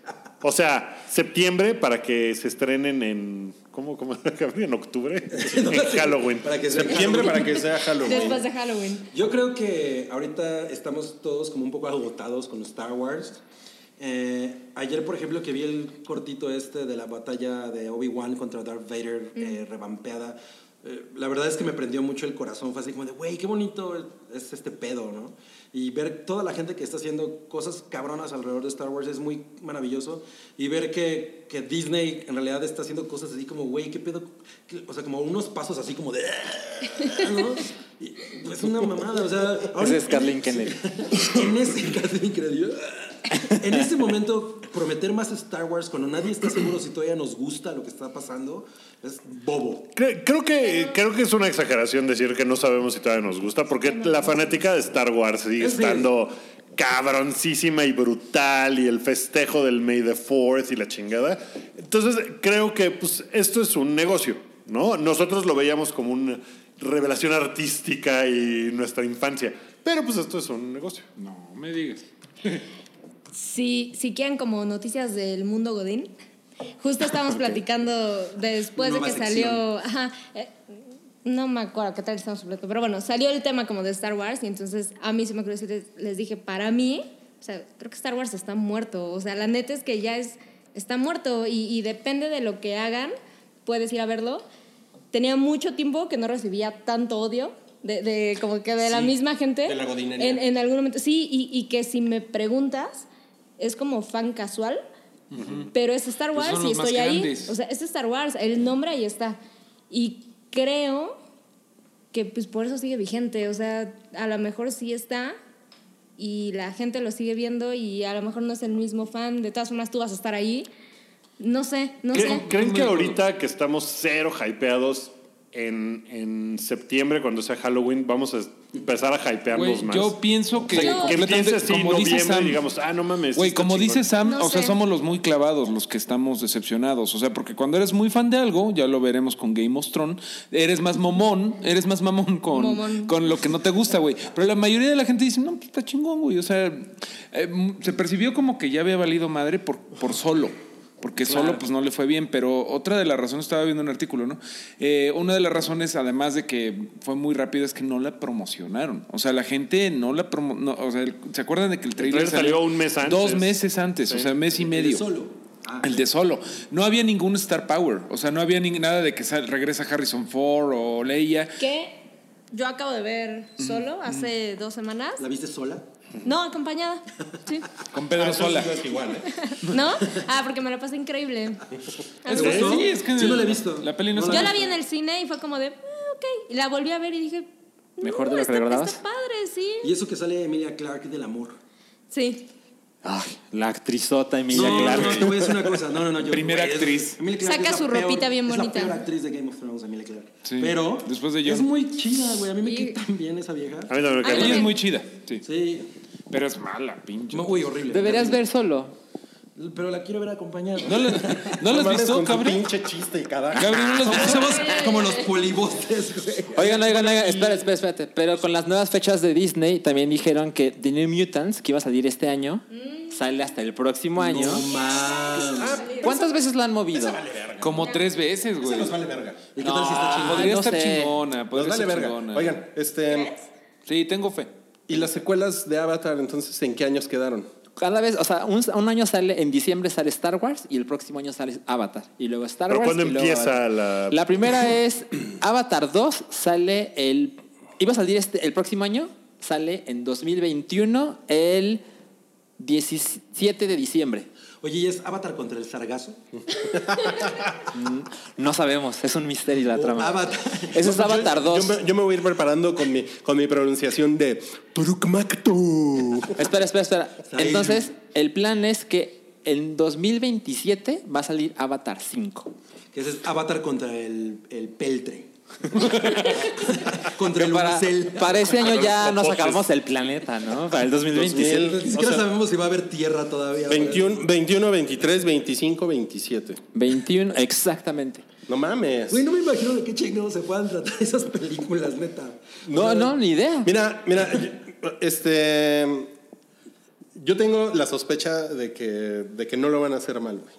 O sea, septiembre para que se estrenen en. ¿Cómo? cómo ¿En octubre? No, en sí, Halloween. para que sea Septiembre para que sea Después Halloween. de Halloween. Yo creo que ahorita estamos todos como un poco agotados con Star Wars. Eh, ayer, por ejemplo, que vi el cortito este de la batalla de Obi-Wan contra Darth Vader eh, revampeada, eh, la verdad es que me prendió mucho el corazón. Fue así como de, güey, qué bonito es este pedo, ¿no? Y ver toda la gente que está haciendo cosas cabronas alrededor de Star Wars es muy maravilloso. Y ver que, que Disney en realidad está haciendo cosas así como, güey, qué pedo. qué- O sea, como unos pasos así como de. "Ah, ¿no? Y, es una mamada, o sea. ahora- Ese es Carlin Kennedy. en ese caso increíble. En ese momento, prometer más Star Wars cuando nadie está seguro si todavía nos gusta lo que está pasando es bobo. Cre- Creo que, creo que es una exageración decir que no sabemos si todavía nos gusta, porque la fanática de Star Wars sigue Es bien. estando cabroncísima y brutal, y el festejo del May the Fourth y la chingada. Entonces, creo que pues, esto es un negocio, ¿no? Nosotros lo veíamos como una revelación artística y nuestra infancia, pero pues esto es un negocio. No me digas. Si, si quieren como noticias del mundo Godín, justo estábamos platicando de después Nueva de que sección. salió... Ajá, eh, no me acuerdo qué tal estamos platicando, pero bueno, salió el tema como de Star Wars y entonces a mí se me ocurrió decirles, les dije, para mí, o sea, creo que Star Wars está muerto, o sea, la neta es que ya es, está muerto y, y depende de lo que hagan, puedes ir a verlo. Tenía mucho tiempo que no recibía tanto odio. De, de- como que de la Sí, misma gente de la godinería. en, en algún momento. Sí, y, y que si me preguntas, es como fan casual, pero es Star Pues Wars son y los más estoy ahí. grandes. O sea, es Star Wars, el nombre ahí está. Y creo que pues por eso sigue vigente. O sea, a lo mejor sí está y la gente lo sigue viendo y a lo mejor no es el mismo fan. De todas formas, tú vas a estar ahí. No sé, no ¿Creen, sé. creen que Muy bueno. ahorita que estamos cero hypeados en, en septiembre, cuando sea Halloween, vamos a empezar a hypearnos Güey, más? yo pienso que, O sea, que completamente- empiece así como dice noviembre Sam, y digamos, ah, no mames. Güey, está como chingón. dice Sam, No o sea, sé. somos los muy clavados, los que estamos decepcionados. O sea, porque cuando eres muy fan de algo, ya lo veremos con Game of Thrones, eres más momón, eres más mamón con, Momón. con lo que no te gusta, güey. Pero la mayoría de la gente dice, no, pues está chingón, güey. O sea, eh, se percibió como que ya había valido madre por, por solo. Porque solo pues no le fue bien, pero otra de las razones, estaba viendo un artículo, ¿no? Eh, una de las razones, además de que fue muy rápido, es que no la promocionaron. O sea, la gente no la promo no, o sea, el- ¿se acuerdan de que el El trailer trailer salió un mes Dos antes. meses antes, o sea, mes y El medio. solo. Ah. El de solo. No había ningún Star Power. O sea, no había ni nada de que sal- regresa Harrison Ford o Leia. Que yo acabo de ver solo hace dos semanas. ¿La viste sola? No, acompañada. Sí. Con Pedro Sola. Es igual, ¿eh? ¿No? Ah, porque me la pasé increíble. ¿Es Sí, gustó? es que Yo no la he visto. La peli no No se- Yo la vi en el cine y fue como de, "Ah, ok. Y la volví a ver y dije, Mejor de lo "No, que está- recordabas". Está padre, sí. Y eso que sale Emilia Clarke del amor. Sí. Ay, la actrizota Emilia no, Clarke. no, no, te voy a decir una cosa. No, no, no. yo- Primera güey, es- actriz. Emilia Clarke Saca es la su peor- ropita bien bonita. Es la peor actriz de Game of Thrones, Emilia Clarke. Sí, Pero después de Jon. es muy chida, güey. A mí me Y- cae tan bien esa vieja. A mí también me cae Ay, mal. Ella es no. muy chida, sí. Sí. Pero es mala, pinche. Uy, horrible. Deberías ver solo. Pero la quiero ver acompañada. ¿No, la- no las mames, visto, con tu cabrón? pinche chiste y cada... Gabriel, ¿no las Somos, viste? somos como los polibotes, güey. Oigan, oigan, oigan, espera, espera, espérate. Pero con las nuevas fechas de Disney también dijeron que The New Mutants, que iba a salir este año, sale hasta el próximo año. Ah, No mames. ¿Cuántas veces la han movido? Como tres veces, güey. Nos vale verga. Ah, ¿Y qué tal si está chingón? Podría no estar sé. chingona, Nos podría eh. vale estar Pues verga. chingona. Oigan, este... Sí, tengo fe. ¿Y las secuelas de Avatar, entonces, en qué años quedaron? Cada vez, o sea, un, un año sale, en diciembre sale Star Wars y el próximo año sale Avatar. Y luego Star ¿Pero Wars. cuándo y luego empieza Avatar. la- La primera es Avatar 2, sale el. Iba a salir este, el próximo año, sale en 2021, el 17 de diciembre. Oye, ¿y es Avatar contra el sargazo? No sabemos, es un misterio la O trama. Avatar. Eso es Yo- Avatar 2. Yo, me- yo me voy a ir preparando con mi, con mi pronunciación de Turukmaktu. Espera, espera, espera. ahí. Entonces, el plan es que en 2027 va a salir Avatar 5. Que ese es Avatar contra el, el peltre. contra Que el para, unicel. para este año ya Los nos poches. acabamos el planeta, ¿no? Para el 2027. Ni siquiera sabemos si va a haber tierra todavía. güey. 21, 21, 23, 25, 27. 21, exactamente. No mames. Güey, no me imagino de qué chingados se puedan tratar esas películas, neta. No, no, ni idea. Mira, mira, yo- este. Yo tengo la sospecha de que, de que no lo van a hacer mal, güey.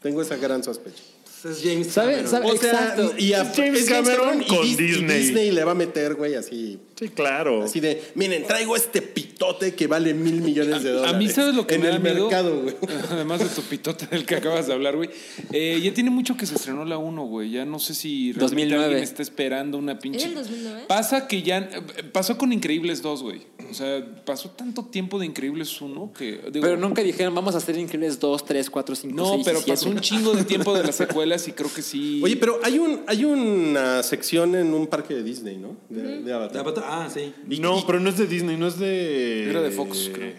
Tengo esa gran sospecha. Es James ¿Sabe- Ah, Cameron. sabe- O sea, Exacto. y a Es James es Cameron y con Dis- y Disney. Disney le va a meter, güey, así. Sí, claro. Así de, miren, traigo este pitote que vale mil millones de A- dólares. A mí, ¿sabes lo que En me el da miedo? Ah. mercado, güey. Además de tu pitota del que acabas de hablar, güey. Eh, ya tiene mucho que se estrenó la 1, güey. Ya no sé si realmente 2009. alguien está esperando una pinche. ¿Es el 2009? Pasa que ya. eh, Pasó con Increíbles 2, güey. O sea, pasó tanto tiempo de Increíbles 1 que. digo, Pero nunca dijeron, vamos a hacer Increíbles 2, 3, 4, 5, No, 6 y pero 7. pasó un chingo de tiempo de las secuelas y creo que sí. Oye, pero hay, un, hay una sección en un parque de Disney, ¿no? De, de De Avatar. Avatar- Ah, sí. No, pero no es de Disney, no es de. Era de Fox, creo.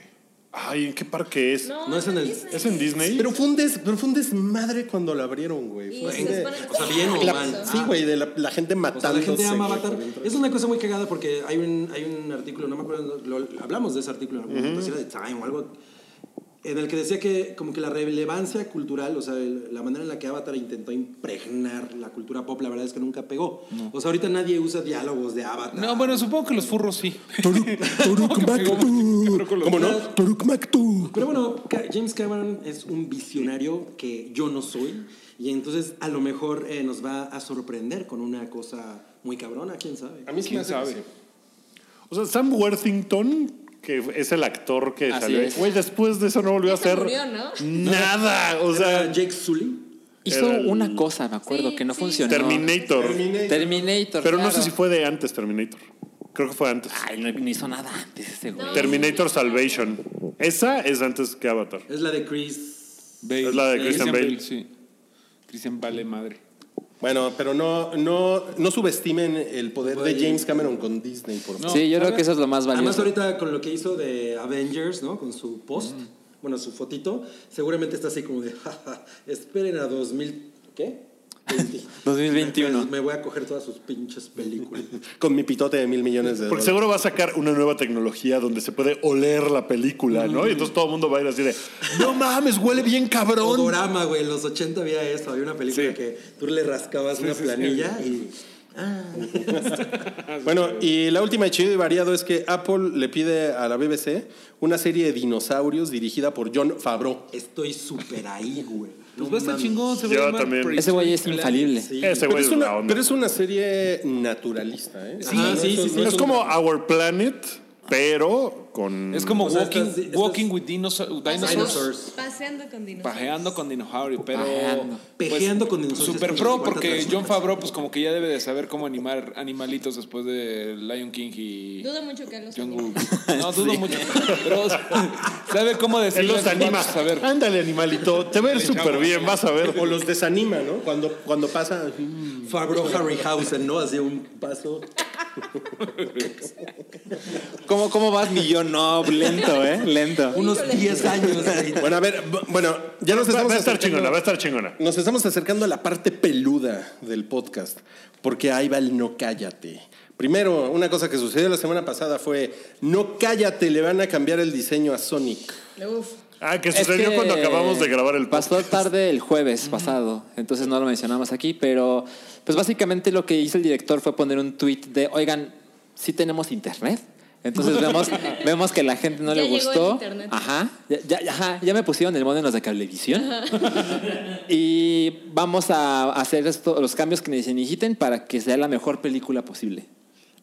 Ay, ¿en qué parque es? No es en el. ¿Es en Disney? Pero fue, un des- pero fue un desmadre cuando la abrieron, güey. Y Fue así se de- supone que- o sea, bien o la- mal. sí, güey, de la, la gente O sea, la matándose. gente ama güey, Avatar. por dentro. Es una cosa muy cagada porque hay un, hay un artículo, no me acuerdo, lo- hablamos de ese artículo en algún momento, si era de Time o algo, en el que decía que como que la relevancia cultural, o sea, el- la manera en la que Avatar intentó impregnar la cultura pop, la verdad es que nunca pegó. O sea, ahorita nadie usa diálogos de Avatar. No, bueno, supongo que los furros sí. ¿Cómo no? Turuk Maktu. Pero bueno, Ca- James Cameron es un visionario que yo no soy y entonces a lo mejor eh, nos va a sorprender con una cosa muy cabrona, quién sabe. A mí sí me ¿Quién hace que sabe? sí. O sea, Sam Worthington, que es el actor que Así salió. es. Güey, después de eso no volvió a Se hacer murió, ¿no? nada. O sea, Era Jake Sully. Hizo Era el- una cosa, me acuerdo, Sí, que no sí. funcionó. Terminator. Terminé. Terminator. Pero no sé claro. si fue de antes Terminator. Creo que fue antes. Ay, no, no hizo nada antes ese güey. No. Terminator Salvation. Esa es antes que Avatar. Es la de Chris. Bale. Es la de Eh, Christian Bale. Sí. Christian vale madre. Bueno, pero no, no, no subestimen el poder de Güey. James Cameron con Disney, por favor. sí, yo ¿sabes? creo que eso es lo más Además, valioso. ahorita con lo que hizo de Avengers, ¿no? Con su post, bueno, su fotito, seguramente está así como de, "Ja, ja, esperen a 2000, ¿qué? 20. 2021. Me, me voy a coger todas sus pinches películas. Con mi pitote de mil millones de Porque dólares. seguro va a sacar una nueva tecnología donde se puede oler la película, ¿no? Y entonces todo el mundo va a ir así de, no mames, huele bien cabrón. Odorama, güey, en los 80 había eso, había una película que tú le rascabas una planilla y... Bueno, y la última de chido y variado es que Apple le pide a la BBC una serie de dinosaurios dirigida por John Favreau. Estoy súper ahí, güey. Pues No va a estar mames. chingón, se va Yo a llamar también. Pre- Ese güey es infalible. Ese Pero güey es, es la una, onda. pero es una serie naturalista, ¿eh? Sí, Ajá, sí, sí, es- sí. No es un- como Our Planet, pero con... Es como O sea, walking, estas- estas- walking with dinosaur- dinosaurs. Dinosaurs. Paseando con dinosaurios. Pajeando con dinosaurios, pero. Pajeando. pues, Pejeando con dinosaurios. Super con pro, cincuenta porque personas. John Favreau, pues como que ya debe de saber cómo animar animalitos después de Lion King y. Dudo mucho que los John Woo. No, dudo mucho. Pero sabe cómo Él decirle a los sus anima. vatos, A ver. Ándale, animalito, te va a ir súper bien, vas a ver. O los desanima, ¿no? Cuando, cuando pasa. Favreau Harryhausen, ¿no? Hacía un paso. ¿Cómo, ¿Cómo vas, mi yo? No, lento, ¿eh? Lento. Unos 10 años. güey. Bueno, a ver, b- bueno, ya nos Va, estamos va a estar acercando- chingona, va a estar chingona. Nos estamos acercando a la parte peluda del podcast, porque ahí va el no cállate. Primero, una cosa que sucedió la semana pasada fue, no cállate, le van a cambiar el diseño a Sonic. Uf. Ah, que Es sucedió que cuando acabamos de grabar el podcast. Pasó tarde el jueves pasado, entonces no lo mencionamos aquí, pero pues básicamente lo que hizo el director fue poner un tweet de, oigan, sí tenemos internet. Entonces vemos, vemos que la gente no le Ya llegó el gustó. internet. Ajá ya, ya- ya- ajá, ya me pusieron el modem los de cablevisión. y vamos a hacer esto- los cambios que necesiten para que sea la mejor película posible.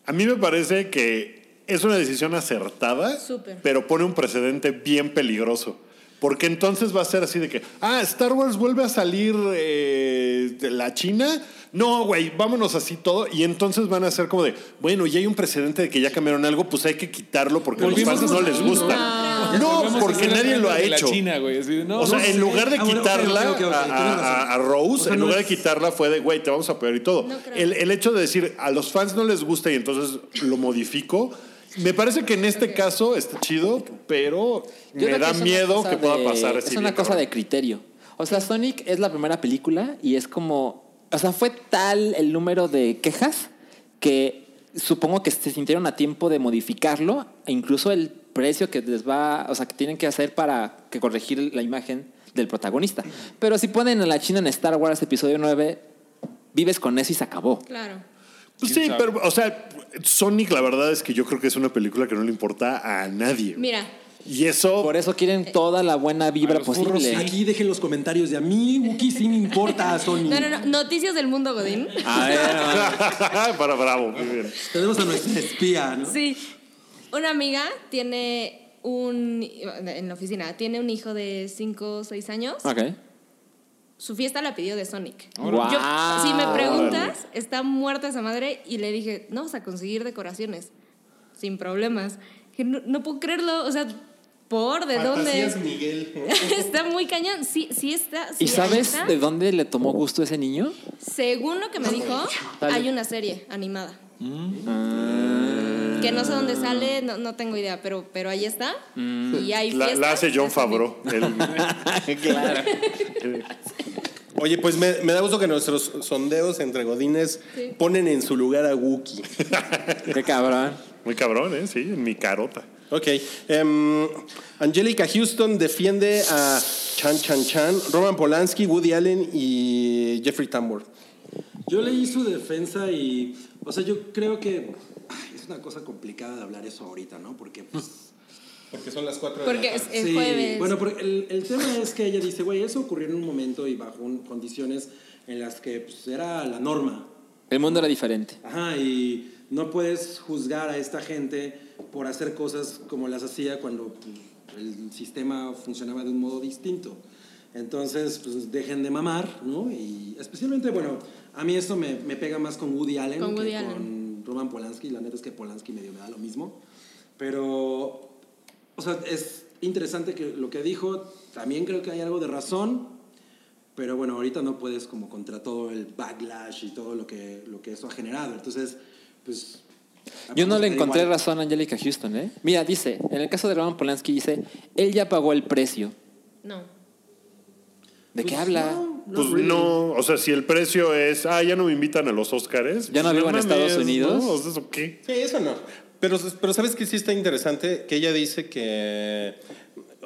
A mí me parece que es una decisión acertada, Súper. pero pone un precedente bien peligroso. Porque entonces va a ser así de que, ah, Star Wars vuelve a salir eh, de la China. No, güey, vámonos así todo. Y entonces van a ser como de, bueno, ya hay un precedente de que ya cambiaron algo, pues hay que quitarlo porque Volvimos a los fans no a- les gusta. No, Volvemos a porque hacer el nadie lo ha de la hecho. China, güey, así de, no, o sea, no en sé. lugar de Ah, bueno, ok, quitarla ok, ok, ok, a- tienes razón. a, a Rose, O sea, en no lugar es- de quitarla fue de, güey, te vamos a pegar y todo. No creo. el, el hecho de decir, a los fans no les gusta y entonces lo modifico, me parece que en este caso está chido, pero Yo me creo da es una miedo cosa que pueda de- pasar así. Es una bien cosa cabrón. de criterio. O sea, Sonic es la primera película y es como. O sea, fue tal el número de quejas que supongo que se sintieron a tiempo de modificarlo. E incluso el precio que les va. O sea, que tienen que hacer para que corregir la imagen del protagonista. Pero si ponen a la China en Star Wars Episodio 9, vives con eso y se acabó. Claro. Pues ¿Quién sí, sabe? pero, o sea, Sonic, la verdad es que yo creo que es una película que no le importa a nadie. Mira, Y eso, Por eso Eh, quieren toda la buena a vibra los furros posible. Aquí dejen los comentarios de a mí, Wookie sí me importa, Sony. No, no, no. Noticias del mundo, Godín. A ver, a ver. para bravo, muy bien. Tenemos a nuestra espía, ¿no? Sí. Una amiga tiene un. En la oficina, tiene un hijo de 5 o 6 años. Ok. Su fiesta la pidió de Sonic. Órale. Yo- Guau. si me preguntas, está muerta esa madre. Y le dije, no vas a conseguir decoraciones. Sin problemas. Que no, no puedo creerlo. O sea, ¿por? ¿De Fantasías dónde? Miguel. está muy cañón. Sí, sí está. ¿Y sí, ahí sabes está. de dónde le tomó gusto ese niño? Según lo que me dijo, Dale. hay una serie animada. Mm. Que no sé dónde Ah. sale, no, no tengo idea, pero, pero ahí está. Mm. Y hay La, la fiestas hace John de Sonic. Favreau. el- claro. Oye, pues me, me da gusto que nuestros sondeos entre godines Sí. ponen en su lugar a Wookie. Qué cabrón. muy cabrón, ¿eh? Sí, en mi carota. Ok. em, Angelica Houston defiende a Chan Chan Chan, Roman Polanski, Woody Allen y Jeffrey Tambor. Yo leí su defensa y, o sea, yo creo que ay, es una cosa complicada de hablar eso ahorita, ¿no? Porque, pues, Porque son las cuatro Porque es, es sí. jueves. Bueno, porque el, el tema es que ella dice, güey, eso ocurrió en un momento y bajo un- condiciones en las que pues, era la norma. El mundo era diferente. Ajá, y no puedes juzgar a esta gente por hacer cosas como las hacía cuando pues, el sistema funcionaba de un modo distinto. Entonces, pues dejen de mamar, ¿no? Y especialmente, bueno, a mí esto me, me pega más con Woody Allen Con Woody que Allen. con Roman Polanski. La neta es que Polanski medio me da lo mismo. Pero, o sea, es interesante que lo que dijo. También creo que hay algo de razón. Pero bueno, ahorita no puedes como contra todo el backlash y todo lo que, lo que eso ha generado. Entonces, pues... Yo no vamos a le hacer encontré igual. razón a Angelica Houston, ¿eh? Mira, dice, en el caso de Roman Polanski, dice, él ya pagó el precio. no. ¿De qué Pues, habla? no, not Pues really. no, o sea, si el precio es, ah, ya no me invitan a los Oscars. Ya no vivo en Estados Unidos. ¿no? O sea, ¿eso qué? Sí, eso no. Pero, pero ¿sabes que sí está interesante? Que ella dice que.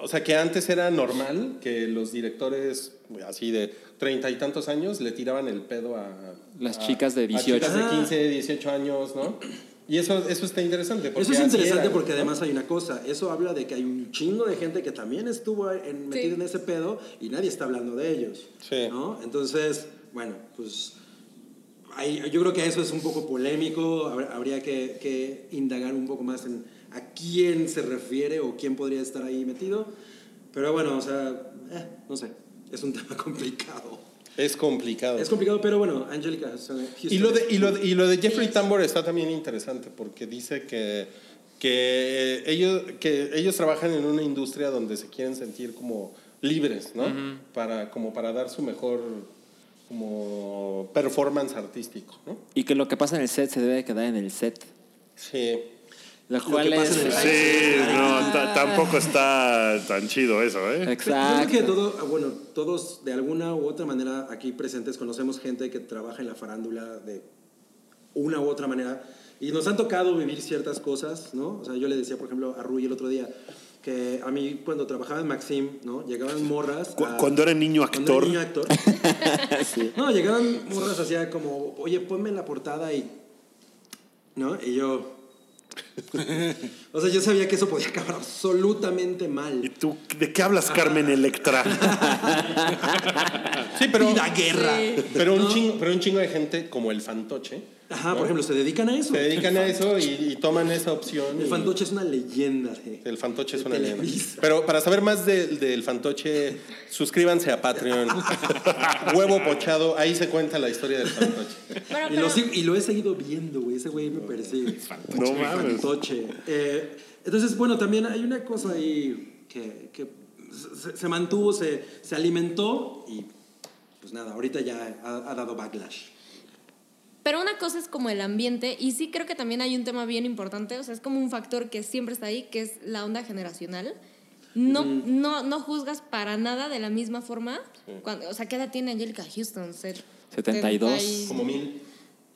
O sea, que antes era normal que los directores así de treinta y tantos años le tiraban el pedo a. Las a- chicas de a 18. chicas Ah. de 15, 18 años, ¿no? Y eso, eso está interesante. porque Eso es así interesante era, porque ¿no? además hay una cosa, eso habla de que hay un chingo de gente que también estuvo en- metida en ese pedo y nadie está hablando de ellos. Sí. ¿no? Entonces, bueno, pues hay- yo creo que eso es un poco polémico, habr- habría que, que indagar un poco más en a quién se refiere o quién podría estar ahí metido, pero bueno, o sea, eh, no sé, es un tema complicado. Es complicado. Es complicado, pero bueno, Angélica Houston. Y lo, de, y, lo de, y lo de Jeffrey Tambor está también interesante porque dice que, que, eh, ellos, que ellos trabajan en una industria donde se quieren sentir como libres, ¿no? para, como para dar su mejor como performance artístico, ¿no? Y que lo que pasa en el set se debe de quedar en el set. Sí. Lo que cual pasa es... en el set. Sí, no, ta- tampoco está tan chido eso, ¿eh? Pero Yo creo que Exacto. todo, ah, bueno, todos de alguna u otra manera aquí presentes conocemos gente que trabaja en la farándula de una u otra manera y nos han tocado vivir ciertas cosas, ¿no? O sea, yo le decía, por ejemplo, a Rui el otro día que a mí cuando trabajaba en Maxim, ¿no? Llegaban morras. Cu- a- cuando era niño cuando era actor. niño actor. No, llegaban morras hacía como, oye, ponme en la portada y. ¿No? Y yo. O sea, yo sabía que eso podía acabar absolutamente mal. ¿Y tú de qué hablas, Carmen Electra? Sí, pero, Vida guerra. pero, un chingo, pero un chingo de gente como el fantoche Ajá, por ejemplo, se dedican a eso. se dedican a eso y, y toman esa opción. El y- fantoche es una leyenda. de- El fantoche es de una leyenda. Televisa. Pero para saber más del, del fantoche, suscríbanse a Patreon. Huevo pochado, ahí se cuenta la historia del fantoche. Bueno, Y lo, pero- sig- y lo he seguido viendo, güey. Ese güey me persigue. No El mames. fantoche. Eh, entonces, bueno, también hay una cosa ahí que, que se, se mantuvo, se, se alimentó y pues nada, ahorita ya ha, ha dado backlash. Pero una cosa es como el ambiente y sí creo que también hay un tema bien importante, o sea, es como un factor que siempre está ahí, que es la onda generacional. No, no, no juzgas para nada de la misma forma. Cuando, o sea, ¿qué edad tiene Angelica Houston? Se- 72. setenta y- Como mil.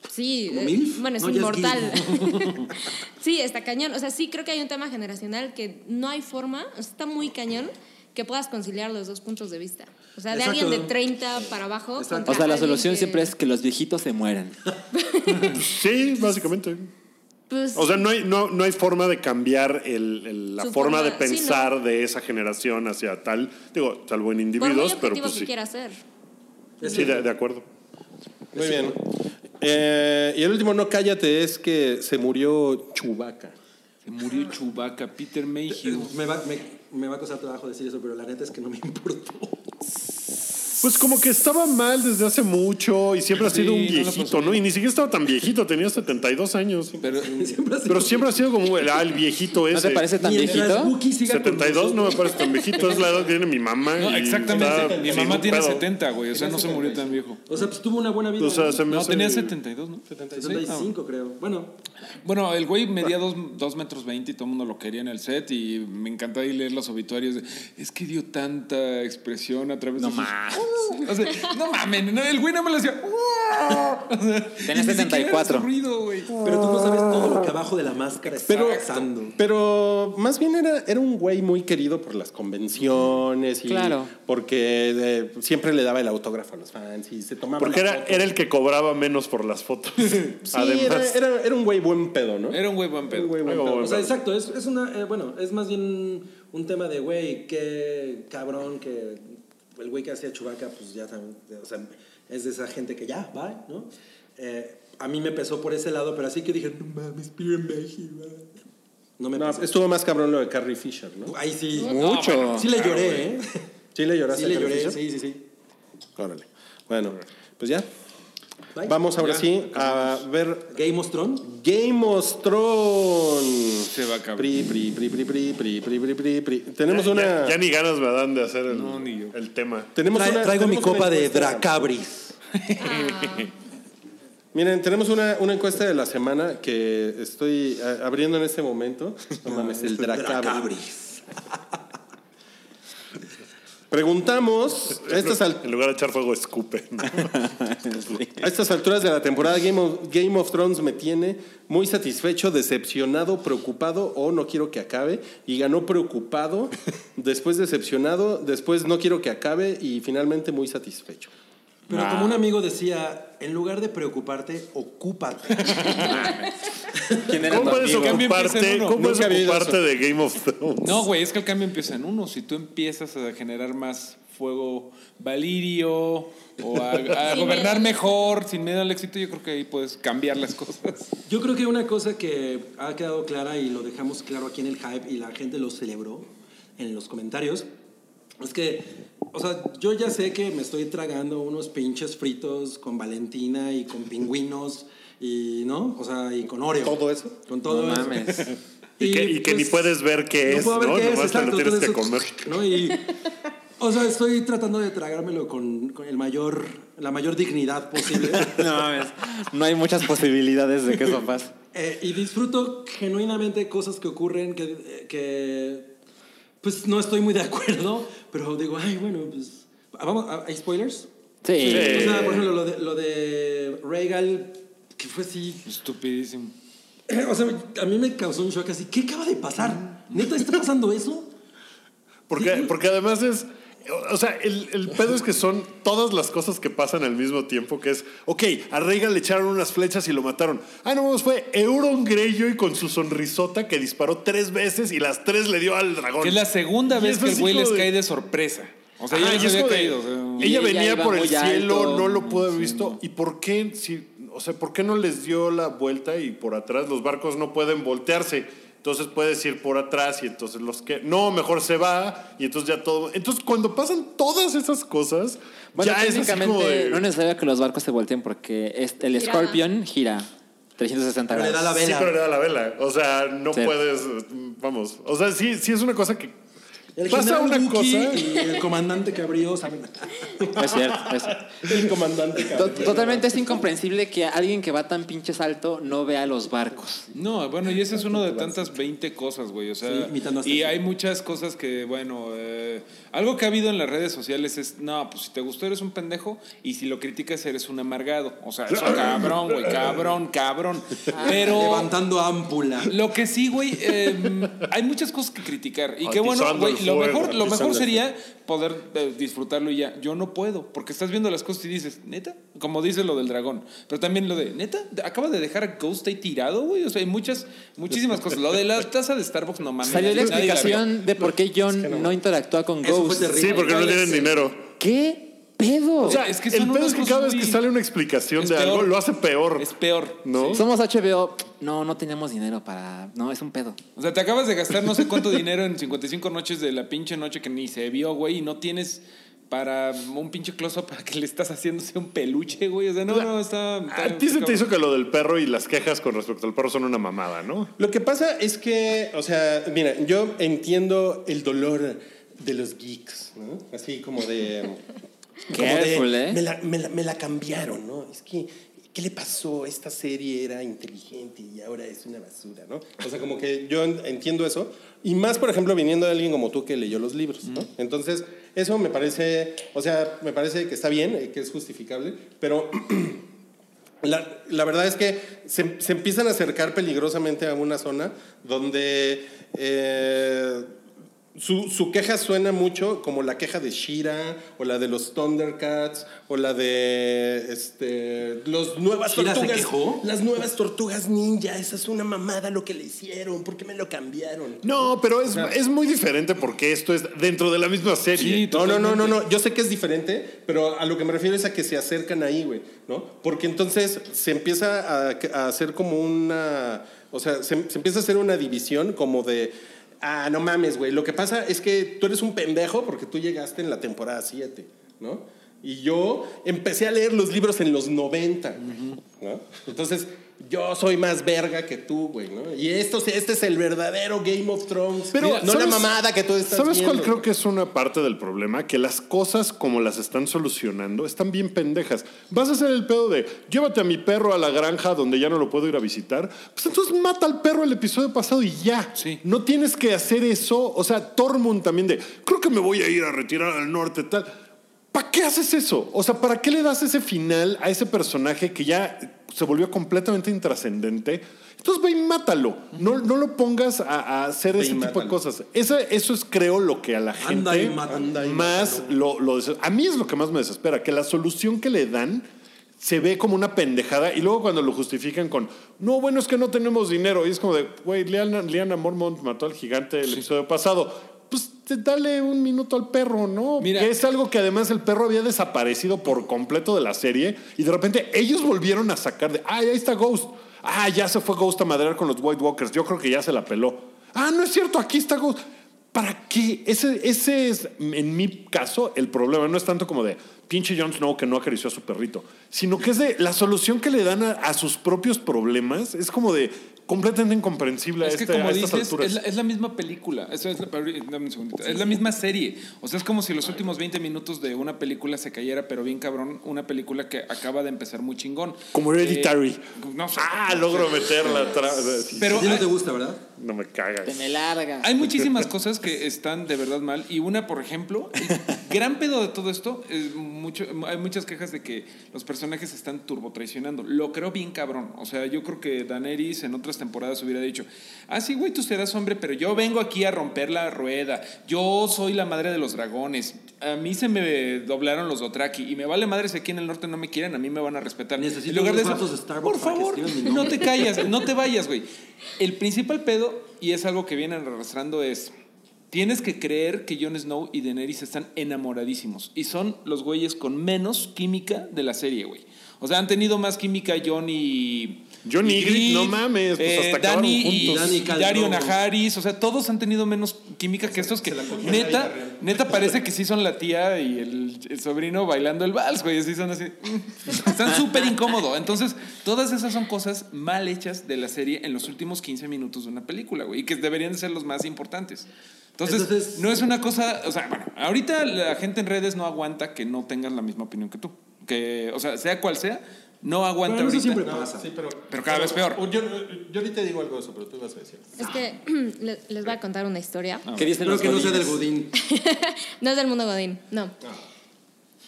Sí, ¿Como eh, MILF? bueno, es No, ya es inmortal. sí, está cañón. O sea, sí creo que hay un tema generacional que no hay forma, o sea, está muy cañón que puedas conciliar los dos puntos de vista. O sea, de Exacto. alguien de 30 para abajo. Exacto. contra O sea, la alguien solución que- siempre es que los viejitos se mueran. Sí, básicamente. Pues, O sea, no hay, no, no hay forma de cambiar el- el- la Su forma, forma, de sí, pensar de esa generación hacia tal, digo, salvo en por muy individuos, pero objetivo pues que sí. quiera ser. Sí, de, de acuerdo. Muy bien. Eh, y el último no cállate es que se murió Chubaca. Se murió Chewbacca, Peter Mayhew. Me va, me, me va a costar trabajo decir eso, pero la neta es que no me importó. Pues como que estaba mal desde hace mucho y siempre ha Sí, sido un no lo viejito, pasó ¿no? Y ni siquiera estaba tan viejito, tenía 72 años. Pero Siempre ha sido- Pero siempre ha sido como el, ah, el viejito ese. ¿No te parece tan Mientras viejito? Wookiee siga con 72 no me nosotros. parece tan viejito, es la edad que tiene mi mamá. No, y está exactamente. Mi sin mamá un tiene pedo. 70, güey. O sea, no se murió tan viejo. O sea, pues tuvo una buena vida. O sea, se me No, hace- tenía 72, ¿no? ah, 76. 75, creo. Bueno, Bueno, el güey medía 2 metros 20 y todo el mundo lo quería en el set y me encanta ahí leer los obituarios. de, es que dio tanta expresión a través de. sus- O sea, no mames, no, el güey no me lo hacía. O sea, y ni siquiera 74. hizo ruido, güey. pero tú no sabes todo lo que abajo de la máscara está Pero, pasando. pero más bien era, era un güey muy querido por las convenciones y Claro. porque eh, siempre le daba el autógrafo a los fans y se tomaba Porque la era, foto. era el que cobraba menos por las fotos. Sí, Además. era, era- era un güey buen pedo, ¿no? Era un güey buen pedo. un güey buen Luego, pedo. O sea, exacto, es, es una, eh, bueno, es más bien un tema de, güey, qué cabrón que el güey que hacía Chubaca, pues ya también, o sea, es de esa gente que ya, va, ¿no? Eh, a mí me pesó por ese lado, pero así que dije, no mames, Peter Mayhew, va". No me No, pesó. estuvo más cabrón lo de Carrie Fisher, ¿no? Ahí sí, Mucho. sí le lloré, ¿eh? Sí le lloraste Sí le a Carrie Fisher? lloré, sí, sí, sí. Órale. Bueno, pues ya. Bye. Vamos ahora Ya, sí a ver Game of Thrones. Game of Thrones. Se va a acabar. Pri, pri, pri, pri, pri, pri, pri, pri, pri, pri. Tenemos Ya- una. ya, ya ni ganas me dan de hacer el, No, ni yo. el tema. tenemos Tra- una- traigo mi tenemos una copa de encuesta. Dracabris. Miren, tenemos una, una encuesta de la semana que estoy eh, abriendo en este momento. No mames, el Dracabri. Preguntamos a estas, al- En lugar de echar fuego, escupe. a estas alturas de la temporada Game of, Game of Thrones me tiene muy satisfecho, decepcionado, preocupado o no quiero que acabe. Y ganó preocupado, después decepcionado, después no quiero que acabe y finalmente muy satisfecho. Pero como un amigo decía, en lugar de preocuparte, ocúpate. ¿Quién era ¿Cómo tu puedes amigo? Cambio empieza ocuparte, en uno. ¿cómo puedes Nunca había oído ocuparte de Game of Thrones? No, güey, es que el cambio empieza en uno. Si tú empiezas a generar más fuego valirio o a, a Sin gobernar miedo. mejor, sin miedo al éxito, yo creo que ahí puedes cambiar las cosas. Yo creo que una cosa que ha quedado clara y lo dejamos claro aquí en el hype y la gente lo celebró en los comentarios es que, o sea, yo ya sé que me estoy tragando unos pinches fritos con Valentina y con pingüinos y, ¿no? O sea, y con Oreo. ¿Todo eso? Con todo No eso. mames. Y, que, y que ni pues, puedes ver qué es, puedo ver ¿no? qué es, Nomás te exacto, lo tienes que comer. entonces, ¿no? Y, o sea, estoy tratando de tragármelo con, con el mayor, la mayor dignidad posible. No mames. No hay muchas posibilidades de que eso pase. Eh, y disfruto genuinamente cosas que ocurren que, eh, que, pues no estoy muy de acuerdo, pero digo, ay, bueno, pues... Vamos, ¿Hay spoilers? Sí. Sí. O sea, por ejemplo, lo de, lo de Regal, que fue así, Estupidísimo. o sea, a mí me causó un shock así, ¿qué acaba de pasar? ¿Neta está pasando eso? Porque, porque además es. O sea, el, el pedo es que son todas las cosas que pasan al mismo tiempo, que es, ok, a Reagan le echaron unas flechas y lo mataron. Ah, no, vamos, fue Euron Greyjoy con su sonrisota que disparó tres veces y las tres le dio al dragón. Que es la segunda Y vez eso que es el güey hijo les de- cae de sorpresa. O sea, Ajá, ya y les es había como de- caído. o sea, ella Y ella venía iba por el muy alto. cielo, no lo pudo haber visto. ¿Y por qué? Si, o sea, ¿por qué no les dio la vuelta y por atrás los barcos no pueden voltearse? Entonces puedes ir por atrás y entonces los que. No, mejor se va y entonces ya todo. Entonces cuando pasan todas esas cosas, Bueno, ya es así como técnicamente de- no es necesario que los barcos se volteen porque es- el Gira. Scorpion gira 360 Pero le da grados. la Sí, vela. pero le da la vela. O sea, no Sí. puedes. Vamos. O sea, sí, sí es una cosa que. El pasa general una Wookiee cosa. Y el comandante que abrió, o sea, Es cierto. es- El comandante to- Totalmente es incomprensible que alguien que va tan pinches alto no vea los barcos. No, bueno, y ese es uno de tantas 20 cosas, güey. O Sí, sea, imitando a y Sergio. hay muchas cosas que, bueno, eh, algo que ha habido en las redes sociales es, no, pues si te gustó eres un pendejo y si lo criticas eres un amargado. O sea, eso cabrón, güey, cabrón, cabrón. Pero levantando ámpula. lo que sí, güey, eh, em, hay muchas cosas que criticar. Y qué bueno, Atizando güey, el lo fuera. mejor, lo Sí, mejor sale. sería poder eh, disfrutarlo y ya. Yo no puedo, porque estás viendo las cosas y dices, neta, como dice lo del dragón. Pero también lo de, neta, acaba de dejar a Ghost ahí tirado, güey. O sea, hay muchas, muchísimas cosas. Lo de la taza de Starbucks, no mames. Salió la nadie vio. explicación de por qué John no. interactúa con Eso fue Ghost. terrible. Sí, porque no Igual es, tienen eh, dinero. ¿Qué pedo? O sea, es que son el pedo unas es que cosas cada vez que muy- sale una explicación Es de algo peor. lo hace peor. Es peor. ¿No? Somos HBO. No, no tenemos dinero para. No, es un pedo. O sea, te acabas de gastar no sé cuánto dinero en 55 noches de la pinche noche que ni se vio, güey, y no tienes para un pinche close para que le estás haciéndose un peluche, güey. O sea, no, no, está. A está- ti se está te hizo que lo del perro y las quejas con respecto al perro son una mamada, ¿no? Lo que pasa es que, o sea, mira, yo entiendo el dolor de los geeks, ¿no? Así como de. como de, Careful, ¿eh? Me la, me la- me la cambiaron, ¿no? Es que, ¿qué le pasó? Esta serie era inteligente y ahora es una basura, ¿no? O sea, como que yo en- entiendo eso. Y más, por ejemplo, viniendo de alguien como tú que leyó los libros, ¿no? Entonces, eso me parece, o sea, me parece que está bien, eh, que es justificable, pero la, la verdad es que se, se empiezan a acercar peligrosamente a una zona donde eh, su, su queja suena mucho como la queja de Shira o la de los Thundercats o la de este, los nuevas ¿Shira se tortugas. quejó? Las nuevas tortugas ninja, esa es una mamada lo que le hicieron, ¿por qué me lo cambiaron? No, pero es, es muy diferente porque esto es dentro de la misma serie. Sí, No, no, no, no, no. Yo sé que es diferente, pero a lo que me refiero es a que se acercan ahí, güey, ¿no? Porque entonces se empieza a, a hacer como una. O sea, se, se empieza a hacer una división como de. Ah, no mames, güey. Lo que pasa es que tú eres un pendejo porque tú llegaste en la temporada 7, ¿no? Y yo empecé a leer los libros en los 90, güey, ¿no? Entonces. Yo soy más verga que tú, güey, ¿no? Y esto, este es el verdadero Game of Thrones. Pero, no la ¿sabes- mamada que tú estás ¿Sabes cuál viendo, creo güey? que es una parte del problema? Que las cosas como las están solucionando están bien pendejas. Vas a hacer el pedo de llévate a mi perro a la granja donde ya no lo puedo ir a visitar. Pues entonces mata al perro el episodio pasado y ya. Sí. No tienes que hacer eso. O sea, Tormund también de creo que me voy a ir a retirar al norte, tal. ¿Para qué haces eso? O sea, ¿para qué le das ese final a ese personaje que ya se volvió completamente intrascendente? Entonces ve y mátalo. No, no lo pongas a, a hacer Ve y ese tipo de mátalo. cosas cosas. Esa- eso es, creo, lo que a la gente Anda y mata. Anda más lo, lo des- A mí es lo que más me desespera, que la solución que le dan se ve como una pendejada y luego cuando lo justifican con, no, bueno, es que no tenemos dinero. Y es como de, güey, Liana, Liana Mormont mató al gigante el episodio pasado. Pues te- dale un minuto al perro, ¿no? Mira. Que es algo que además el perro había desaparecido por completo de la serie y de repente ellos volvieron a sacar de, ay, ahí está Ghost. Ah, ya se fue Ghost a madrear con los White Walkers. Yo creo que ya se la peló. Ah, no es cierto, aquí está Ghost. ¿Para qué? Ese, ese es, en mi caso, el problema. No es tanto como de pinche Jon Snow que no acarició a su perrito, sino que es de la solución que le dan a, a sus propios problemas. Es como de completamente incomprensible a, Es que este- como a estas dices, alturas. es la, es la misma película. Eso es, la, dame un segundito. Es la misma serie. O sea, es como si los últimos 20 minutos de una película se cayera, pero bien cabrón, una película que acaba de empezar muy chingón. Como Hereditary. Eh, no sé. ah, logro meterla. tra- Pero A ti no hay- te gusta, ¿verdad? No me cagas. me larga. Hay muchísimas cosas que están de verdad mal y una, por ejemplo, el gran pedo de todo esto es mucho, hay muchas quejas de que los personajes están turbo traicionando. Lo creo bien cabrón. O sea, yo creo que Daenerys en otras temporadas hubiera dicho, ah, sí, güey, tú serás hombre, pero yo vengo aquí a romper la rueda. Yo soy la madre de los dragones. A mí se me doblaron los Dothraki y me vale madres si aquí en el norte no me quieren, a mí me van a respetar. Necesito en lugar de unos eso, vasos de Starbucks por para que favor, escriban mi no nombre". te callas, no te vayas, güey. El principal pedo, y es algo que vienen arrastrando, es. Tienes que creer que Jon Snow y Daenerys están enamoradísimos. Y son los güeyes con menos química de la serie, güey. O sea, han tenido más química Jon y. Jon y Ygritte, Ygritte, no mames, pues hasta acabaron Dani y juntos. Dani y Khal Dario Drogo. Najaris. O sea, todos han tenido menos química que estos que. Neta, neta parece que sí son la tía y el, el sobrino bailando el vals, güey. Así son así. Están súper incómodos. Entonces, todas esas son cosas mal hechas de la serie en los últimos 15 minutos de una película, güey. Y que deberían de ser los más importantes. Entonces, Entonces- no es una cosa. O sea, bueno, ahorita la gente en redes no aguanta que no tengas la misma opinión que tú. Que, o sea, sea cual sea, no aguanta Pero eso ahorita. siempre No, pasa. sí, pero, Pero cada vez peor. Yo, yo ahorita digo algo de eso, pero tú ibas a decir. Es que Ah. le- les voy a contar una historia. ¿Qué dicen Espero los que no sea del godines? Godín. No es del mundo Godín, no.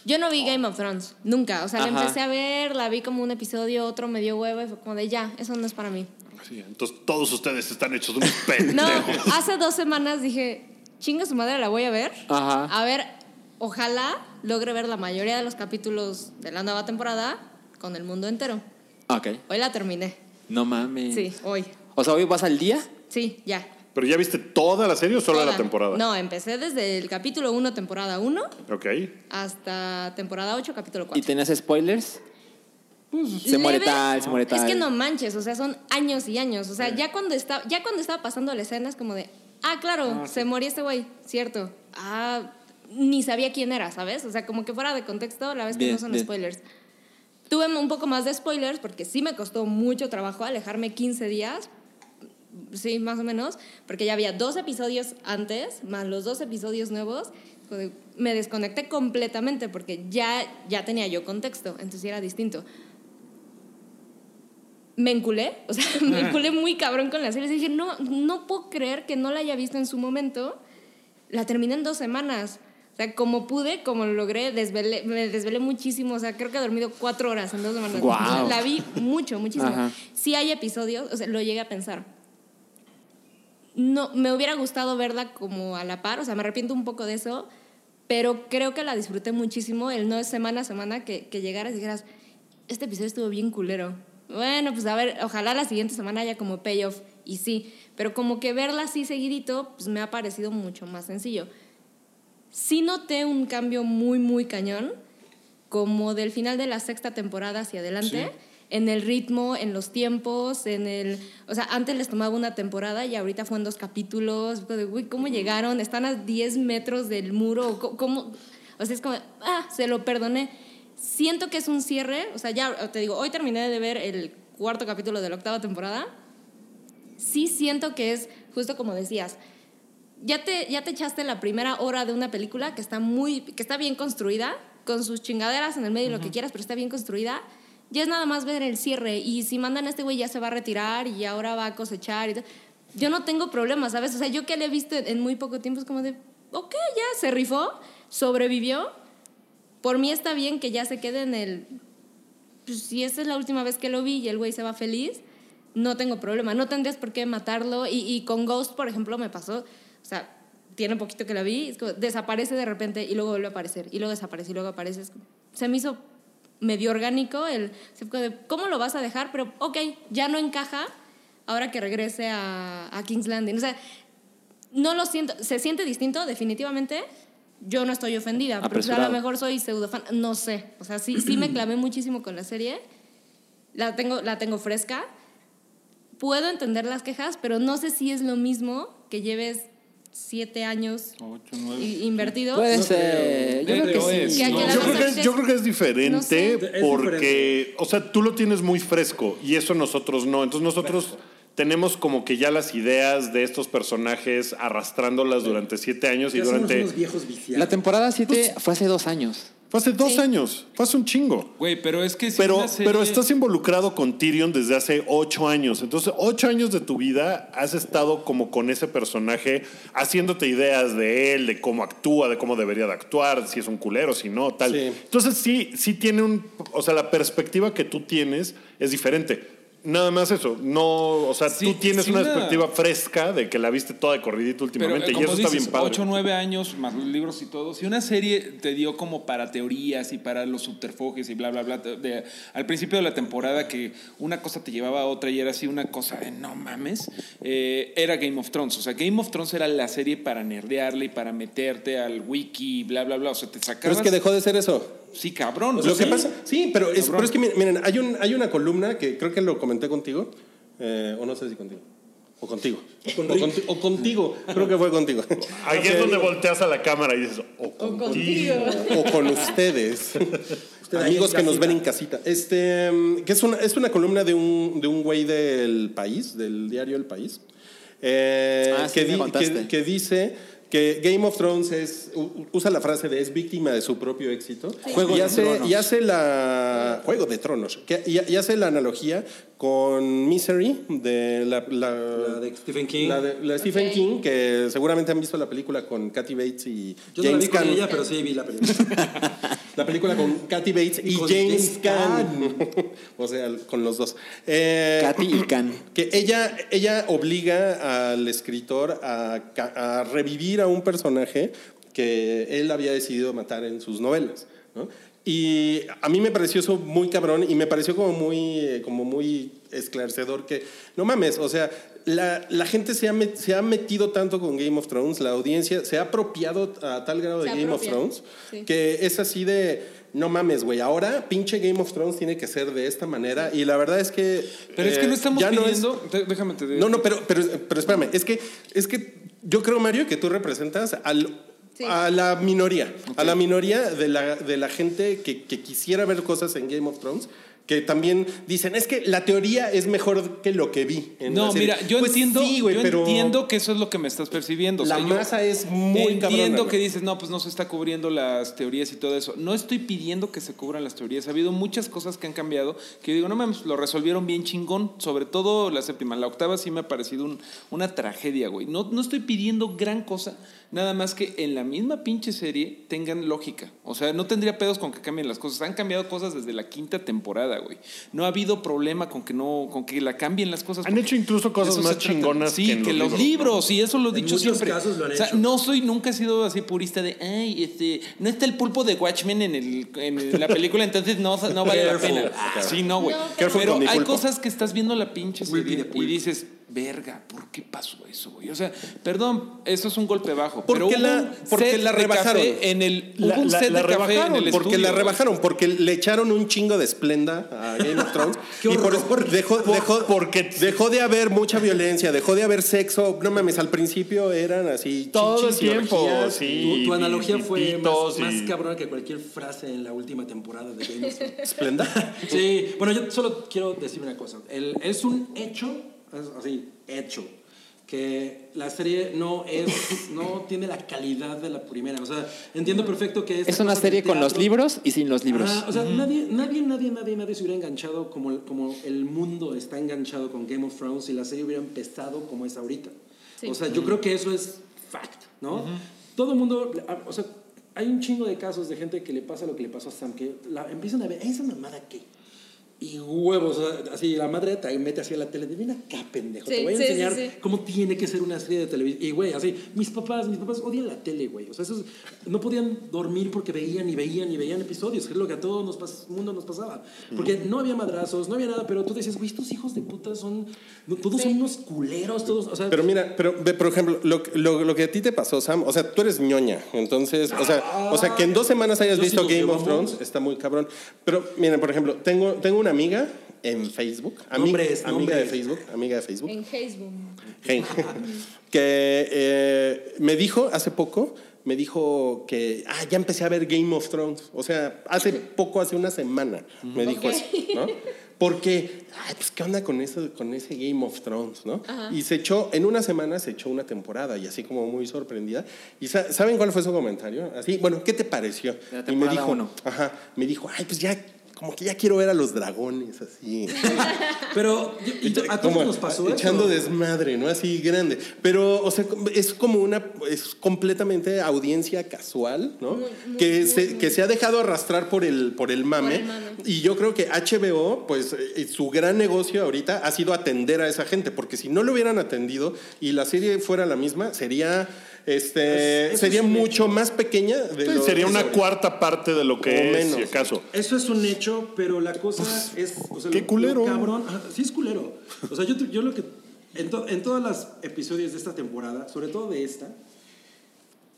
Yo no vi Game of Thrones, nunca. O sea, la Ah. Ajá. empecé a ver, la vi como un episodio, otro me dio huevo y fue como de ya, eso no es para mí. Sí, entonces todos ustedes están hechos unos No, pendejos. hace dos semanas dije, chinga su madre, la voy a ver. Ajá. A ver, ojalá logre ver la mayoría de los capítulos de la nueva temporada con el mundo entero. Ok. Hoy la terminé. No mames. Sí, hoy. O sea, hoy vas al día. Sí, ya. ¿Pero ya viste toda la serie o solo Toda. la temporada? No, empecé desde el capítulo 1, temporada 1, Ok. hasta temporada 8, capítulo ¿Y 4. tenías spoilers? se muere tal, se muere Es tal. que no manches, o sea, son años y años. O sea, ya, cuando estaba, ya cuando estaba pasando la escena es como de, ah, claro, se moría este güey, cierto. Ah, ni sabía quién era, ¿sabes? O sea, como que fuera de contexto, la vez que Bien, no son bien. spoilers. Tuve un poco más de spoilers porque sí me costó mucho trabajo alejarme 15 días, sí, más o menos, porque ya había dos episodios antes, más los dos episodios nuevos. Joder, Me desconecté completamente porque ya, ya tenía yo contexto, entonces era distinto. Me enculé, o sea, me enculé muy cabrón con la serie. Dije, no, no puedo creer que no la haya visto en su momento. La terminé en dos semanas. O sea, como pude, como lo logré, desvelé, me desvelé muchísimo. O sea, creo que he dormido cuatro horas en dos semanas. Guau. La vi mucho, muchísimo. Ajá. Sí hay episodios, o sea, lo llegué a pensar no, me hubiera gustado verla como a la par, o sea, me arrepiento un poco de eso, pero creo que la disfruté muchísimo el no es semana a semana que, que llegaras y dijeras, este episodio estuvo bien culero. Bueno, pues a ver, ojalá la siguiente semana haya como payoff, y sí, pero como que verla así seguidito, pues me ha parecido mucho más sencillo. Sí noté un cambio muy, muy cañón, como del final de la sexta temporada hacia adelante, en el ritmo, en los tiempos, en el... O sea, antes les tomaba una temporada y ahorita fue en dos capítulos. Fue de, Uy, ¿cómo llegaron? ¿Están a 10 metros del muro? ¿Cómo- ¿Cómo? O sea, es como, ah, se lo perdoné. Siento que es un cierre, o sea, ya te digo, hoy terminé de ver el cuarto capítulo de la octava temporada. Sí siento que es, justo como decías, ya te, ya te echaste la primera hora de una película que está muy que está bien construida, con sus chingaderas en el medio y lo que quieras, pero está bien construida. Ya es nada más ver el cierre y si mandan a este güey ya se va a retirar y ahora va a cosechar y todo. Yo no tengo problemas, ¿sabes? O sea, yo que le he visto en, en muy poco tiempo es como de, ok, ya se rifó, sobrevivió. Por mí está bien que ya se quede en el pues, si esa es la última vez que lo vi y el güey se va feliz, no tengo problema. No tendrías por qué matarlo. Y, y con Ghost, por ejemplo, me pasó. O sea, tiene poquito que la vi. es como, desaparece de repente y luego vuelve a aparecer. Y luego desaparece y luego aparece. es como- se me hizo medio orgánico el. se fue de, ¿Cómo lo vas a dejar? Pero, ok, ya no encaja ahora que regrese a, a King's Landing. O sea, no lo siento. Se siente distinto, definitivamente. Yo no estoy ofendida. Pero pues, a lo Apresurado. mejor soy pseudo fan. No sé. O sea, sí, sí me clavé muchísimo con la serie la tengo, la tengo fresca. Puedo entender las quejas, pero no sé si es lo mismo que lleves siete años Ocho, nueve. i- invertidos. Puede ser. Yo Pero creo que es, sí. Que aquí ¿no? a la Yo vez creo, que es, antes- yo creo que es diferente No sé. Es porque, diferente. o sea, tú lo tienes muy fresco y eso nosotros no. Entonces nosotros tenemos como que ya las ideas de estos personajes arrastrándolas durante siete años y Ya somos durante... unos viejos viciados. La temporada 7 fue hace dos años. Fue hace dos Sí. años, fue hace un chingo. Güey, pero es que si Pero, una serie- pero estás involucrado con Tyrion desde hace ocho años. Entonces, ocho años de tu vida has estado como con ese personaje, haciéndote ideas de él, de cómo actúa, de cómo debería de actuar, si es un culero, si no, tal. Sí. Entonces, sí, sí tiene un. O sea, la perspectiva que tú tienes es diferente. Nada más eso. No, o sea, Sí, tú tienes sí, una una- perspectiva fresca de que la viste toda de corridito Pero, últimamente. eh, y como eso está dices, bien padre. 8 o 9 años, más los libros y todo. Si una serie te dio como para teorías y para los subterfugios y bla, bla, bla, de- de- al principio de la temporada que una cosa te llevaba a otra y era así una cosa de no mames, eh, era Game of Thrones. O sea, Game of Thrones era la serie para nerdearle y para meterte al wiki y bla, bla, bla. O sea, te Pero sacabas... es que dejó de ser eso. Sí, cabrón. o Lo sea, que pasa, sí, pero es, Cabrón. pero es que miren, miren, hay, un, hay una columna que creo que lo comenté contigo, eh, o no sé si contigo, o contigo, o, conti- o contigo, creo que fue contigo, Ahí es donde volteas a la cámara y dices, "Oh, o O contigo. contigo. o con ustedes, ahí amigos en que nos casita. ven en casita. Este, mm, que es una, es una columna de un, de un güey del país, del diario El País, eh, Ah, sí, que, me contaste. que, que dice que Game of Thrones es, u- usa la frase de es víctima de su propio éxito Juego y, de hace, Tronos. y hace la Juego de Tronos que- y, y hace la analogía con Misery de la, la- La de Stephen King. la de- la de Stephen Ok. King que seguramente han visto la película con Kathy Bates y Yo no la James vi con Caan ella, pero sí vi la película. La película con Kathy Bates y, Con James James Caan. o sea, con los dos. Eh, Katy y Can. que ella, ella obliga al escritor a, ca- a revivir a un personaje que él había decidido matar en sus novelas. ¿no? Y a mí me pareció eso muy cabrón y me pareció como muy, eh, como muy esclarecedor que, no mames, o sea, la, la gente se ha, met- se ha metido tanto con Game of Thrones, la audiencia se ha apropiado a tal grado de Se Game of apropia, Thrones sí. que es así de, no mames, güey, ahora pinche Game of Thrones tiene que ser de esta manera y la verdad es que... Pero es eh, que no estamos ya no es- pidiendo. te- déjame te no, no, pero, pero, pero espérame, es que, es que yo creo, Mario, que tú representas al, Sí. a la minoría, a la minoría de la, de la gente que, que quisiera ver cosas en Game of Thrones, que también dicen, es que la teoría es mejor que lo que vi. en la No, serie". mira, yo Pues entiendo, sí, güey, yo pero entiendo que eso es lo que me estás percibiendo. O la sea, yo masa es muy entiendo cabrona, güey. que dices, no, pues no se está cubriendo las teorías y todo eso. No estoy pidiendo que se cubran las teorías. Ha habido muchas cosas que han cambiado que yo digo, no mames, lo resolvieron bien chingón. Sobre todo la séptima. La octava sí me ha parecido un- una tragedia, güey. No, no estoy pidiendo gran cosa, nada más que en la misma pinche serie tengan lógica. O sea, no tendría pedos con que cambien las cosas. Han cambiado cosas desde la quinta temporada, güey. No ha habido problema con que no, con que la cambien las cosas. Han hecho incluso cosas Eso más se trata. chingonas Sí, que en los libros. los libros, y eso lo he En dicho muchos siempre. casos lo han O sea, hecho. no soy, nunca he sido así purista de, ay, este, no está el pulpo de Watchmen en, el, en la película, entonces no, no vale la Careful. pena. Sí, no, güey. No, Careful pero con mi hay pulpo. cosas que estás viendo la pinche Will be serie the y pulp. dices, verga, ¿por qué pasó eso, güey? O sea, perdón, eso es un golpe bajo. ¿Por pero qué hubo la- un por qué set la de rebajaron? café en el, La- hubo un la- set la de café en rebajaron, el Porque estudio, la güey. rebajaron, porque le echaron un chingo de esplenda a Game of Thrones. ¡Qué y por horror! dejó, dejó, porque- dejó de haber mucha violencia, dejó de haber sexo. No mames, al principio eran así. Todo el chichis y tiempo, orgías. sí. tu, tu analogía y fue pitos más, y- más cabrona que cualquier frase en la última temporada de Game of Thrones. Esplenda. Sí, bueno, yo solo quiero decir una cosa. El- es un hecho, es así, hecho, que la serie no es, no tiene la calidad de la primera. O sea, entiendo perfecto que esta Es una cosa del serie con los teatro- libros y sin los libros. Ajá, Ah, o sea, nadie, nadie, nadie, nadie, nadie se hubiera enganchado como, el- como el mundo está enganchado con Game of Thrones si la serie hubiera empezado como es ahorita. Sí. O sea, yo creo que eso es fact, ¿no? Todo el mundo, ah, o sea, hay un chingo de casos de gente que le pasa lo que le pasó a Sam, que la, empiezan a ver, ¿esa mamada qué? Y huevos, o sea, así la madre te mete así a la tele, de, ven acá, pendejo, Sí, te voy a sí, sí, enseñar sí. cómo tiene que ser una serie de televisión. Y güey, así, mis papás, mis papás odian la tele, güey. O sea, esos no podían dormir porque veían y veían y veían episodios, que es lo que a todo nos pas- mundo nos pasaba. Porque no había madrazos, no había nada, pero tú decías, güey, estos hijos de puta son, no, todos son unos culeros, todos, o sea, Pero mira, pero ve, por ejemplo, lo, lo- lo que a ti te pasó, Sam, o sea, tú eres ñoña, entonces, o sea, o sea que en dos semanas hayas Yo sí visto los Game llevo of Thrones está muy cabrón. Pero miren, por ejemplo, tengo, tengo una amiga en Facebook, ami- Nombres, amiga de nombres. Facebook, amiga de Facebook. En Facebook. Hey. que eh, me dijo hace poco, me dijo que, ah, ya empecé a ver Game of Thrones. O sea, hace poco, hace una semana, me dijo Ok. eso, ¿no? Porque, ay, pues, ¿qué onda con, eso, con ese Game of Thrones, no? Y se echó, en una semana se echó una temporada y así como muy sorprendida. ¿Y sa- saben cuál fue su comentario? Así, bueno, ¿qué te pareció? La y me temporada dijo, uno. ajá, me dijo, ay, pues ya, como que ya quiero ver a los dragones, así. pero yo- y to- a todos Como nos pasó eso. echando desmadre, ¿no? Así grande. Pero, o sea, es como una, es completamente audiencia casual, ¿no? que, se, que se ha dejado arrastrar por el, por el mame. el mame. Y yo creo que HBO, pues, eh, su gran negocio ahorita ha sido atender a esa gente, porque si no lo hubieran atendido y la serie fuera la misma, sería, este, Es- eso sería es un mucho más pequeña. De Sí, lo- sería de una lo- cuarta parte de lo O que es, si menos. acaso. Eso es un hecho, pero la cosa es. O sea, qué lo- lo culero. cabrón. ajá, sí, es culero. O sea, yo, tu- yo lo que. En, to- en todos los episodios de esta temporada, sobre todo de esta,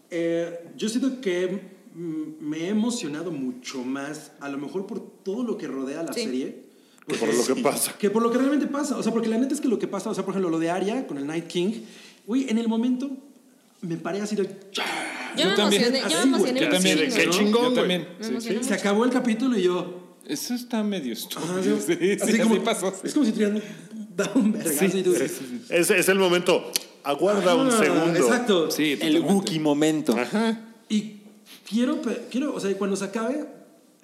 eh, yo siento que mm, me he emocionado mucho más, a lo mejor por todo lo que rodea la Sí. serie. Que por lo que pasa. Que por lo que realmente pasa. O sea, porque la neta es que lo que pasa, o sea, por ejemplo, lo de Arya con el Night King, güey, en el momento me paré así de. Yo, me también. emocioné, yo me Así, güey, emocioné que así de muchísimo. qué ¿no? chingón, Yo güey. también. Me Sí, emocioné sí. Se acabó el capítulo y yo. Eso está medio estúpido. Ajá, Sí, así- sí, Ah, así así como- pasó. Es como si te hubieran dado un vergazo y tú- Es, es el momento. Aguarda un Ah, segundo. Exacto. Sí, el totalmente. Wookiee momento. Y quiero, pe- quiero, o sea, cuando se acabe,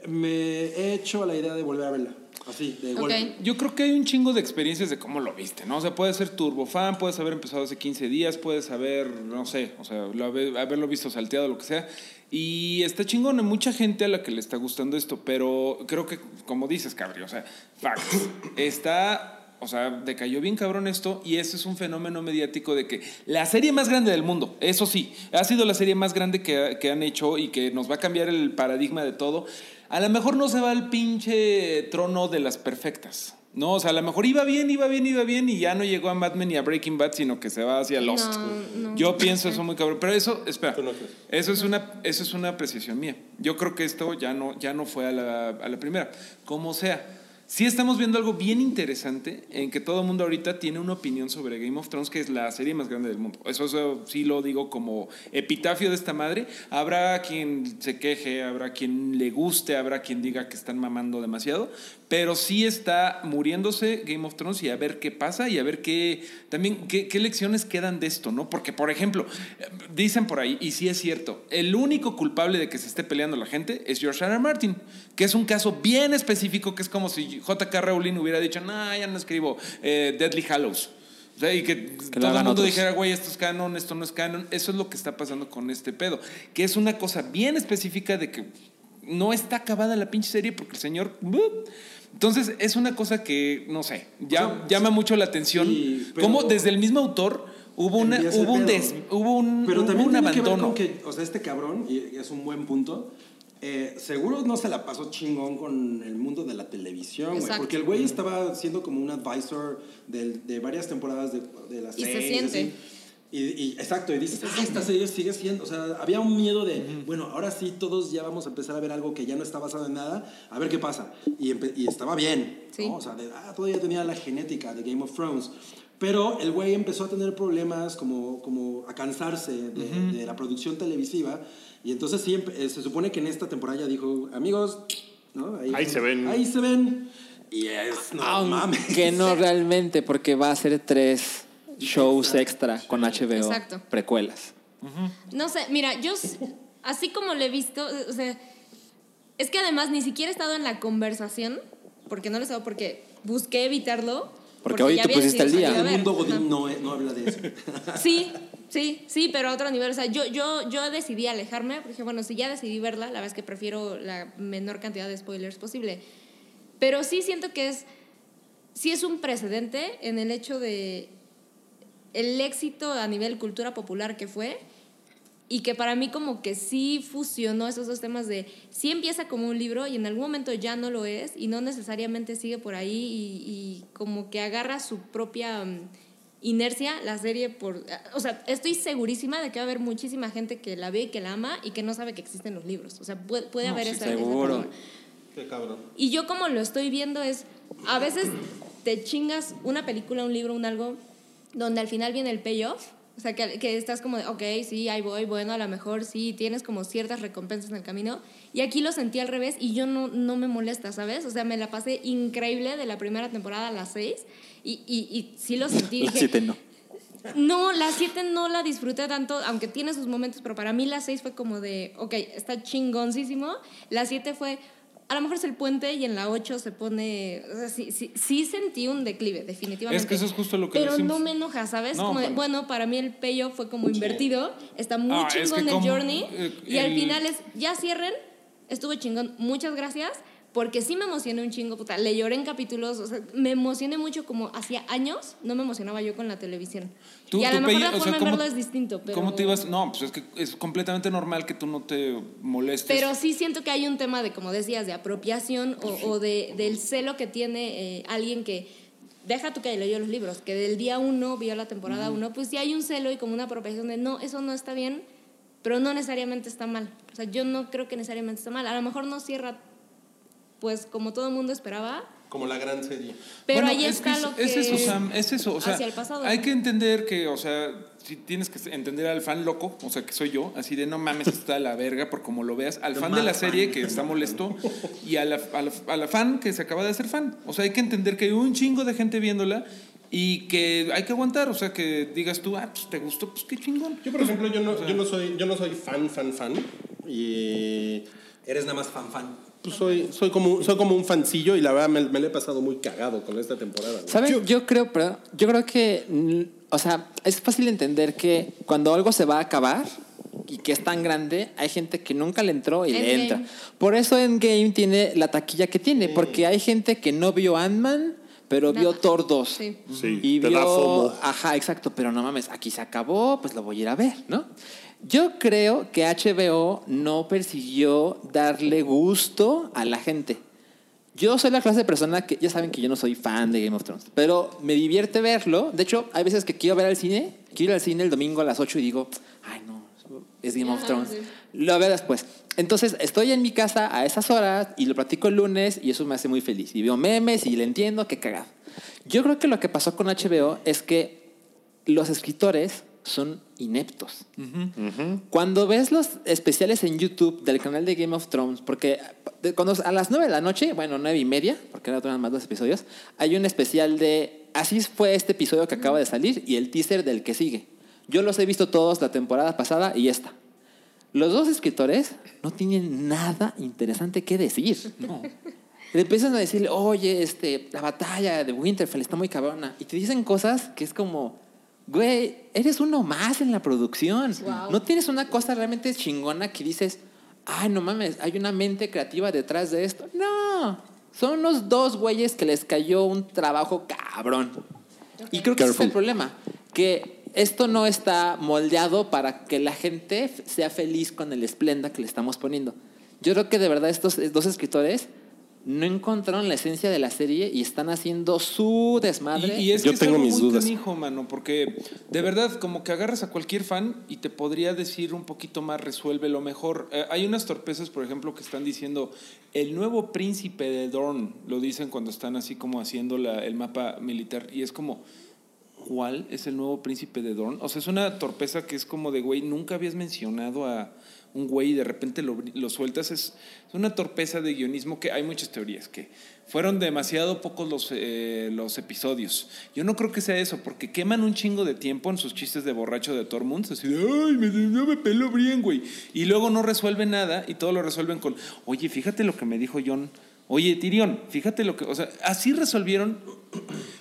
me he hecho a la idea de volver a verla. Así, de Ok. golpe. Yo creo que hay un chingo de experiencias de cómo lo viste, ¿no? O sea, puedes ser turbofan, puedes haber empezado hace 15 días, puedes haber, no sé, o sea, lo haber- haberlo visto salteado, lo que sea. Y está chingón, hay mucha gente a la que le está gustando esto, pero creo que, como dices, Cabri, o sea, facts, está, o sea, decayó bien cabrón esto y eso es un fenómeno mediático de que la serie más grande del mundo, eso sí, ha sido la serie más grande que, que han hecho y que nos va a cambiar el paradigma de todo. A lo mejor no se va al pinche trono de las perfectas. No, o sea, a lo mejor iba bien, iba bien, iba bien y ya no llegó a Mad Men ni a Breaking Bad, sino que se va hacia Lost. No, no. Yo pienso eso muy cabrón, pero eso, espera, Tú no crees. eso es una, eso es una apreciación mía. Yo creo que esto ya no, ya no fue a la, a la primera. Como sea, sí estamos viendo algo bien interesante en que todo el mundo ahorita tiene una opinión sobre Game of Thrones, que es la serie más grande del mundo. Eso, eso sí lo digo como epitafio de esta madre. Habrá quien se queje, habrá quien le guste, habrá quien diga que están mamando demasiado, pero sí está muriéndose Game of Thrones y a ver qué pasa y a ver qué también qué, qué lecciones quedan de esto, ¿no? Porque por ejemplo, eh, dicen por ahí y sí es cierto, el único culpable de que se esté peleando la gente es George R. R. Martin, que es un caso bien específico que es como si J.K. Rowling hubiera dicho, "No, ya no escribo eh, Deadly Hallows." O sea, y que, lo todo el hagan mundo otros. dijera, "Ah, güey, esto es canon, esto no es canon. Eso es lo que está pasando con este pedo. Que es una cosa bien específica de que no está acabada la pinche serie porque el señor. ¡bup! Entonces, es una cosa que, no sé, ya, O sea, llama mucho la atención. sí, pero- Como desde el mismo autor hubo, una, Envías el hubo, un, pedo. des- hubo un, Pero hubo también un tiene que ver abandono. con que, o sea, este cabrón, y es un buen punto, eh, seguro no se la pasó chingón con el mundo de la televisión, güey. Exacto. Porque el güey estaba siendo como un advisor del- de varias temporadas de, de la Y se serie. siente. Y, y- exacto, y dices, "Es que esta serie sigue siendo, o sea, había un miedo de, bueno, ahora sí todos ya vamos a empezar a ver algo que ya no está basado en nada, a ver qué pasa. Y, empe- y estaba bien, Sí. ¿no? O sea, de, ah, todavía tenía la genética de Game of Thrones. Pero el güey empezó a tener problemas como, como a cansarse de, de la producción televisiva. Y entonces sí, empe- eh, se supone que en esta temporada ya dijo, amigos, ¿no? Ahí se ven. Ahí se ven. Y es, no mames. Que no realmente, porque va a ser tres shows extra con HBO Exacto. precuelas. No sé, mira, yo s- así como lo he visto, o sea, es que además ni siquiera he estado en la conversación, porque no lo he estado, porque busqué evitarlo. Porque hoy ya te había pusiste al decidido día. salir a El ver. mundo Godín Ajá. no, eh, no habla de eso. Sí, sí, sí, pero a otro nivel. O sea, yo, yo, yo decidí alejarme, porque dije, bueno, si ya decidí verla, la verdad es que prefiero la menor cantidad de spoilers posible. Pero sí siento que es, sí es un precedente en el hecho de el éxito a nivel cultura popular que fue y que para mí como que sí fusionó esos dos temas de sí empieza como un libro y en algún momento ya no lo es y no necesariamente sigue por ahí y, y como que agarra su propia mm, inercia la serie por o sea estoy segurísima de que va a haber muchísima gente que la ve y que la ama y que no sabe que existen los libros o sea puede, puede haber sí, esa, esa seguro. forma. Qué cabrón. Y yo como lo estoy viendo es, a veces te chingas una película, un libro, un algo, donde al final viene el payoff. O sea, que, que estás como de, ok, sí, ahí voy, bueno, a lo mejor sí, tienes como ciertas recompensas en el camino. Y aquí lo sentí al revés y yo no, no me molesta, ¿sabes? O sea, me la pasé increíble de la primera temporada a las seis y, y, y sí lo sentí. Las dije, siete no. no, la 7 no la disfruté tanto, aunque tiene sus momentos, pero para mí la 6 fue como de, ok, está chingoncísimo. La 7 fue, a lo mejor es el puente y en la 8 se pone, o sea, sí, sí, sí sentí un declive, definitivamente. Es que eso es justo lo que Pero decimos. no me enoja, ¿sabes? No, como de, bueno. bueno, para mí el payoff fue como invertido, está muy Ah, es que chingón el como, journey eh, y al el- final es, ya cierren, estuvo chingón, muchas gracias. Porque sí me emocioné un chingo, puta. Le lloré en capítulos, o sea, me emocioné mucho como hacía años no me emocionaba yo con la televisión Tú- y a tú lo mejor pedí- la o sea, forma de ¿cómo- verlo es distinto, pero... ¿Cómo te ibas? No, pues es que es completamente normal que tú no te molestes. Pero sí siento que hay un tema de, como decías, de apropiación o, o de, del celo que tiene eh, alguien que... Deja tú que leyó los libros, que del día uno vio la temporada uno, pues sí hay un celo y como una apropiación de, no, eso no está bien, pero no necesariamente está mal. O sea, yo no creo que necesariamente está mal. A lo mejor no cierra, pues, como todo el mundo esperaba, Como la gran serie. pero Bueno, ahí es está es- lo que... Es eso, Sam, es eso. O sea, hacia el pasado. hay que entender que, o sea, si tienes que entender al fan loco, o sea, que soy yo, así de no mames, está la verga, por como lo veas, al The fan de la mad serie fan. que está molesto y a la, a la- a la fan que se acaba de hacer fan. O sea, hay que entender que hay un chingo de gente viéndola y que hay que aguantar. O sea, que digas tú, ah, pues te gustó, pues qué chingón. Yo, por ejemplo, yo no, yo no, soy, yo no soy fan, fan, fan. Y Eres nada más fan fan. pues soy, soy, como, soy como un fancillo y la verdad me, me la he pasado muy cagado con esta temporada. güey. ¿Saben? Yo, creo, perdón, yo creo que, mm, o sea, es fácil entender que cuando algo se va a acabar y que es tan grande, hay gente que nunca le entró y le Endgame. entra. Por eso Endgame tiene la taquilla que tiene, porque hay gente que no vio Ant-Man, pero Nada. vio Thor 2. Sí. Sí, y te vio, da FOMO. Ajá, exacto, pero no mames, aquí se acabó, pues lo voy a ir a ver, ¿no? Yo creo que HBO no persiguió darle gusto a la gente. Yo soy la clase de persona que ya saben que yo no soy fan de Game of Thrones, pero me divierte verlo. De hecho, hay veces que quiero ver al cine, quiero ir al cine el domingo a las 8 y digo, ay no, es Game of Ajá, Thrones. sí. Lo veo después. Entonces, estoy en mi casa a esas horas y lo platico el lunes y eso me hace muy feliz. Y veo memes y le entiendo, qué cagado. Yo creo que lo que pasó con HBO es que los escritores son ineptos cuando ves los especiales en YouTube del canal de Game of Thrones, porque de- cuando a las 9 de la noche, bueno, nueve y media, porque ahora duran más los episodios, hay un especial de así fue este episodio que acaba de salir y el teaser del que sigue. Yo los he visto todos la temporada pasada y esta. Los dos escritores no tienen nada interesante que decir. Le empiezan a decir, oye, este, la batalla de Winterfell está muy cabrona. Y te dicen cosas que es como, güey, eres uno más en la producción. Wow. No tienes una cosa realmente chingona que dices, ay, no mames, hay una mente creativa detrás de esto. No, son los dos güeyes que les cayó un trabajo cabrón. Y creo que ese es el problema, que esto no está moldeado para que la gente f- sea feliz con el esplenda que le estamos poniendo. Yo creo que de verdad estos eh, dos escritores no encontraron la esencia de la serie y están haciendo su desmadre. Y, y es Yo que es tengo algo mis muy dudas. canijo, mano, porque de verdad, como que agarras a cualquier fan y te podría decir un poquito más, resuelve lo mejor. Eh, hay unas torpezas, por ejemplo, que están diciendo el nuevo príncipe de Dorn, lo dicen cuando están así como haciendo la- el mapa militar, y es como. ¿Cuál es el nuevo príncipe de Dorn? O sea, es una torpeza que es como de, güey, nunca habías mencionado a un güey y de repente lo, bri- lo sueltas. Es, es una torpeza de guionismo que hay muchas teorías, que fueron demasiado pocos los, eh, los episodios. Yo no creo que sea eso, porque queman un chingo de tiempo en sus chistes de borracho de Tormund, así de, ay, me, no me peló bien, güey. Y luego no resuelven nada y todo lo resuelven con, oye, fíjate lo que me dijo John. Oye, Tyrion, fíjate lo que... O sea, así resolvieron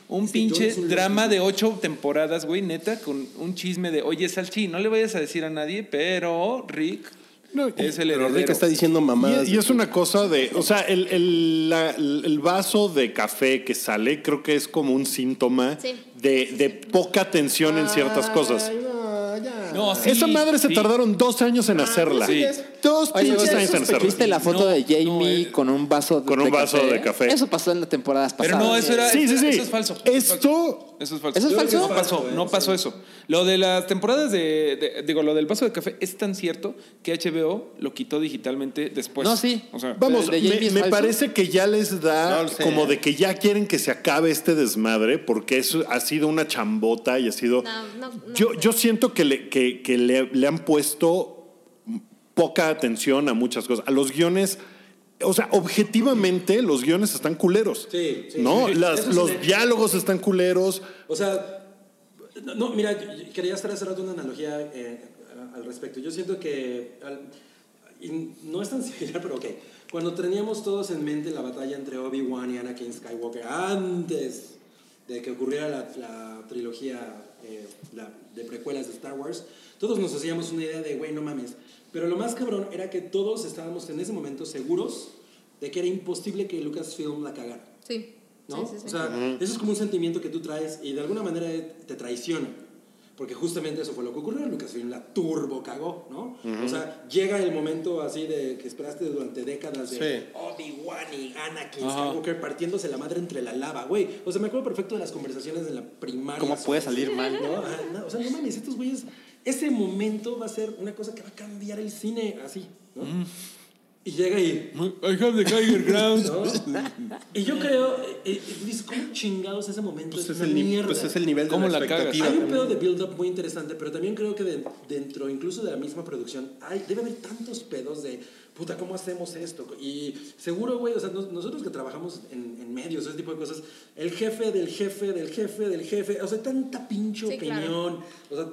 un pinche drama de ocho temporadas, güey, neta, con un chisme de, oye, Salchi, no le vayas a decir a nadie, pero Rick No, es el Pero heredero. Rick está diciendo mamadas. Y, y es una cosa de, o sea, el, el- la- el vaso de café que sale creo que es como un síntoma Sí. de, de poca tensión en ciertas cosas. No, sí, Esa madre se sí. tardaron dos años en hacerla. sí. Dos Oye, pinches años en hacerla. ¿Viste la foto No, de Jamie no, eh, con un vaso de Con un de vaso de café. Eso pasó en las temporadas Pero pasadas. no, eso era. Sí, sí, sí. Eso es falso. Esto- Eso es falso. ¿Eso es Yo falso? creo que No pasó, no pasó eso. Lo de las temporadas de, de- Digo, lo del vaso de café es tan cierto que HBO lo quitó digitalmente después. No, sí. O sea, Vamos, ¿El de Jamie me, es me falso? parece que ya les da No lo sé. como de que ya quieren que se acabe este desmadre porque eso ha sido una chambota y ha sido... No, no, no yo, sé. yo siento que, le, que- que le- le han puesto poca atención a muchas cosas. A los guiones, o sea, objetivamente los guiones están culeros. Sí, sí, ¿No? sí. Las- Eso es los un hecho. diálogos están culeros. O sea, no, no, mira, yo- yo quería hacer hacer una analogía eh, a- al respecto. Yo siento que, al- y no es tan similar, pero ok. Cuando teníamos todos en mente la batalla entre Obi-Wan y Anakin Skywalker antes de que ocurriera la, la trilogía eh, la- de precuelas de Star Wars, todos nos hacíamos una idea de, güey, no mames. Pero lo más cabrón era que todos estábamos en ese momento seguros de que era imposible que Lucasfilm la cagara. Sí. ¿no? Sí, sí, sí. O sea, eso es como un sentimiento que tú traes y de alguna manera te traiciona. Porque justamente eso fue lo que ocurrió. Lucasfilm la turbo cagó, ¿no? O sea, llega el momento así de que esperaste durante décadas de Sí. Obi-Wan y Anakin Skywalker partiéndose la madre entre la lava, güey. O sea, me acuerdo perfecto de las conversaciones en la primaria. ¿Cómo puede sobre- salir mal? ¿no? Ajá, no, o sea, no mames, estos güeyes, ese momento va a ser una cosa que va a cambiar el cine así, ¿no? Y llega y, I have the Tiger Ground. ¿no? Y yo creo, eh, eh, dices, ¿cómo chingados ese momento? Pues es, es, una el, ni- mierda. pues es el nivel ¿Cómo de la, la cagas? expectativa. Hay un también. pedo de build-up muy interesante, pero también creo que de- dentro incluso de la misma producción hay, debe haber tantos pedos de, puta, ¿cómo hacemos esto? Y seguro, güey, o sea, nos- nosotros que trabajamos en, en medios, ese tipo de cosas, el jefe del jefe del jefe del jefe, o sea, tanta pinche Sí, claro. opinión, o sea,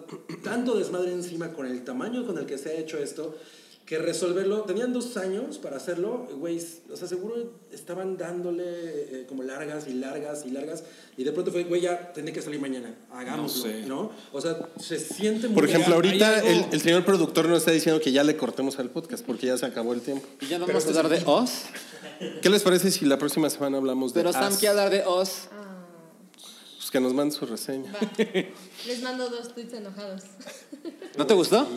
tanto desmadre encima con el tamaño con el que se ha hecho esto, que resolverlo. Tenían dos años para hacerlo, güey. O sea, seguro estaban dándole eh, como largas y largas y largas. Y de pronto fue, güey, ya tendré que salir mañana. Hagámoslo, No sé. ¿no? O sea, se siente muy Por ejemplo, real. ahorita eh, hay el, algo- el señor productor nos está diciendo que ya le cortemos al podcast porque ya se acabó el tiempo. Y ya no vamos a hablar de Oz. ¿Qué les parece si la próxima semana hablamos de Pero Sam As? quiere hablar de Oz. Pues que nos mande su reseña. Va. Les mando dos tweets enojados. ¿No te Ah, gustó?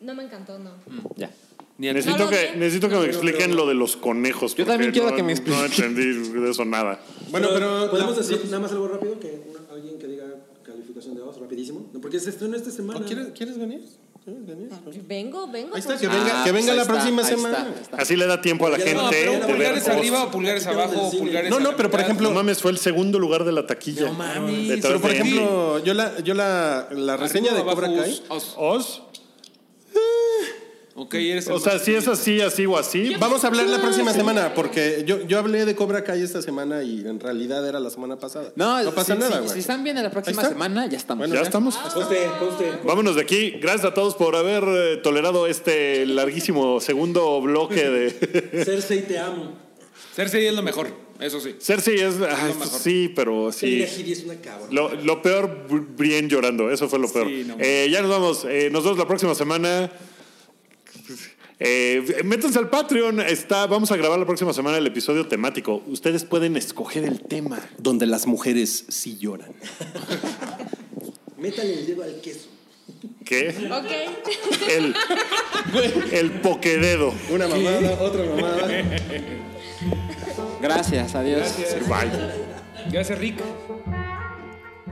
No me encantó, no. Ya. Necesito No, que, no, necesito que me expliquen lo de los conejos. Yo también porque quiero no- que me No expliquen. entendí de eso nada. Bueno, pero. podemos la- decir nada más algo rápido que una- alguien que diga calificación de Oz rapidísimo, no, porque se estrena esta semana. ¿No ¿Quieres, ¿Quieres venir? ¿Quieres venir? Vengo, vengo. Ahí está, por que favor. venga, Ah, que venga pues la ahí está, próxima ahí semana. está, ahí está. Así le da tiempo a la Ya gente no, pero de ver pulgares Oz. arriba o pulgares abajo, pulgares No, a no, la pero por mitad. ejemplo. No mames, fue el segundo lugar de la taquilla. No mames. Detrás Pero por de Emily. ejemplo, yo la, yo la, la reseña Arriba, de Cobra abajo, Kai. os- Oz. Ok, eres el O sea, más- si es así, así o así. Vamos a hablar la próxima semana, porque yo, yo hablé de Cobra Kai esta semana y en realidad era la semana pasada. No, pasa si- nada, si- güey. Si están bien a la próxima está. semana, ya estamos. Bueno, Ya estamos. Poste, poste. Vámonos de aquí. Gracias a todos por haber eh, tolerado este larguísimo segundo bloque de. Cersei te amo. Cersei es lo mejor, eso sí. Cersei es. ay, sí, pero sí. Lila Headey es una cabrón. Lo, lo peor, Br- Brienne llorando. Eso fue lo peor. Sí, no. Eh, ya nos vamos. Eh, nos vemos la próxima semana. Eh, métanse al Patreon. Está, vamos a grabar la próxima semana el episodio temático. Ustedes pueden escoger el tema. Donde las mujeres sí lloran. Métale el dedo al queso. ¿Qué? Ah. Ok. El, el poquededo. Una mamada, otra mamada. Gracias, adiós. Bye. Gracias, Rick.